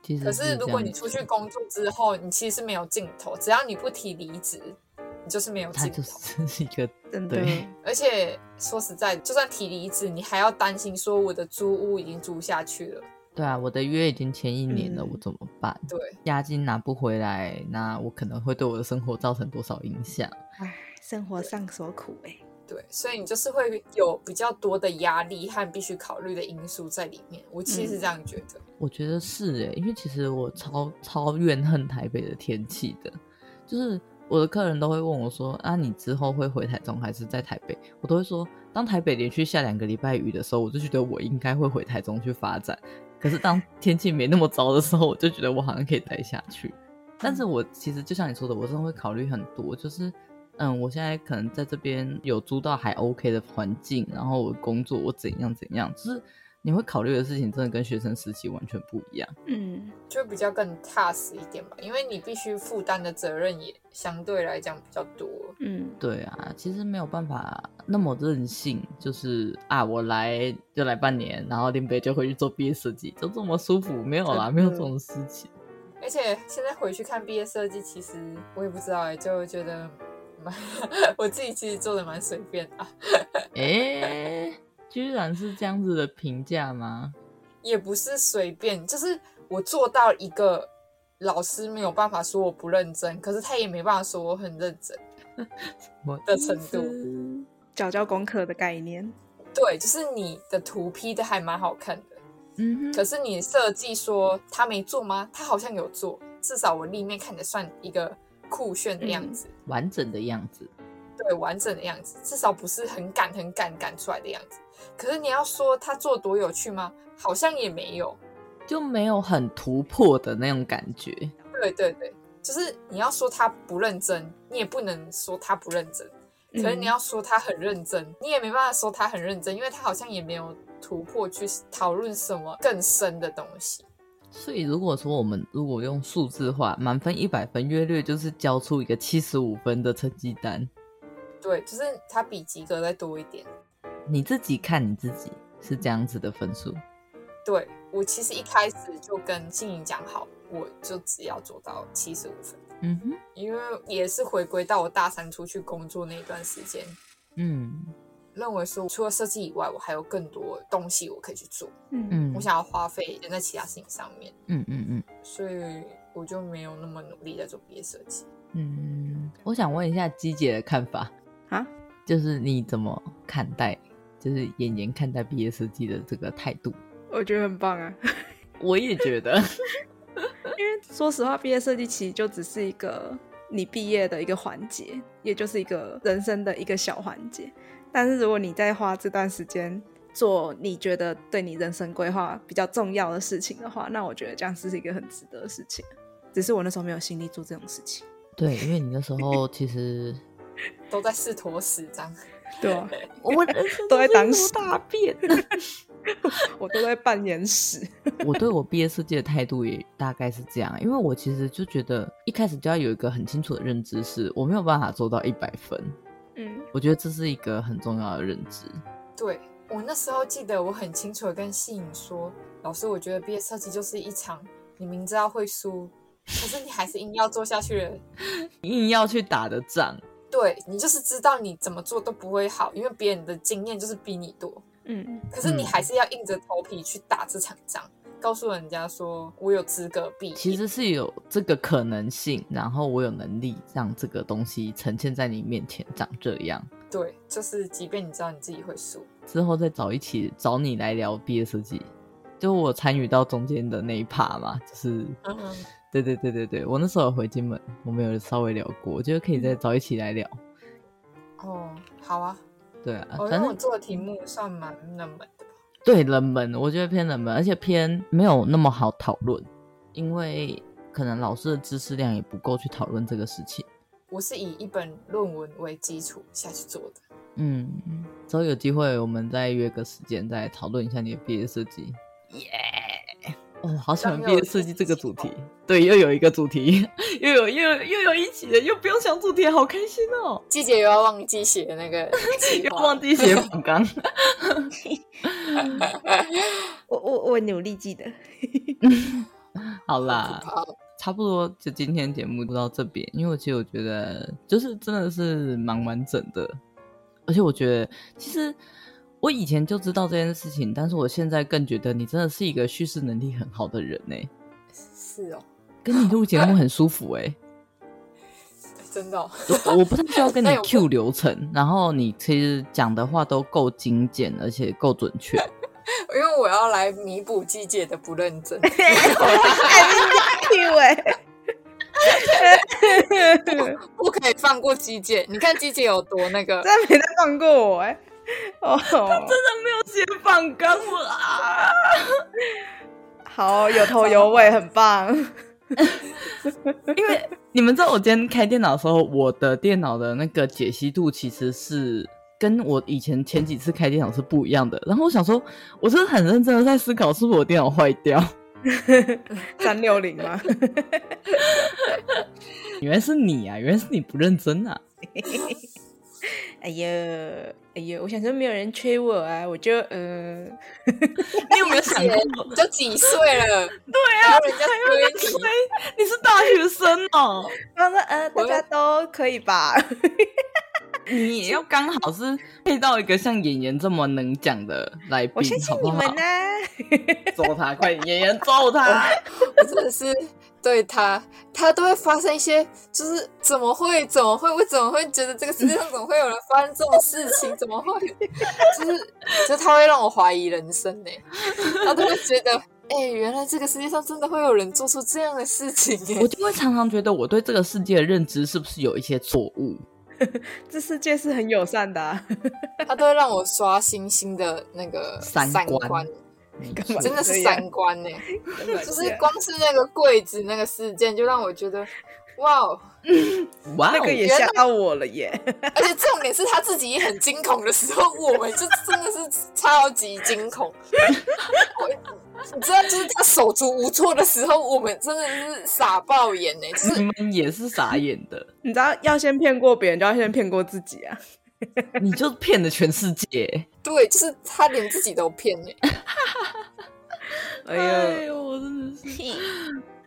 Speaker 1: 其实
Speaker 3: 可
Speaker 1: 是
Speaker 3: 是如果
Speaker 1: 这样
Speaker 3: 你出去
Speaker 1: 子，
Speaker 3: 工作之后，你其实是没有尽头，只要你不提离职，你就是没有
Speaker 1: 它
Speaker 3: 尽头。
Speaker 1: 就是一 个
Speaker 2: 真的，
Speaker 1: 对
Speaker 3: 而且说实在，就算提离职，你还要担心说我的租屋已经租下去了，
Speaker 1: 对啊，我的约已经签一年了，
Speaker 2: 嗯
Speaker 1: 我怎么办？
Speaker 3: 对，
Speaker 1: 押金拿不回来，那我可能会对我的生活造成多少影响？
Speaker 2: 唉，生活上所苦哎、
Speaker 3: 对，所以你就是会有比较多的压力和必须考虑的因素在里面。我其
Speaker 1: 嗯
Speaker 3: 实是这样觉得，
Speaker 1: 我觉得是哎、因为其实我超超怨恨台北的天气的，就是我的客人都会问我说：“啊，你之后会回台中还是在台北？”我都会说，当台北连续下两个礼拜雨的时候，我就觉得我应该会回台中去发展。可是当天气没那么糟的时候，我就觉得我好像可以待下去。但是我其实就像你说的，我真的会考虑很多，就是嗯，我现在可能在这边有租到还 OK 的环境，然后我工作我怎样怎样，就是你会考虑的事情真的跟学生时期完全不一样。
Speaker 2: 嗯，
Speaker 3: 就比较更踏实一点吧，因为你必须负担的责任也相对来讲比较多。
Speaker 2: 嗯，
Speaker 1: 对啊，其实没有办法那么任性，就是啊，我来就来半年，然后林北就回去做毕业设计，就这么舒服？没有啦，
Speaker 2: 真
Speaker 1: 没
Speaker 2: 的
Speaker 1: 有这种事情。
Speaker 3: 而且现在回去看毕业设计，其实我也不知道哎、就觉得蛮 我自己其实做的蛮随便啊，
Speaker 1: 诶，居然是这样子的评价吗？
Speaker 3: 也不是随便，就是我做到一个老师没有办法说我不认真，可是他也没办法说我很认真。
Speaker 1: 我
Speaker 3: 的程度
Speaker 1: 度，
Speaker 2: 教教功课的概念。
Speaker 3: 对，就是你的图 P 的还蛮好看的，
Speaker 1: 嗯
Speaker 3: 可
Speaker 1: 哼，
Speaker 3: 是你设计说他没做吗？他好像有做，至少我立面看着算一个酷炫的样子，
Speaker 1: 完整的样子，
Speaker 3: 对，完整的样子，至少不是很赶很赶赶出来的样子。可是你要说他做多有趣吗？好像也没有。
Speaker 1: 就没有很突破的那种感觉。
Speaker 3: 对对对，就是你要说他不认真，你也不能说他不认真。可是
Speaker 2: 嗯
Speaker 3: 你要说他很认真，你也没办法说他很认真，因为他好像也没有突破去讨论什么更深的东西。
Speaker 1: 所以如果说我们如果用数字化，满分一百分，约略就是交出一个七十五分的成绩单。
Speaker 3: 对，就是他比及格再多一点。
Speaker 1: 你自己看你自己是这样子的分数。
Speaker 3: 对我其实一开始就跟静怡讲好，我就只要做到七十五分，
Speaker 1: 嗯哼，
Speaker 3: 因为也是回归到我大三出去工作那一段时间，
Speaker 1: 嗯
Speaker 3: 认为说除了设计以外，我还有更多东西我可以去做，
Speaker 2: 嗯
Speaker 1: 嗯，
Speaker 3: 我想要花费在其他事情上面，
Speaker 1: 嗯嗯嗯
Speaker 3: 所以我就没有那么努力在做毕业设计。
Speaker 1: 嗯，我想问一下姬姐的看法，
Speaker 2: 啊，
Speaker 1: 就是你怎么看待，就是演员看待毕业设计的这个态度？
Speaker 2: 我觉得很棒啊，
Speaker 1: 我也觉得，
Speaker 2: 因为说实话，毕业设计其实就只是一个你毕业的一个环节，也就是一个人生的一个小环节。但是如果你在花这段时间做你觉得对你人生规划比较重要的事情的话，那我觉得这样是一个很值得的事情。只是我那时候没有心力做这种事情。
Speaker 1: 对，因为你那时候其实
Speaker 3: 都在试坨屎这样，
Speaker 2: 对 啊，
Speaker 1: 我人生
Speaker 2: 都在当
Speaker 1: 是一坨大便。
Speaker 2: 我都在扮演屎。
Speaker 1: 我对我毕业设计的态度也大概是这样，因为我其实就觉得一开始就要有一个很清楚的认知是，我没有办法做到一百分，
Speaker 2: 嗯，
Speaker 1: 我觉得这是一个很重要的认知。
Speaker 3: 对我那时候记得，我很清楚的跟信颖说：“老师，我觉得毕业设计就是一场你明知道会输，可是你还是硬要做下去的。
Speaker 1: 硬要去打的仗，
Speaker 3: 对你就是知道你怎么做都不会好，因为别人的经验就是比你多，
Speaker 2: 嗯
Speaker 3: 可是你
Speaker 1: 嗯
Speaker 3: 还是要硬着头皮去打这场仗，告诉人家说我有资格毕业。
Speaker 1: 其实是有这个可能性，然后我有能力让这个东西呈现在你面前长这样，
Speaker 3: 对，就是即便你知道你自己会输，
Speaker 1: 之后再找一起找你来聊毕业设计。就我参与到中间的那一趴嘛，就是
Speaker 3: 嗯哼，
Speaker 1: 对对对对对，我那时候有回金门，我们有稍微聊过，我觉得可以
Speaker 3: 嗯
Speaker 1: 再找一起来聊。
Speaker 3: 哦，好啊，
Speaker 1: 对啊，
Speaker 3: 哦，因
Speaker 1: 反
Speaker 3: 为我
Speaker 1: 正
Speaker 3: 做的题目算蛮冷门的吧，
Speaker 1: 对冷门，我觉得偏冷门，而且偏没有那么好讨论，因为可能老师的知识量也不够去讨论这个事情。
Speaker 3: 我是以一本论文为基础下去做的。
Speaker 1: 嗯，之后有机会我们再约个时间再讨论一下你的毕业设计。耶、哦，好喜欢毕业设计这个主题。对，又有一个主题， 又有又有又有一起的，又不用想主题，好开心哦！
Speaker 3: 季姐又要忘记写那 个计
Speaker 1: 又
Speaker 3: 划，
Speaker 1: 忘记写反纲。
Speaker 2: 我我我努力 记得。
Speaker 1: 好
Speaker 3: 好
Speaker 1: 啦
Speaker 3: 可，怕哦
Speaker 1: 差不多就今天节目就到这边，因为我其实我觉得就是真的是蛮完整的，而且我觉得其实我以前就知道这件事情，但是我现在更觉得你真的是一个叙事能力很好的人呢、欸
Speaker 3: 是哦，
Speaker 1: 跟你录节目很舒服哎、
Speaker 3: 真的哦、
Speaker 1: 欸我我不太需要跟你
Speaker 3: 那有
Speaker 1: Q 流程，然后你其实讲的话都够精简，而且够准确。
Speaker 3: 因为我要来弥补季姐的不认真。
Speaker 2: Q 哎、
Speaker 3: 不可以放过机姐。你看机姐有多 那个，
Speaker 2: 真的没在放过我哎、哦、
Speaker 1: 没有写反纲我啊！
Speaker 2: 好，有头有尾，很棒。
Speaker 1: 因为你们知道，我今天开电脑的时候，我的电脑的那个解析度其实是跟我以前前几次开电脑是不一样的。然后我想说，我真的很认真的在思考，是不是我电脑坏掉？
Speaker 2: 三六零吗？
Speaker 1: 原来是 你啊！原来是你不认真啊！
Speaker 2: 哎呀，哎呀，我想说没有人催我啊，我就呃，
Speaker 1: 你有没有想
Speaker 3: 姐
Speaker 1: 过？
Speaker 3: 你都几岁了？
Speaker 1: 对
Speaker 3: 还有人家推
Speaker 1: 啊
Speaker 3: 你，
Speaker 1: 哎你是大学生哦，
Speaker 2: 然后说呃，大
Speaker 3: 我
Speaker 2: 家都可以吧？
Speaker 1: 你也要刚好是配到一个像演员这么能讲的来宾，
Speaker 2: 我相信
Speaker 1: 好不
Speaker 2: 你
Speaker 1: 好
Speaker 2: 们呢、
Speaker 1: 揍他，快点，演员揍 他！
Speaker 3: 我真的是对她，她都会发生一些，就是怎么会，怎么会，我怎么会觉得这个世界上怎么会有人发生这种事情？怎么会？就是，就是她会让我怀疑人生呢、她都会觉得，哎、原来这个世界上真的会有人做出这样的事情、
Speaker 1: 我
Speaker 3: 欸。
Speaker 1: 就会常常觉得我对这个世界的认知是不是有一些错 误？
Speaker 2: 这世界是很友善的、啊，
Speaker 3: 她欸都会让我刷新新的那个
Speaker 1: 三
Speaker 3: 三
Speaker 1: 观
Speaker 3: 观，
Speaker 2: 干嘛
Speaker 3: 真的是
Speaker 2: 这样
Speaker 3: 三观呢、就
Speaker 2: 这
Speaker 3: 是
Speaker 2: 样
Speaker 3: 光是那个柜子那个事件，就让我觉得，哇哦！
Speaker 1: 哇哦，
Speaker 2: 那个也吓到我了耶！
Speaker 3: 而且重点是他自己也很惊恐的时候，我们就真的是超级惊恐。 我你知道，就是他手足无措的时候，我们真的是傻爆眼呢、就是
Speaker 1: 你们也是傻眼的，
Speaker 2: 你知道，要先骗过别人，就要先骗过自己啊！
Speaker 1: 你就骗了全世界。
Speaker 3: 对，就是他连自己都骗欸呢、
Speaker 2: 哎呦，
Speaker 1: 呦，我真的是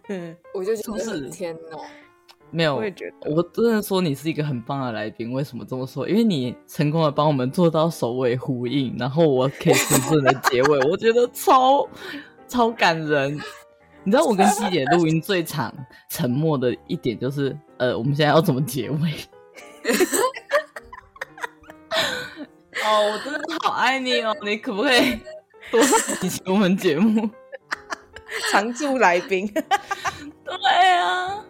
Speaker 2: 嗯，
Speaker 3: 我就觉
Speaker 1: 是不是
Speaker 3: 得天哦哪！
Speaker 1: 没有
Speaker 2: 我。也觉得，
Speaker 1: 我真的说你是一个很棒的来宾，为什么这么说？因为你成功的帮我们做到首尾呼应，然后我可以真正的结尾，我觉得超超感人。你知道我跟西姐录音最常沉默的一点就是，呃，我们现在要怎么结尾？ 哦，我真的好爱你哦，你可不可以多上几期我们节目？
Speaker 2: 常驻来宾，
Speaker 1: 对啊。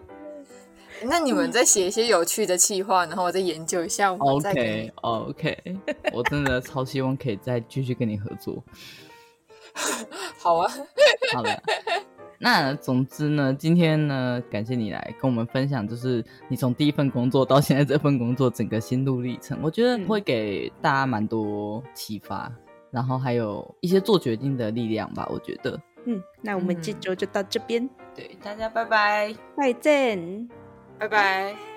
Speaker 3: 那你们再写一些有趣的企划，然后我再研究一下，我们再给你
Speaker 1: OK 哦 OK，我真的超希望可以再继续跟你合作。
Speaker 3: 好啊。
Speaker 1: 好了，那总之呢，今天呢，感谢你来跟我们分享，就是你从第一份工作到现在这份工作整个心路历程，我觉得
Speaker 3: 嗯
Speaker 1: 会给大家蛮多启发，然后还有一些做决定的力量吧。我觉得，
Speaker 2: 嗯，那我们这
Speaker 3: 嗯
Speaker 2: 周就到这边，
Speaker 1: 对大家拜拜。
Speaker 2: 再见。
Speaker 3: 拜拜。